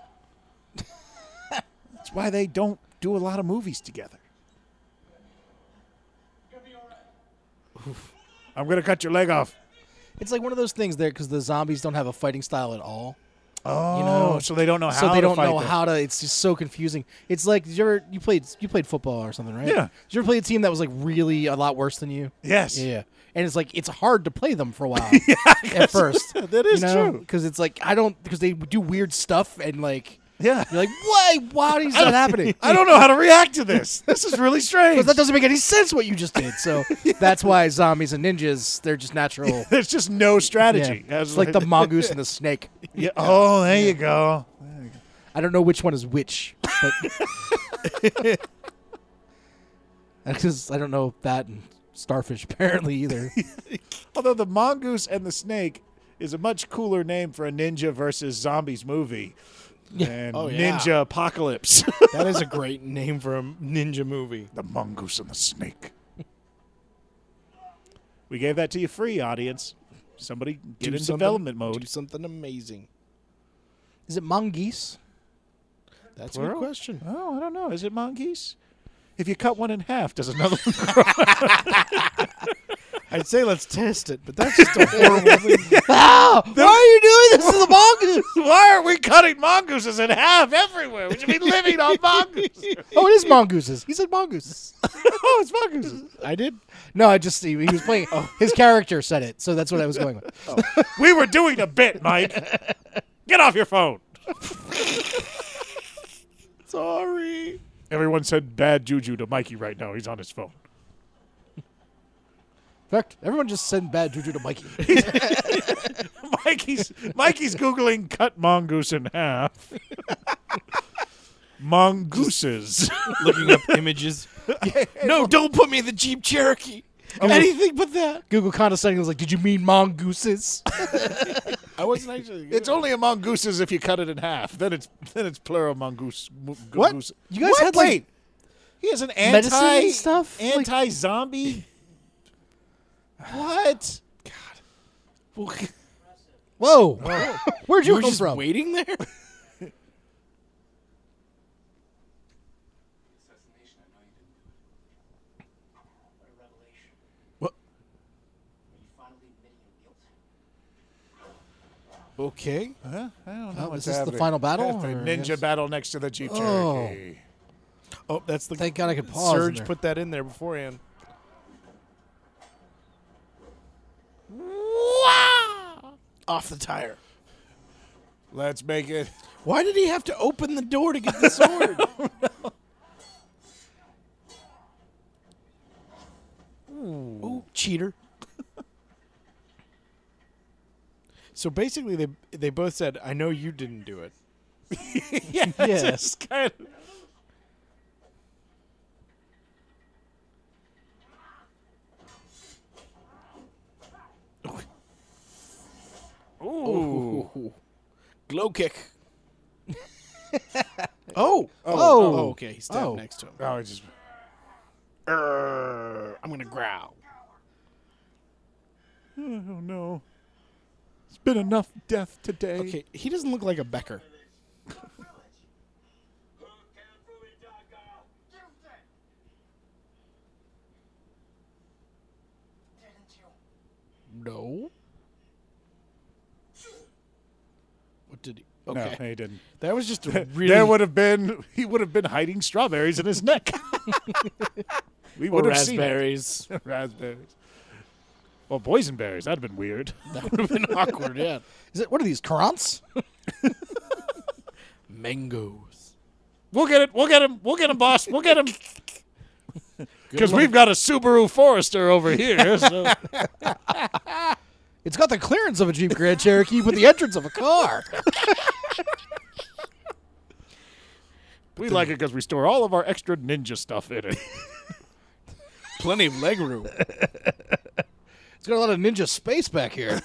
[SPEAKER 1] That's why they don't do a lot of movies together. I'm gonna cut your leg off.
[SPEAKER 3] it's like one of those things there because the zombies don't have a fighting style at all.
[SPEAKER 1] Oh,
[SPEAKER 3] know,
[SPEAKER 1] so they don't know how.
[SPEAKER 3] so they
[SPEAKER 1] to
[SPEAKER 3] don't
[SPEAKER 1] fight
[SPEAKER 3] know
[SPEAKER 1] them.
[SPEAKER 3] how to. It's just so confusing. It's like did you ever you played you played football or something, right?
[SPEAKER 1] Yeah.
[SPEAKER 3] Did you ever play a team that was like really a lot worse than you?
[SPEAKER 1] Yes.
[SPEAKER 3] Yeah. yeah. And it's like it's hard to play them for a while at first.
[SPEAKER 1] that is true.
[SPEAKER 3] because it's like I don't because they do weird stuff and like
[SPEAKER 1] Yeah.
[SPEAKER 3] you're like why why is that happening?
[SPEAKER 1] I don't know how to react to this. This is really strange.
[SPEAKER 3] Because that doesn't make any sense what you just did. So that's why zombies and ninjas they're just natural.
[SPEAKER 1] There's just no strategy.
[SPEAKER 3] Yeah.
[SPEAKER 1] That's
[SPEAKER 3] It's like the mongoose and the snake.
[SPEAKER 1] Yeah. Oh, there you go.
[SPEAKER 3] I don't know which one is which, but because I don't know that and starfish apparently either.
[SPEAKER 1] Although the mongoose and the snake is a much cooler name for a ninja versus zombies movie than
[SPEAKER 2] Oh, yeah.
[SPEAKER 1] Ninja Apocalypse.
[SPEAKER 2] that is a great name for a ninja movie.
[SPEAKER 1] the mongoose and the snake. we gave that to you free, audience. Somebody get
[SPEAKER 2] Do
[SPEAKER 1] in
[SPEAKER 2] something-
[SPEAKER 1] development
[SPEAKER 2] Do
[SPEAKER 1] mode.
[SPEAKER 2] something amazing.
[SPEAKER 3] Is it mongoose?
[SPEAKER 2] That's a
[SPEAKER 1] Plural?
[SPEAKER 2] good question.
[SPEAKER 1] Oh, I don't know. Is it mongoose? If you cut one in half, does another one?
[SPEAKER 2] I'd say let's test it, but that's just a horrible thing.
[SPEAKER 3] Ah, why are you doing this to the mongoose?
[SPEAKER 1] Why are we cutting mongooses in half everywhere? We should be living on mongooses.
[SPEAKER 3] Oh, it is mongooses. He said mongooses.
[SPEAKER 1] oh, it's mongooses.
[SPEAKER 2] I did.
[SPEAKER 3] No, I just he, he was playing.
[SPEAKER 2] Oh.
[SPEAKER 3] His character said it, so that's what I was going with.
[SPEAKER 1] We were doing a bit, Mike. Get off your phone.
[SPEAKER 2] Sorry.
[SPEAKER 1] Everyone said bad juju to Mikey right now. He's on his phone.
[SPEAKER 3] In fact, everyone just send bad juju to Mikey.
[SPEAKER 1] Mikey's Mikey's googling cut mongoose in half. Mongooses.
[SPEAKER 2] Looking up images. no, don't put me in the Jeep Cherokee. Anything but that.
[SPEAKER 3] Oh, Google condescending was like, "Did you mean mongooses?"
[SPEAKER 2] I wasn't actually.
[SPEAKER 1] It's only a mongooses if you cut it in half. Then it's then it's plural mongoose. mo-
[SPEAKER 3] What?
[SPEAKER 1] goose.
[SPEAKER 3] You guys
[SPEAKER 1] What?
[SPEAKER 3] had, like,
[SPEAKER 1] Wait. he has an
[SPEAKER 3] medicine and
[SPEAKER 1] anti
[SPEAKER 3] stuff? Like-
[SPEAKER 1] anti zombie. what?
[SPEAKER 3] Whoa, where'd
[SPEAKER 2] you
[SPEAKER 3] you,
[SPEAKER 2] Oh. were
[SPEAKER 3] come
[SPEAKER 2] just
[SPEAKER 3] from?
[SPEAKER 2] waiting there.
[SPEAKER 14] Assassination, I know you didn't do it.
[SPEAKER 15] What a revelation.
[SPEAKER 2] What?
[SPEAKER 15] When you finally admit your guilt.
[SPEAKER 2] Okay.
[SPEAKER 1] I don't know
[SPEAKER 3] Oh,
[SPEAKER 1] what's
[SPEAKER 3] is this the
[SPEAKER 1] happening.
[SPEAKER 3] final battle?
[SPEAKER 1] That's the
[SPEAKER 3] or-
[SPEAKER 1] ninja battle next to the Jeep
[SPEAKER 3] Oh.
[SPEAKER 1] Cherokee.
[SPEAKER 2] Oh, that's the.
[SPEAKER 3] Thank God I could pause. in
[SPEAKER 2] Surge
[SPEAKER 3] there.
[SPEAKER 2] put that in there beforehand. Off the tire.
[SPEAKER 1] Let's make it.
[SPEAKER 2] Why did he have to open the door to get the sword? Ooh. cheater. so basically they they both said, "I know you didn't do it."
[SPEAKER 1] Yeah,
[SPEAKER 3] Yeah.
[SPEAKER 1] just kind of-
[SPEAKER 2] Glow kick. oh. Oh.
[SPEAKER 3] Oh.
[SPEAKER 2] okay. He's standing
[SPEAKER 3] Oh.
[SPEAKER 2] next to him.
[SPEAKER 1] Oh, it just
[SPEAKER 2] Err, I'm going to growl.
[SPEAKER 1] I don't know. It's been enough death today.
[SPEAKER 2] Okay, he doesn't look like a Becker. No. What did he?
[SPEAKER 1] No,
[SPEAKER 2] Okay.
[SPEAKER 1] he didn't.
[SPEAKER 2] That was just a really.
[SPEAKER 1] There would have been. He would have been hiding strawberries in his neck. we
[SPEAKER 2] or
[SPEAKER 1] would have seen it.
[SPEAKER 2] raspberries.
[SPEAKER 1] raspberries. Or boysenberries. That'd have been weird.
[SPEAKER 2] That would have been awkward, yeah.
[SPEAKER 3] Is it what are these Karants?
[SPEAKER 2] Mangoes.
[SPEAKER 1] We'll get it. We'll get him. We'll get him, boss. We'll get him. Because
[SPEAKER 2] luck.
[SPEAKER 1] we've got a Subaru Forester over here. So.
[SPEAKER 3] It's got the clearance of a Jeep Grand Cherokee, but the entrance of a car.
[SPEAKER 1] We like it because we store all of our extra ninja stuff in it.
[SPEAKER 2] Plenty of leg room.
[SPEAKER 3] It's got a lot of ninja space back here.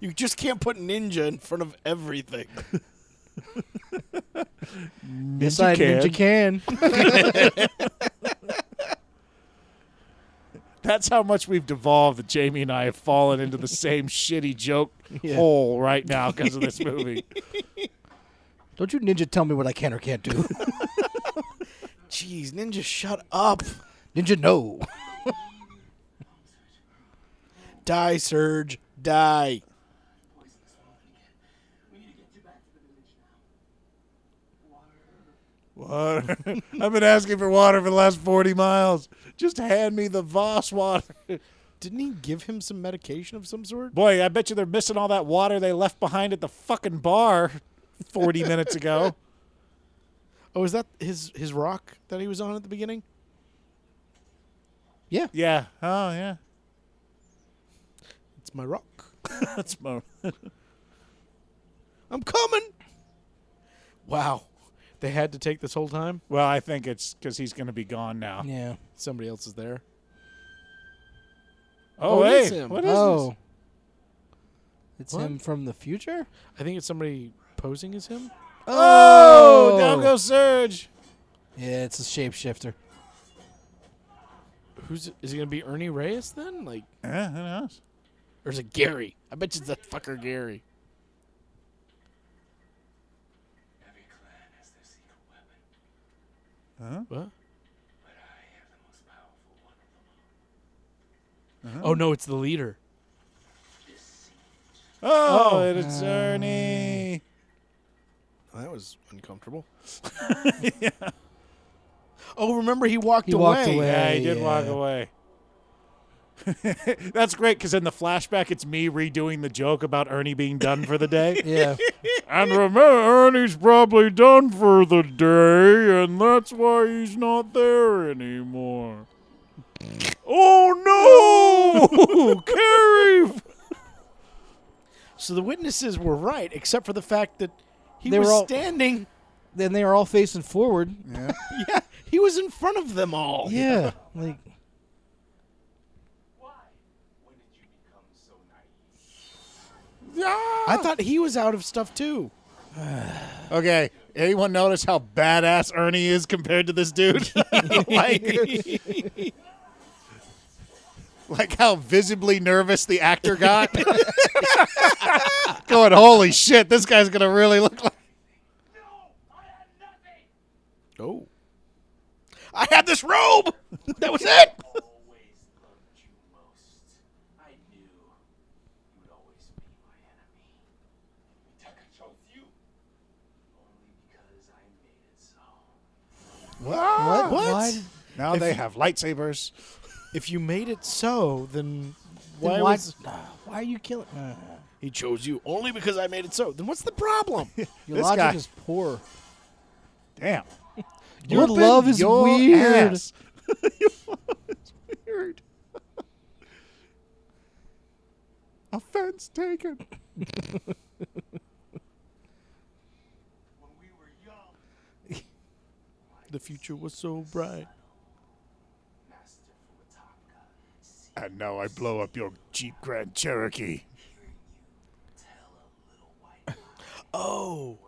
[SPEAKER 2] You just can't put ninja in front of everything.
[SPEAKER 3] yes, I
[SPEAKER 1] can.
[SPEAKER 3] ninja can.
[SPEAKER 1] That's how much we've devolved that Jamie and I have fallen into the same shitty joke hole right now because of this movie.
[SPEAKER 3] Don't you ninja tell me what I can or can't do.
[SPEAKER 2] Jeez, ninja, shut up.
[SPEAKER 3] ninja, no.
[SPEAKER 2] Die, Surge. Die.
[SPEAKER 6] We need to get you back to the village now.
[SPEAKER 1] Water. I've been asking for water for the last 40 miles. Just hand me the Voss water.
[SPEAKER 2] Didn't he give him some medication of some sort?
[SPEAKER 1] Boy, I bet you they're missing all that water they left behind at the fucking bar 40 minutes ago.
[SPEAKER 2] Oh, is that his his rock that he was on at the beginning?
[SPEAKER 1] Yeah. Oh, yeah.
[SPEAKER 2] It's my rock.
[SPEAKER 1] That's more.
[SPEAKER 2] I'm coming. Wow. They had to take this whole time.
[SPEAKER 1] Well, I think it's because he's going to be gone now.
[SPEAKER 3] Yeah.
[SPEAKER 2] Somebody else is there.
[SPEAKER 1] Oh,
[SPEAKER 2] Oh, it
[SPEAKER 1] hey.
[SPEAKER 2] is him.
[SPEAKER 1] What is
[SPEAKER 3] Oh.
[SPEAKER 1] this?
[SPEAKER 3] It's him from the future?
[SPEAKER 2] I think it's somebody posing as him.
[SPEAKER 1] Oh, down goes Surge.
[SPEAKER 3] Yeah, it's a shapeshifter.
[SPEAKER 2] Who's is it going to be Ernie Reyes then? Like,
[SPEAKER 1] Yeah, Eh, who knows?
[SPEAKER 2] or is it Gary? I bet you it's that fucker Gary.
[SPEAKER 5] Every clan has their secret weapon,
[SPEAKER 2] What?
[SPEAKER 5] but I have the most powerful one of them all.
[SPEAKER 2] Oh no, it's the leader.
[SPEAKER 1] Oh, it's Ernie.
[SPEAKER 2] That was uncomfortable. Oh, remember he walked
[SPEAKER 3] He
[SPEAKER 2] away.
[SPEAKER 3] walked away.
[SPEAKER 1] Yeah, he did
[SPEAKER 3] yeah.
[SPEAKER 1] walk away. That's great because in the flashback, it's me redoing the joke about Ernie being done for the day.
[SPEAKER 3] Yeah.
[SPEAKER 1] and remember, Ernie's probably done for the day, and that's why he's not there anymore. oh no! Carrie!
[SPEAKER 2] So the witnesses were right, except for the fact that he
[SPEAKER 3] They
[SPEAKER 2] was
[SPEAKER 3] were all-
[SPEAKER 2] standing.
[SPEAKER 3] then they are all facing forward.
[SPEAKER 2] Yeah, he was in front of them all.
[SPEAKER 3] Yeah. Like
[SPEAKER 5] Why? When did you become so naive?
[SPEAKER 2] I thought he was out of stuff too.
[SPEAKER 1] Okay, anyone notice how badass Ernie is compared to this dude? like, like how visibly nervous the actor got. Going, holy shit, this guy's gonna really look like.
[SPEAKER 6] No, I had nothing.
[SPEAKER 2] Oh. I had this robe. That was it.
[SPEAKER 5] Always loved you most. I knew you would always be my enemy. Mitaka chose you only because I made it so.
[SPEAKER 1] What?
[SPEAKER 3] Why-
[SPEAKER 1] Now they have lightsabers.
[SPEAKER 2] If you made it so, then
[SPEAKER 3] Then
[SPEAKER 2] why,
[SPEAKER 3] why-
[SPEAKER 2] was
[SPEAKER 3] why are you killing? Uh,
[SPEAKER 2] he chose you only because I made it so? Then what's the problem?
[SPEAKER 3] your
[SPEAKER 1] This
[SPEAKER 3] logic
[SPEAKER 1] guy-
[SPEAKER 3] is poor.
[SPEAKER 1] Damn.
[SPEAKER 3] Your
[SPEAKER 1] Whooping
[SPEAKER 3] love is
[SPEAKER 1] your
[SPEAKER 3] weird.
[SPEAKER 1] ass. weird. Offense taken.
[SPEAKER 5] When we were young,
[SPEAKER 2] the future was so bright.
[SPEAKER 5] Master Fuataka
[SPEAKER 1] And now I blow up your Jeep Grand Cherokee.
[SPEAKER 2] Oh.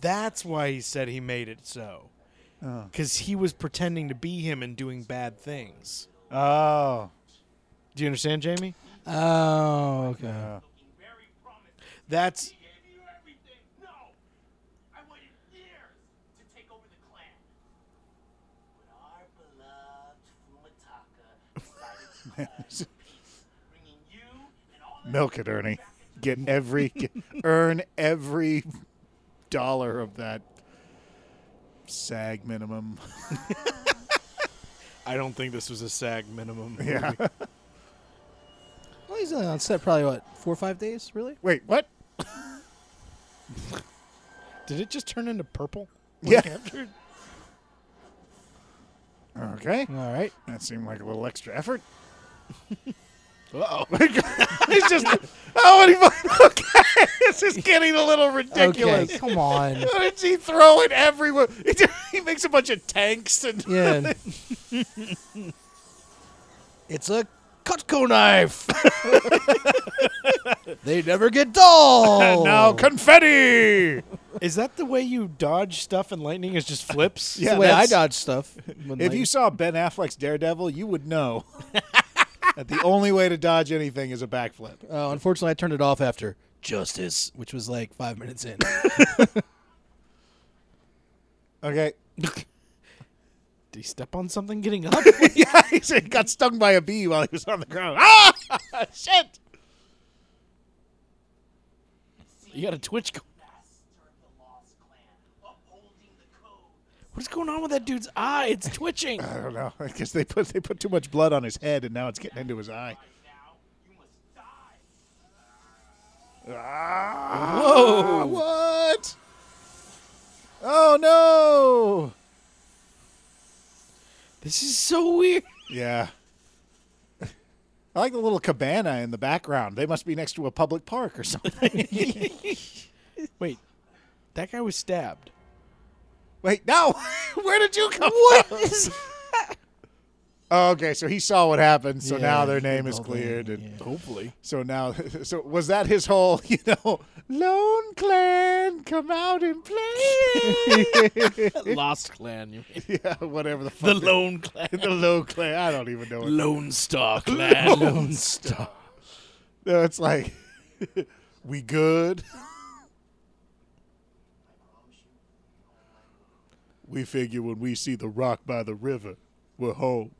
[SPEAKER 2] That's why he said he made it so.
[SPEAKER 3] Uh.
[SPEAKER 2] Because he was pretending to be him and doing bad things.
[SPEAKER 1] Oh.
[SPEAKER 2] Do you understand, Jamie?
[SPEAKER 3] Oh, okay.
[SPEAKER 6] Barry promised
[SPEAKER 2] That's.
[SPEAKER 6] he gave you everything. No, I waited years to take over the clan.
[SPEAKER 5] When our beloved Fumataka decided to call for peace, bringing you and all that
[SPEAKER 1] Milk it, Ernie. Get every, get, earn every dollar of that sag minimum.
[SPEAKER 2] I don't think this was a SAG minimum.
[SPEAKER 1] Yeah.
[SPEAKER 3] Well, he's only on set probably what four or five days, really?
[SPEAKER 1] Wait, what?
[SPEAKER 2] Did it just turn into purple?
[SPEAKER 1] Yeah. Okay.
[SPEAKER 3] All right.
[SPEAKER 1] That seemed like a little extra effort. it's just oh, and he, fucking- okay, it's just getting a little ridiculous.
[SPEAKER 3] Okay, come on.
[SPEAKER 1] What is he throwing everywhere? He, do- he makes a bunch of tanks and
[SPEAKER 3] Yeah. it's a Cutco knife. they never get dull.
[SPEAKER 1] now confetti.
[SPEAKER 2] Is that the way you dodge stuff and lightning is just flips?
[SPEAKER 3] It's the way I dodge stuff. when,
[SPEAKER 1] If
[SPEAKER 3] like-
[SPEAKER 1] you saw Ben Affleck's Daredevil, you would know that the only way to dodge anything is a backflip.
[SPEAKER 3] uh, unfortunately, I turned it off after Justice, which was like five minutes in.
[SPEAKER 1] Okay.
[SPEAKER 2] Did he step on something getting up?
[SPEAKER 1] yeah, he said got stung by a bee while he was on the ground. Ah, shit.
[SPEAKER 2] you got a twitch. Go-
[SPEAKER 6] Master of the Lost Clan, upholding the code.
[SPEAKER 2] what is going on with that dude's eye? It's twitching.
[SPEAKER 1] I don't know. I guess they put they put too much blood on his head, and now it's getting into his eye.
[SPEAKER 6] Now you must die.
[SPEAKER 1] Whoa! What? Oh
[SPEAKER 2] this is so weird.
[SPEAKER 1] no! Yeah. I like the little cabana in the background. They must be next to a public park or something.
[SPEAKER 2] Wait, that guy was stabbed.
[SPEAKER 1] Wait, no. Where did you come from?
[SPEAKER 2] is?
[SPEAKER 1] Oh, okay, so he saw what happened. So now
[SPEAKER 3] Yeah,
[SPEAKER 1] their
[SPEAKER 3] he
[SPEAKER 1] name is
[SPEAKER 3] called in,
[SPEAKER 1] cleared, and
[SPEAKER 2] Hopefully.
[SPEAKER 1] So now, so was that his whole, you know, Lone Clan, come out and play?
[SPEAKER 2] Lost Clan. You mean.
[SPEAKER 1] yeah, whatever the
[SPEAKER 2] The
[SPEAKER 1] fuck.
[SPEAKER 2] Lone Clan.
[SPEAKER 1] the Lone Clan. I don't even know. What,
[SPEAKER 2] Lone Star Clan. Lone Star.
[SPEAKER 1] no, it's like, we good? we figure when we see the rock by the river, we're home.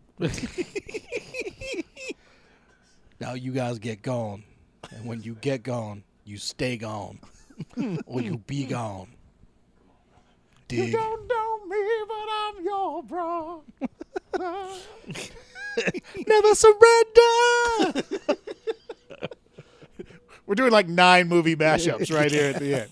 [SPEAKER 3] now you guys get gone, and when you get gone, you stay gone, or you be gone. Dig.
[SPEAKER 1] know me, but I'm your bro.
[SPEAKER 3] Never surrender.
[SPEAKER 1] We're doing like nine movie mashups right here at the end.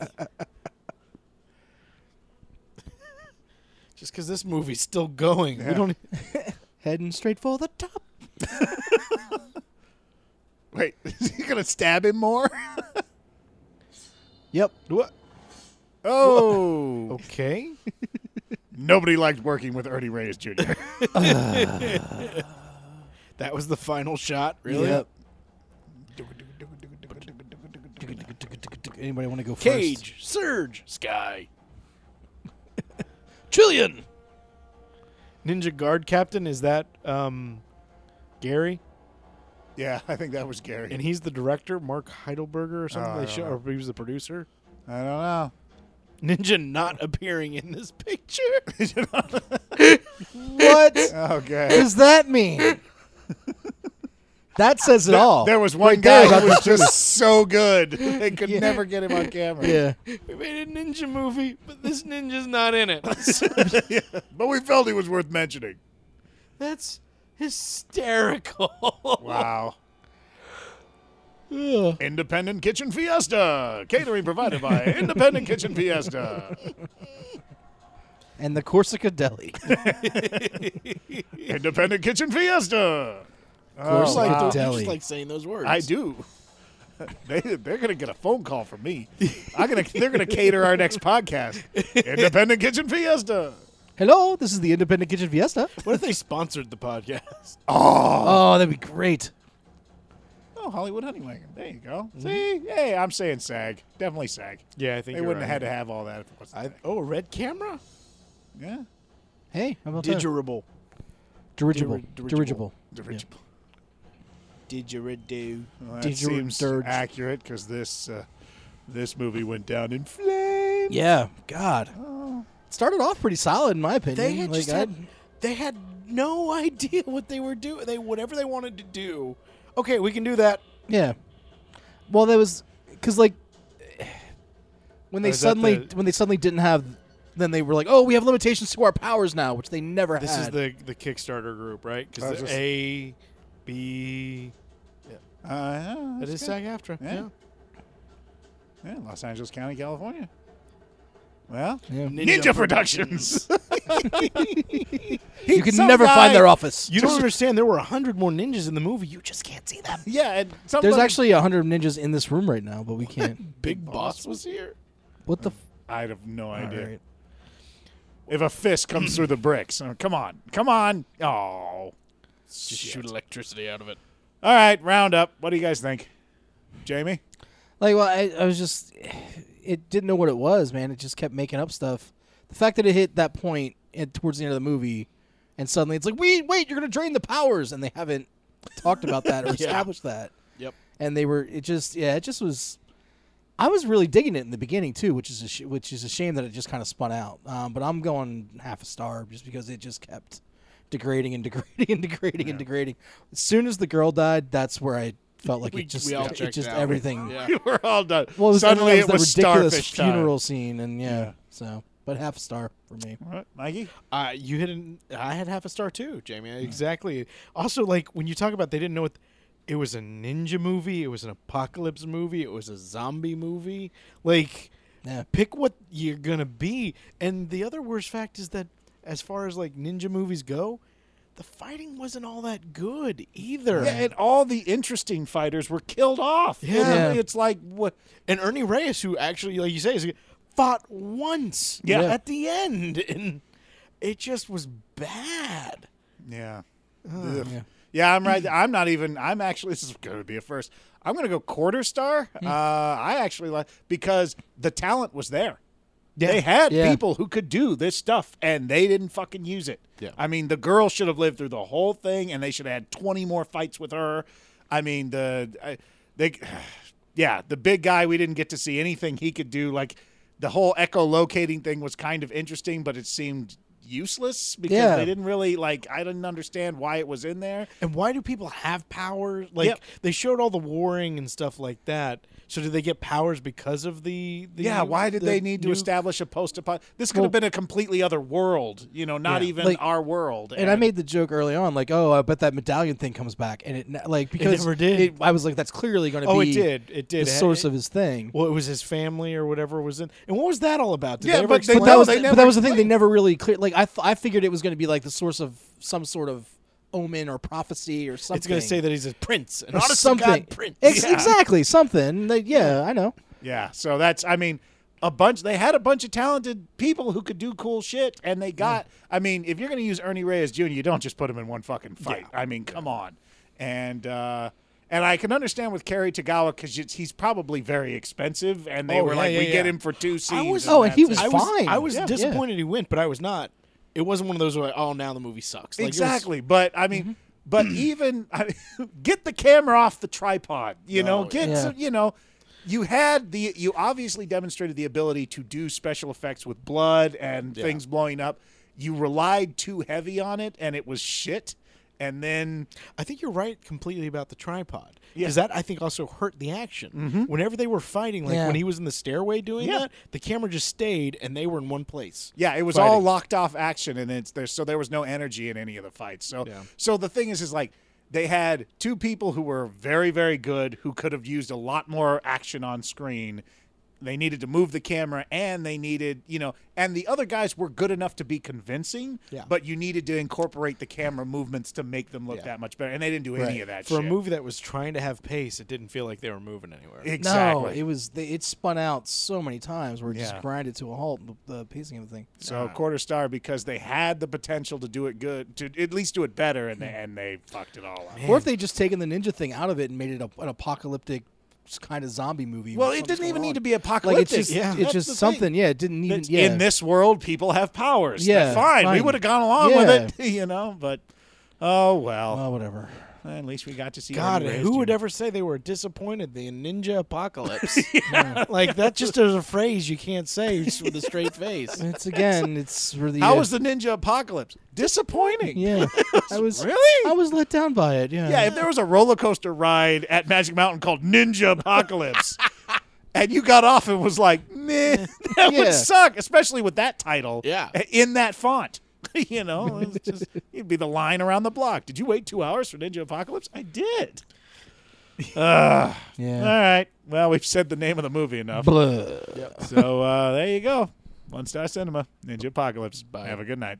[SPEAKER 2] Just because this movie's still going, we don't.
[SPEAKER 3] e- Heading straight for the top.
[SPEAKER 1] Wait, is he gonna stab him more?
[SPEAKER 3] Yep.
[SPEAKER 2] What?
[SPEAKER 1] Oh,
[SPEAKER 2] Okay.
[SPEAKER 1] nobody liked working with Ernie Reyes Jr.
[SPEAKER 2] That was the final shot. Really?
[SPEAKER 3] Yep. Anybody want to go first?
[SPEAKER 2] Cage, Surge, Sky, Trillion. Ninja Guard Captain is that um, Gary,
[SPEAKER 1] yeah, I think that was Gary.
[SPEAKER 2] and he's the director, Mark Heidelberger or something.
[SPEAKER 1] Oh, I
[SPEAKER 2] they
[SPEAKER 1] don't
[SPEAKER 2] show,
[SPEAKER 1] know.
[SPEAKER 2] or he was the producer.
[SPEAKER 1] I don't know.
[SPEAKER 2] Ninja not appearing in this picture.
[SPEAKER 3] What
[SPEAKER 1] Okay.
[SPEAKER 3] does that mean? that says it all.
[SPEAKER 1] There was one guy who was just so good they could never get him on camera.
[SPEAKER 3] yeah.
[SPEAKER 2] we made a ninja movie, but this ninja's not in it.
[SPEAKER 1] But we felt he was worth mentioning.
[SPEAKER 2] That's hysterical.
[SPEAKER 1] Wow. Independent Kitchen Fiesta. Catering provided by Independent Kitchen Fiesta.
[SPEAKER 3] And the Corsica Deli.
[SPEAKER 1] Independent Kitchen Fiesta.
[SPEAKER 3] Corsica
[SPEAKER 1] like
[SPEAKER 2] I
[SPEAKER 1] the-
[SPEAKER 3] Deli.
[SPEAKER 2] just like saying those words.
[SPEAKER 1] I do. They, they're gonna get a phone call from me. I'm gonna they're gonna cater our next podcast. Independent Kitchen Fiesta.
[SPEAKER 3] Hello, this is the Independent Kitchen Fiesta.
[SPEAKER 2] What if they sponsored the podcast?
[SPEAKER 3] Oh, that'd be great.
[SPEAKER 1] Oh, Hollywood Honeywagon. There you go. See, hey, I'm saying SAG. Definitely SAG.
[SPEAKER 2] Mm-hmm. Yeah, I think
[SPEAKER 1] They wouldn't have had to have all that if it wasn't.
[SPEAKER 2] I,
[SPEAKER 1] SAG.
[SPEAKER 2] oh, a red camera?
[SPEAKER 1] yeah,
[SPEAKER 3] Hey, how about that?
[SPEAKER 2] Didgerable.
[SPEAKER 3] Dirigible.
[SPEAKER 2] Diri-
[SPEAKER 3] Dirigible.
[SPEAKER 1] dirigible.
[SPEAKER 2] Didgeridoo.
[SPEAKER 1] Well, that
[SPEAKER 3] Did you
[SPEAKER 1] seems
[SPEAKER 3] dirge-
[SPEAKER 1] accurate because this uh, this movie went down in flames.
[SPEAKER 3] Yeah. God. Oh. It started off pretty solid, in my opinion.
[SPEAKER 2] They had
[SPEAKER 3] Like,
[SPEAKER 2] just
[SPEAKER 3] I-
[SPEAKER 2] had, they had no idea what they were doing. They whatever they wanted to do. Okay, we can do that.
[SPEAKER 3] Yeah. Well, that was because like when they
[SPEAKER 2] is that
[SPEAKER 3] suddenly
[SPEAKER 2] the-
[SPEAKER 3] when they suddenly didn't have, then they were like, oh, we have limitations to our powers now, which they never
[SPEAKER 2] This is
[SPEAKER 3] had.
[SPEAKER 2] the the Kickstarter group,
[SPEAKER 1] I
[SPEAKER 2] right? Because
[SPEAKER 1] was
[SPEAKER 2] the
[SPEAKER 1] just-
[SPEAKER 2] A, B,
[SPEAKER 1] Uh, yeah,
[SPEAKER 2] that
[SPEAKER 1] that's
[SPEAKER 2] is
[SPEAKER 1] good.
[SPEAKER 2] SAG after.
[SPEAKER 1] Yeah.
[SPEAKER 2] Yeah.
[SPEAKER 1] Yeah, Los Angeles County, California. Well,
[SPEAKER 3] Yeah.
[SPEAKER 1] Ninja, Productions.
[SPEAKER 3] you can never find their office.
[SPEAKER 2] You don't understand. There were a hundred more ninjas in the movie. You just can't see them.
[SPEAKER 1] Yeah, and some
[SPEAKER 3] There's
[SPEAKER 1] fucking-
[SPEAKER 3] actually a hundred ninjas in this room right now, but we can't.
[SPEAKER 2] Big Boss was here.
[SPEAKER 3] What the? F-
[SPEAKER 1] I have no idea.
[SPEAKER 3] right.
[SPEAKER 1] If a fist comes through the bricks, oh, come on, come on. Oh, all
[SPEAKER 2] Just shoot electricity out of it.
[SPEAKER 1] right, round up. What do you guys think, Jamie?
[SPEAKER 3] like, well, I, I was just, it didn't know what it was, man. It just kept making up stuff. The fact that it hit that point at, towards the end of the movie, and suddenly it's like, wait, wait, you're gonna drain the powers, and they haven't talked about that or established that.
[SPEAKER 2] Yep.
[SPEAKER 3] and they were it just yeah it just was i was really digging it in the beginning too which is a sh- which is a shame that it just kind of spun out um, but i'm going half a star just because it just kept degrading and degrading and degrading and degrading as soon as the girl died that's where i felt like
[SPEAKER 2] We-
[SPEAKER 3] it just
[SPEAKER 2] we all
[SPEAKER 3] it- it
[SPEAKER 2] checked
[SPEAKER 3] just
[SPEAKER 2] out.
[SPEAKER 3] everything
[SPEAKER 2] Yeah.
[SPEAKER 1] We were all done.
[SPEAKER 3] well it was, and then
[SPEAKER 1] Suddenly,
[SPEAKER 3] there
[SPEAKER 1] it was
[SPEAKER 3] the ridiculous
[SPEAKER 1] starfish time.
[SPEAKER 3] funeral scene and yeah, so but half a star for me
[SPEAKER 1] All right, Mikey.
[SPEAKER 2] Uh, you hit. An, I had half a star too, Jamie.
[SPEAKER 1] Hmm.
[SPEAKER 2] Exactly. Also, like when you talk about they didn't know what. It was a ninja movie. It was an apocalypse movie. It was a zombie movie. Like,
[SPEAKER 3] Yeah.
[SPEAKER 2] pick what you're gonna be. And the other worst fact is that, as far as like ninja movies go, the fighting wasn't all that good either.
[SPEAKER 1] Yeah, and all the interesting fighters were killed off.
[SPEAKER 2] Yeah.
[SPEAKER 1] Literally, it's like what?
[SPEAKER 2] and Ernie Reyes, who actually, like you say, is fought once
[SPEAKER 1] Yeah.
[SPEAKER 2] at the end, and it just was bad.
[SPEAKER 1] Yeah. Ugh. Yeah, I'm right. I'm not even. I'm actually. This is going to be a first. I'm going to go quarter star. Uh, I actually like because the talent was there. They had
[SPEAKER 3] Yeah.
[SPEAKER 1] people who could do this stuff, and they didn't fucking use it.
[SPEAKER 2] Yeah.
[SPEAKER 1] I mean, the girl should have lived through the whole thing, and they should have had 20 more fights with her. I mean, the I, they, yeah, the big guy. We didn't get to see anything he could do. Like the whole echolocating thing was kind of interesting, but it seemed useless because
[SPEAKER 3] Yeah.
[SPEAKER 1] they didn't really like. I didn't understand why it was in there.
[SPEAKER 2] And why do people have powers? Like
[SPEAKER 1] Yep.
[SPEAKER 2] they showed all the warring and stuff like that. So did they get powers because of the? the
[SPEAKER 1] Yeah, why did
[SPEAKER 2] the
[SPEAKER 1] they need to
[SPEAKER 2] new-
[SPEAKER 1] establish a post apo This could
[SPEAKER 3] Well-
[SPEAKER 1] have been a completely other world, you know, not
[SPEAKER 2] Yeah.
[SPEAKER 1] even
[SPEAKER 3] Like-
[SPEAKER 1] our world.
[SPEAKER 3] and I made the joke early on, like, "Oh, I bet that medallion thing comes back," and it ne- like because
[SPEAKER 2] never did.
[SPEAKER 3] it- I was like, "That's clearly going to
[SPEAKER 2] Oh, it
[SPEAKER 3] be
[SPEAKER 2] did. It did.
[SPEAKER 3] the
[SPEAKER 2] It-
[SPEAKER 3] source
[SPEAKER 2] it-
[SPEAKER 3] of his thing."
[SPEAKER 2] Well, it was his family or whatever was in. And what was that all about? Did
[SPEAKER 1] Yeah,
[SPEAKER 2] they ever
[SPEAKER 1] but they-
[SPEAKER 2] explain
[SPEAKER 3] But that
[SPEAKER 1] No,
[SPEAKER 3] was,
[SPEAKER 1] they
[SPEAKER 3] the-
[SPEAKER 1] never
[SPEAKER 3] but that was the thing. They never really clear. Like I, th- I figured it was going to be like the source of some sort of omen or prophecy or something.
[SPEAKER 2] It's going to say that he's a prince, an
[SPEAKER 3] or
[SPEAKER 2] honest
[SPEAKER 3] something.
[SPEAKER 2] to God prince.
[SPEAKER 3] Ex- Exactly something. That, yeah, I know.
[SPEAKER 1] Yeah, so that's I mean, a bunch they had a bunch of talented people who could do cool shit and they got I mean, if you're going to use Ernie Reyes Jr., you don't just put him in one fucking fight. I mean, come on. And uh and I can understand with Kerry Tagawa because he's probably very expensive, and they
[SPEAKER 2] Oh,
[SPEAKER 1] were
[SPEAKER 2] yeah,
[SPEAKER 1] like,
[SPEAKER 2] yeah,
[SPEAKER 1] "We get
[SPEAKER 2] yeah.
[SPEAKER 1] him for two scenes."
[SPEAKER 2] was-
[SPEAKER 3] oh, and he
[SPEAKER 1] that's
[SPEAKER 3] was
[SPEAKER 1] it.
[SPEAKER 2] I was,
[SPEAKER 3] fine.
[SPEAKER 2] I was
[SPEAKER 3] Yeah.
[SPEAKER 2] disappointed he went, but I was not. It wasn't one of those where oh now the movie sucks. Like, it was- Mm-hmm.
[SPEAKER 1] exactly. but I mean, but even I mean, get the camera off the tripod. You know, get
[SPEAKER 3] yeah.
[SPEAKER 1] some, you know, you had the you obviously demonstrated the ability to do special effects with blood and things blowing up. You relied too heavy on it, and it was shit. And then
[SPEAKER 2] I think you're right completely about the tripod
[SPEAKER 1] Yeah.
[SPEAKER 2] because that I think also hurt the action. Whenever they were fighting, like
[SPEAKER 3] Yeah.
[SPEAKER 2] when he was in the stairway doing
[SPEAKER 1] Yeah.
[SPEAKER 2] that, the camera just stayed and they were in one place.
[SPEAKER 1] Yeah, it was all
[SPEAKER 2] fighting.
[SPEAKER 1] locked off action, and it's there, so there was no energy in any of the fights. So,
[SPEAKER 2] Yeah.
[SPEAKER 1] so the thing is, is like they had two people who were very, very good, who could have used a lot more action on screen. They needed to move the camera, and they needed, you know, and the other guys were good enough to be convincing,
[SPEAKER 2] Yeah.
[SPEAKER 1] but you needed to incorporate the camera movements to make them look
[SPEAKER 2] Yeah.
[SPEAKER 1] that much better, and they didn't do any of that
[SPEAKER 2] For
[SPEAKER 1] shit.
[SPEAKER 2] a movie that was trying to have pace, it didn't feel like they were moving anywhere.
[SPEAKER 1] exactly.
[SPEAKER 3] No, it was. They, it spun out so many times where it
[SPEAKER 1] Yeah.
[SPEAKER 3] just grinded to a halt. The, the pacing of the thing.
[SPEAKER 1] so quarter star because they had the potential to do it good, to at least do it better, and they, and they fucked it all up.
[SPEAKER 3] Or if they just taken the ninja thing out of it and made it a, an apocalyptic kind of zombie movie.
[SPEAKER 1] Well, it
[SPEAKER 3] with something
[SPEAKER 1] didn't even need
[SPEAKER 3] going on.
[SPEAKER 1] to be
[SPEAKER 3] Like
[SPEAKER 1] apocalyptic.
[SPEAKER 3] it's just,
[SPEAKER 2] Yeah.
[SPEAKER 3] it's just something. Yeah, it didn't even. Yeah.
[SPEAKER 1] In this world, people have powers.
[SPEAKER 3] Yeah,
[SPEAKER 1] fine. We
[SPEAKER 3] fine.
[SPEAKER 1] would have gone along
[SPEAKER 3] Yeah.
[SPEAKER 1] with it, you know. But oh well.
[SPEAKER 3] Oh, whatever.
[SPEAKER 1] At least we got to see.
[SPEAKER 2] God,
[SPEAKER 1] Ernie Reyes
[SPEAKER 2] who would
[SPEAKER 1] Jr.
[SPEAKER 2] ever say they were disappointed the ninja apocalypse? Like that just is a phrase you can't say just with a straight face.
[SPEAKER 3] It's again. It's really.
[SPEAKER 1] How was the ninja apocalypse? Disappointing.
[SPEAKER 3] Yeah, I was
[SPEAKER 1] Really?
[SPEAKER 3] I was let down by it. Yeah,
[SPEAKER 1] Yeah, if there was a roller coaster ride at Magic Mountain called Ninja Apocalypse, and you got off and was like, "Man, that
[SPEAKER 3] Yeah.
[SPEAKER 1] would suck," especially with that title,
[SPEAKER 2] Yeah.
[SPEAKER 1] in that font. you know, it's just it'd be the line around the block. Did you wait two hours for Ninja Apocalypse? I did.
[SPEAKER 3] yeah.
[SPEAKER 1] All right. Well, we've said the name of the movie enough.
[SPEAKER 3] Blah.
[SPEAKER 1] so uh, there you go. One Star Cinema, Ninja Apocalypse. Have a good night.